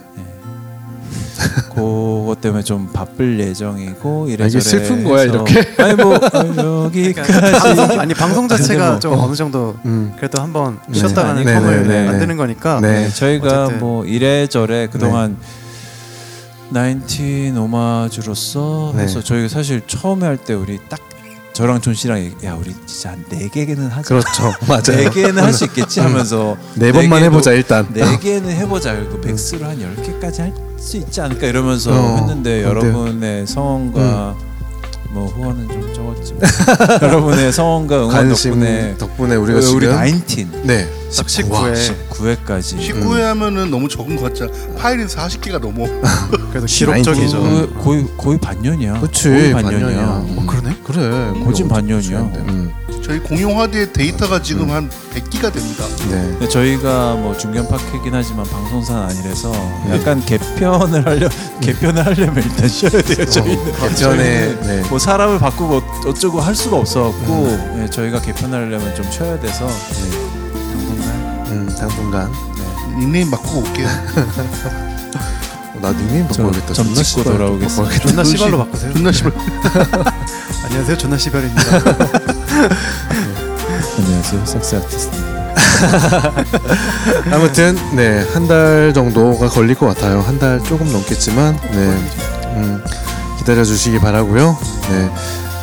[SPEAKER 5] 그것 때문에 좀 바쁠 예정이고 이래저래
[SPEAKER 6] 이게 슬픈 거야,
[SPEAKER 5] 해서-
[SPEAKER 6] 이렇게? 그러니까
[SPEAKER 5] 아니 뭐 아, 여기까지
[SPEAKER 7] 방송, 아니 방송 자체가
[SPEAKER 5] 근데
[SPEAKER 7] 좀 어느 정도
[SPEAKER 6] 뭐, 음.
[SPEAKER 7] 그래도 한번
[SPEAKER 6] 네.
[SPEAKER 7] 쉬었다가는
[SPEAKER 6] 네,
[SPEAKER 7] 컴을
[SPEAKER 6] 네, 네, 네.
[SPEAKER 7] 만드는 거니까
[SPEAKER 6] 네.
[SPEAKER 5] 네, 저희가
[SPEAKER 7] 어쨌든.
[SPEAKER 5] 뭐 이래저래 그동안 나인틴 오마주로서
[SPEAKER 6] 네.
[SPEAKER 5] 해서 저희가 사실 처음에 할 때 우리 딱 저랑 존 씨랑 얘기- 야 우리 진짜 한네 개는 하자.
[SPEAKER 6] 그렇죠. 맞아요.
[SPEAKER 5] 네 개는 할 수 있겠지 하면서
[SPEAKER 6] 네 번만
[SPEAKER 5] 개도-
[SPEAKER 6] 해보자, 일단.
[SPEAKER 5] 네 개는 해보자 그리고 백스로 한 열 개까지 할 수 있지 않을까 이러면서
[SPEAKER 6] 어,
[SPEAKER 5] 했는데
[SPEAKER 6] 안 돼요. 음.
[SPEAKER 5] 여러분의 성원과 뭐 후원은 좀 적었지만 여러분의 성원과 응원
[SPEAKER 6] 관심
[SPEAKER 5] 덕분에 어,
[SPEAKER 6] 덕분에, 우리가 지금
[SPEAKER 5] 우리 나인틴
[SPEAKER 6] 네
[SPEAKER 7] 19회
[SPEAKER 5] 19회까지
[SPEAKER 4] 19회 하면은 너무 적은 것 같잖아. 파일이 40개가 넘어.
[SPEAKER 7] 그래도 기록적이죠.
[SPEAKER 5] 거의, 거의 거의 반년이야.
[SPEAKER 6] 음. 그치,
[SPEAKER 5] 거의
[SPEAKER 6] 반년이야. 음. 뭐
[SPEAKER 5] 반년이야. 음. 어,
[SPEAKER 6] 그러네. 그래.
[SPEAKER 5] 거진 반년이야.
[SPEAKER 6] 음.
[SPEAKER 4] 저희 공용 화두의 데이터가 지금 한 100기가 됩니다.
[SPEAKER 6] 네.
[SPEAKER 5] 근데 저희가 뭐 중견파크이긴 하지만 방송사는 아니라서
[SPEAKER 6] 네.
[SPEAKER 5] 약간 개편을 하려
[SPEAKER 6] 음.
[SPEAKER 5] 개편을 하려면 일단 쉬어야 돼요.
[SPEAKER 6] 그렇죠.
[SPEAKER 5] 저희는
[SPEAKER 6] 개편에 네.
[SPEAKER 5] 뭐 사람을 바꾸고 어- 어쩌고 할 수가 없어갖고 예, 저희가 개편하려면 좀 쉬어야 돼서 당분간
[SPEAKER 6] 음, 당분간
[SPEAKER 4] 닉네임 바꾸고 올게요.
[SPEAKER 6] 어, 나 닉네임
[SPEAKER 5] 저-
[SPEAKER 6] 바꿔야겠다.
[SPEAKER 5] 점
[SPEAKER 6] 존나
[SPEAKER 5] 찍고
[SPEAKER 6] 씨발.
[SPEAKER 5] 돌아오겠습니다.
[SPEAKER 7] 존나 시발로 바꾸세요.
[SPEAKER 4] 존나 씨발.
[SPEAKER 7] 안녕하세요, 존나 시발입니다.
[SPEAKER 5] 안녕하세요, 섹스 아티스트입니다.
[SPEAKER 6] 아무튼 네 한 달 정도가 걸릴 것 같아요. 한 달 조금 넘겠지만 네 음, 기다려 주시기 바라고요. 네.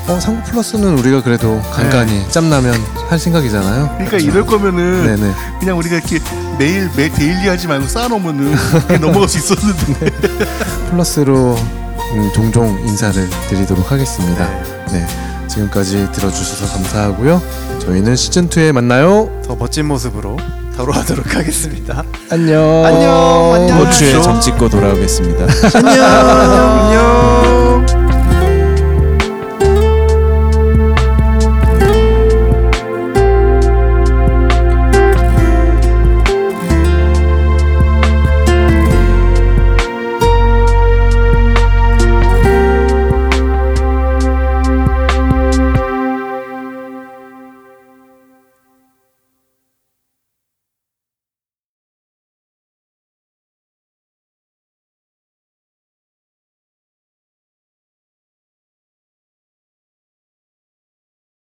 [SPEAKER 6] 어, 상구 플러스는 우리가 그래도 간간히 짬나면 할 생각이잖아요.
[SPEAKER 4] 그러니까 이럴 거면은
[SPEAKER 6] 그렇죠. 네네.
[SPEAKER 4] 그냥 우리가 이렇게 매일 매 데일리 하지 말고 쌓아놓으면은 그냥 넘어갈 수 있었는데
[SPEAKER 6] 플러스로 음, 종종 인사를 드리도록 하겠습니다. 네. 지금까지 들어주셔서 감사하고요. 저희는 시즌 2에 만나요.
[SPEAKER 7] 더 멋진 모습으로 돌아오도록 하겠습니다.
[SPEAKER 6] 안녕. 안녕.
[SPEAKER 5] 이번 주에 점 찍고 돌아오겠습니다.
[SPEAKER 7] 안녕.